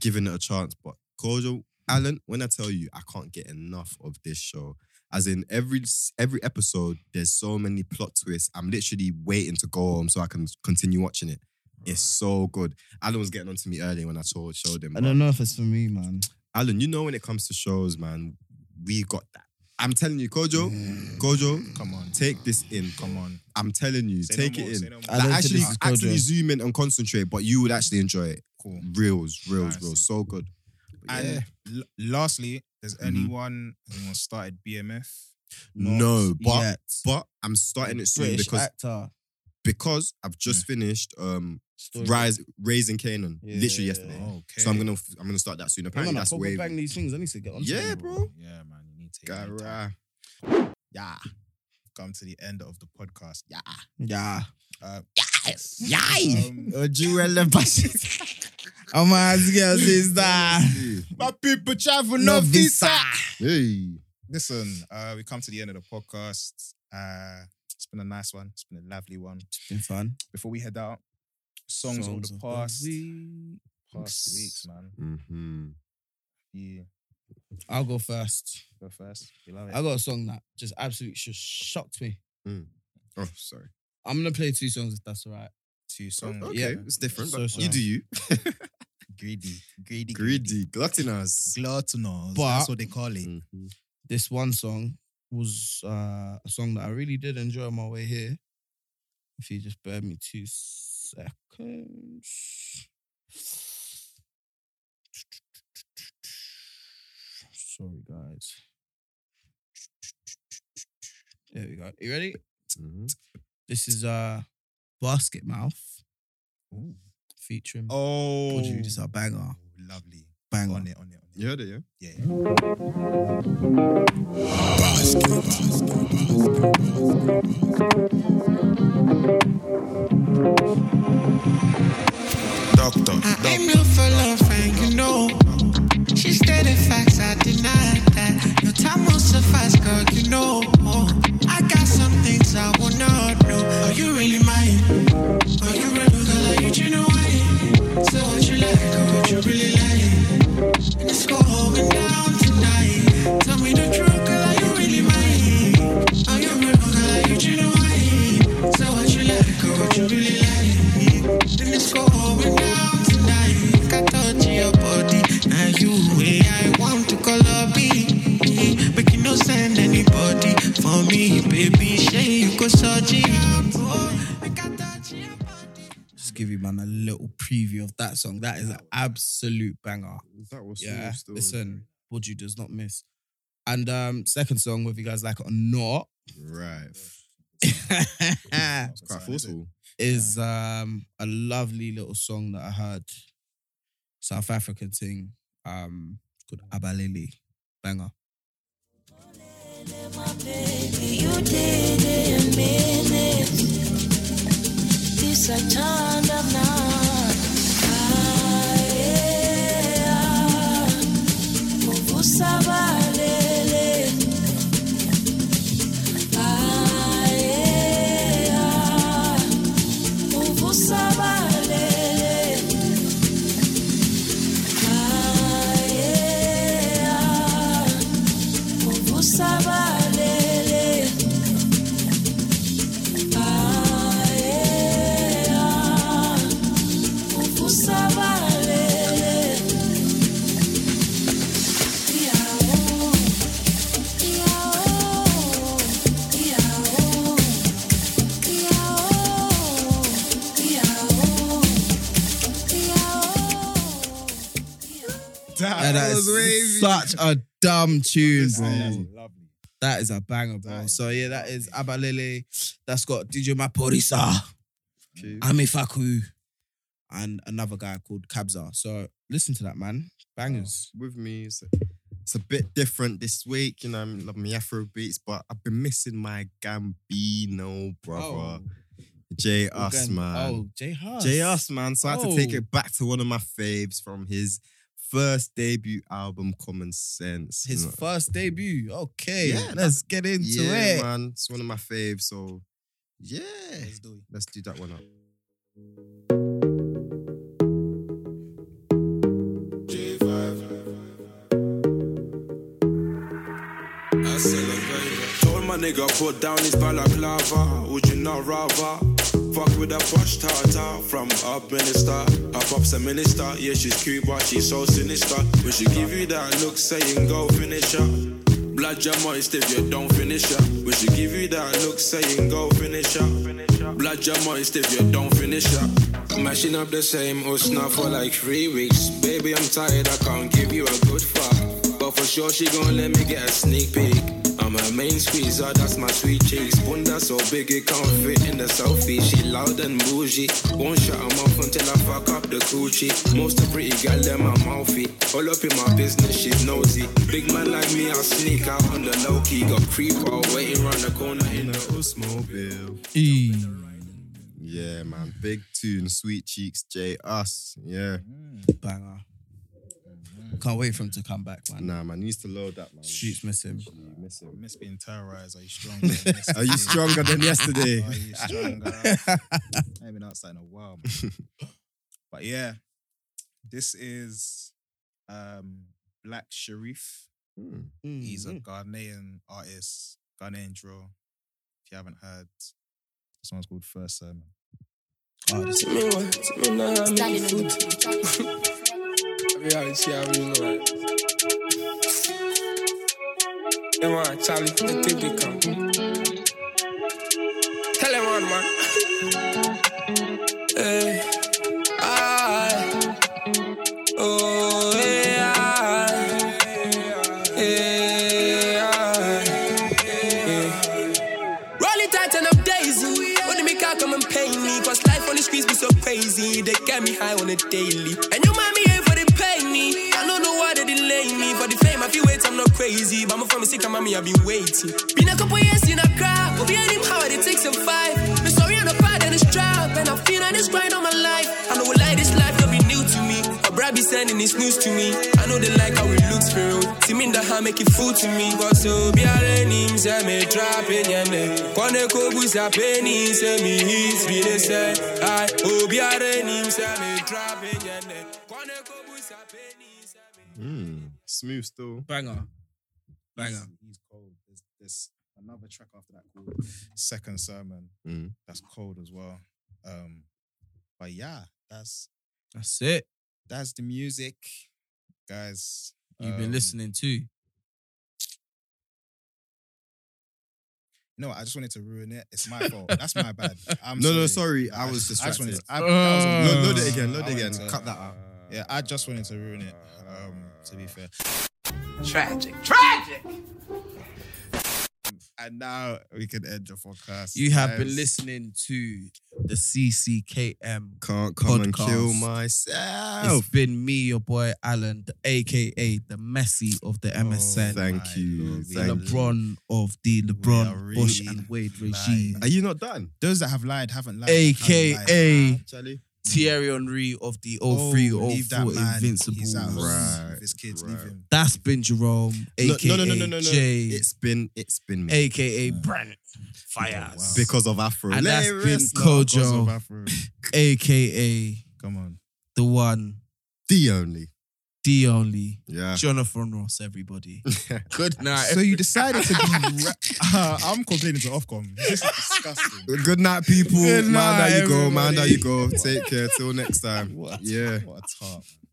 Speaker 2: given it a chance. But Kojo Alan, when I tell you, I can't get enough of this show. As in every every episode, there's so many plot twists. I'm literally waiting to go home so I can continue watching it. It's so good. Alan was getting on to me earlier when I told showed him.
Speaker 3: I
Speaker 2: but-
Speaker 3: don't know if it's for me, man.
Speaker 2: Alan, you know when it comes to shows, man, we got that. I'm telling you, Kojo,
Speaker 3: Mm.
Speaker 2: Kojo,
Speaker 4: Come on.
Speaker 2: take this in.
Speaker 4: Come on.
Speaker 2: I'm telling you,
Speaker 4: Say no
Speaker 2: take
Speaker 4: more,
Speaker 2: it
Speaker 4: say
Speaker 2: in.
Speaker 4: no more.
Speaker 3: I
Speaker 2: Like,
Speaker 3: don't think
Speaker 2: actually,
Speaker 3: this is Kojo.
Speaker 2: actually zoom in and concentrate, but you would actually enjoy it.
Speaker 4: Cool.
Speaker 2: Reels, reels,
Speaker 4: Nice.
Speaker 2: reels. So good. But yeah.
Speaker 4: And l- lastly, does
Speaker 2: Mhm.
Speaker 4: anyone has anyone started BMF?
Speaker 2: no, but
Speaker 3: Yet.
Speaker 2: but I'm starting it soon
Speaker 3: British
Speaker 2: because
Speaker 3: actor
Speaker 2: because I've just finished um
Speaker 3: story.
Speaker 2: Rise Raising Canaan literally
Speaker 3: Yeah.
Speaker 2: yesterday.
Speaker 4: Okay.
Speaker 2: So I'm gonna I'm gonna start that soon.
Speaker 3: Man,
Speaker 2: Apparently
Speaker 3: I
Speaker 2: that's
Speaker 3: proper
Speaker 2: way
Speaker 3: bang these things. I need to get on. to
Speaker 2: Yeah,
Speaker 3: them.
Speaker 2: bro.
Speaker 4: Yeah, man, you need to. take your time.
Speaker 2: Gara.
Speaker 4: Yeah. Come to the end of the podcast. Yeah.
Speaker 3: Yeah.
Speaker 4: Uh,
Speaker 3: Yay.
Speaker 4: um,
Speaker 3: I'm as good as is that.
Speaker 4: my people travel
Speaker 3: No
Speaker 4: no
Speaker 3: visa.
Speaker 4: visa.
Speaker 2: Hey.
Speaker 4: Listen, uh, we come to the end of the podcast. Uh, it's been a nice one. It's been a lovely one.
Speaker 3: Been fun.
Speaker 4: Before we head out, songs,
Speaker 3: Songs
Speaker 4: of the past
Speaker 3: week.
Speaker 4: past weeks, man.
Speaker 2: Mm-hmm.
Speaker 4: You
Speaker 3: I'll go first.
Speaker 4: go first. You love it.
Speaker 3: I got a song that just absolutely just shocked me.
Speaker 2: Oh, sorry.
Speaker 3: I'm gonna play two songs if that's all right.
Speaker 4: two songs.
Speaker 2: Okay,
Speaker 3: yeah.
Speaker 2: it's different. But
Speaker 3: So, so.
Speaker 2: You do you.
Speaker 4: Greedy, greedy,
Speaker 2: Greedy, gluttonous.
Speaker 4: gluttonous.
Speaker 3: But-
Speaker 4: that's what they call it.
Speaker 3: This one song was uh, a song that I really did enjoy on my way here. If you just bear me two seconds. Sorry, guys. There we go. You ready?
Speaker 2: Mm-hmm.
Speaker 3: This is uh, Basket Mouth
Speaker 4: Ooh.
Speaker 3: featuring.
Speaker 4: Oh,
Speaker 3: Told you, this is a banger.
Speaker 4: Lovely.
Speaker 3: Bang
Speaker 4: On
Speaker 3: on it.
Speaker 4: it, on it, on it.
Speaker 2: Oh. You heard it, yeah?
Speaker 4: Yeah.
Speaker 6: Doctor,
Speaker 1: I'm not for love, and you know. She stated facts, I denied that. No time will suffice, girl, you know. I got some things I will not know. Are you really mine? Are you real, girl? Are you genuine? So what you like, or what you really like? Let's go home and down tonight. really like it. Then it's going down tonight. Like I touch your body, now you way I want to color be. But you no send anybody for me, baby. Say you go surgery. Make I touch your body.
Speaker 3: Just give you man a little preview of that song. That is an absolute banger.
Speaker 2: That was
Speaker 3: Yeah, listen, Buju does not miss. And um, second song, whether you guys like it or not,
Speaker 2: Right. It's quite
Speaker 4: Sorry, is it?
Speaker 2: forceful.
Speaker 3: is um a lovely little song that I heard. South African thing. Um it's called Abalele. Banger. Yeah, that is such a dumb tune, bro.
Speaker 4: Lovely.
Speaker 3: That is a banger, bro.
Speaker 4: That is
Speaker 3: So yeah, that is Abalele. That's got DJ Maporisa,
Speaker 2: Okay.
Speaker 3: Amifaku, and another guy called Kabza. So listen to that, man. Bangers.
Speaker 2: with me. It's it's a bit different this week, you know. I'm loving my Afro beats, but I've been missing my Gambino Oh,
Speaker 3: Oh.
Speaker 2: brother, J Us
Speaker 3: Again.
Speaker 2: man,
Speaker 3: Oh, J Hus.
Speaker 2: J Us man. So I had to take
Speaker 3: Oh.
Speaker 2: it back to one of my faves from his first debut album, Common Sense.
Speaker 3: His
Speaker 2: You know?
Speaker 3: first debut. Okay,
Speaker 2: Yeah,
Speaker 3: let's get into
Speaker 2: yeah,
Speaker 3: it.
Speaker 2: man. It's one of my faves. So yeah, let's do, that one up.
Speaker 6: Told my nigga put down his balaclava. Would you not rather fuck with a posh tata from up minister? Her pop's a minister. Yeah, she's cute, but she's so sinister. When she give you that look, saying go finish her. Blood your moist if you don't finish her. When she give you that look, saying go finish her. Blood your moist if you don't finish her. Mashing up the same usna for like three weeks. Baby, I'm tired. I can't give you a good fuck. But for sure she gon' let me get a sneak peek. I'm a main squeezer, that's my sweet cheeks. Bunda so big it can't fit in the selfie. She loud and bougie. Won't shut her mouth until I fuck up the coochie. Most of pretty gal them my mouthy. All up in my business, she's nosy. Big man like me, I sneak out on the low key. Got creeper waiting round the corner in the Oldsmobile.
Speaker 2: Yeah, man. Big tune, sweet cheeks, J Us. Yeah,
Speaker 4: Mm.
Speaker 3: Banger. Can't wait for him to come back, man.
Speaker 2: nah, man. You used to load that, man.
Speaker 3: Streets miss him.
Speaker 2: You miss him.
Speaker 4: Miss being terrorized. Are you stronger? than yesterday?
Speaker 2: Are you stronger than yesterday?
Speaker 4: Are you stronger? I ain't been outside in a while. Man. but yeah, this is um, Black Sharif.
Speaker 2: Hmm.
Speaker 4: He's a Ghanaian artist, Ghanaian draw. If you haven't heard, this one's called First Sermon.
Speaker 8: Tell me what, tell me now, I'm in food. Reality, I really know it. Come on, "Ah, Charlie, the TV come. Tell him on, man. Eh, Hey, I, oh, hey, I, hey, I, hey. Rolling tight and I'm daisy. Only make out come and pay me. Cause life on the streets be so crazy. They get me high on a daily. And your mommy ain't for the pay me. I don't know why they delay me. For the fame, I feel wait, I'm not crazy. But my family sick and mommy, I've been waiting. Been a couple years in a crowd. But behind him, how it takes a five. The story on the pride and the strap. And I feel on this grind all my life. I know like this life don't be new to me. A bride be sending this news to me. I know they like how it looks for real. Team in the hand make it fool to me. But so be a name, say me drop in your name. Kone kobu sa penny, say me his be the same. I oh be a name, say me drop in your name. Kone kobu sa penny, say me.
Speaker 2: Mm, smooth still.
Speaker 3: Banger. Banger.
Speaker 2: Mm.
Speaker 4: He's, he's cold. There's, there's another track after that called Second Sermon.
Speaker 2: Mm.
Speaker 4: That's cold as well. Um, but yeah, that's
Speaker 3: That's it.
Speaker 4: that's the music, guys.
Speaker 3: You've been
Speaker 4: Um,
Speaker 3: listening to.
Speaker 4: No, I just wanted to ruin it. It's my fault. That's my bad. I'm
Speaker 2: no, no,
Speaker 4: sorry.
Speaker 2: sorry. I was
Speaker 4: I just
Speaker 2: distracted.
Speaker 4: wanted to, I, that was on
Speaker 3: Uh,
Speaker 4: me.
Speaker 2: load, load it again. Load
Speaker 4: I
Speaker 2: it again.
Speaker 4: wanted to-
Speaker 2: Cut that out.
Speaker 4: Yeah, I just wanted to ruin it. Um, to be fair.
Speaker 8: Tragic, tragic.
Speaker 4: And now we can end the podcast.
Speaker 3: You have been
Speaker 4: guys.
Speaker 3: listening to the CCKM.
Speaker 2: Can't come and kill
Speaker 3: Podcast.
Speaker 2: myself.
Speaker 3: It's been me, your boy Alan, the AKA the Messi of the MSN,
Speaker 2: Oh, thank
Speaker 4: my
Speaker 2: you,
Speaker 4: Lord, we
Speaker 3: the
Speaker 2: thank
Speaker 4: love
Speaker 2: you.
Speaker 3: LeBron of the
Speaker 4: are
Speaker 3: LeBron
Speaker 4: really
Speaker 3: Bush and Wade regime,
Speaker 2: Are you not done?
Speaker 4: Those that have lied haven't lied. haven't lied.
Speaker 3: AKA
Speaker 2: Charlie.
Speaker 3: Mm. Thierry Henry of the 03
Speaker 4: Oh, leave that
Speaker 3: 04
Speaker 4: man.
Speaker 3: Invincible.
Speaker 4: He's at home
Speaker 2: Right,
Speaker 4: with his kids.
Speaker 2: right.
Speaker 4: Leave him.
Speaker 3: That's been Jerome,
Speaker 2: No,
Speaker 3: AKA
Speaker 2: no, no, no, no, no, no.
Speaker 3: Jay,
Speaker 2: It's been, it's been me
Speaker 3: AKA Brent Fires,
Speaker 2: because of Afro.
Speaker 3: And that's
Speaker 2: Lyrics.
Speaker 3: been Kojo,
Speaker 4: Because of Afro.
Speaker 3: AKA
Speaker 4: Come on.
Speaker 3: the one,
Speaker 2: the only.
Speaker 3: the only,
Speaker 2: Yeah.
Speaker 3: Jonathan Ross, everybody. Good night.
Speaker 4: So you decided to be. ra- I'm complaining to Ofcom. This is disgusting.
Speaker 2: Good night, people.
Speaker 3: Good
Speaker 2: man,
Speaker 3: night,
Speaker 2: how you go? Man, how
Speaker 3: everybody.
Speaker 2: you go? Take care. Till next time.
Speaker 4: What?
Speaker 2: Yeah.
Speaker 4: What a tart. man.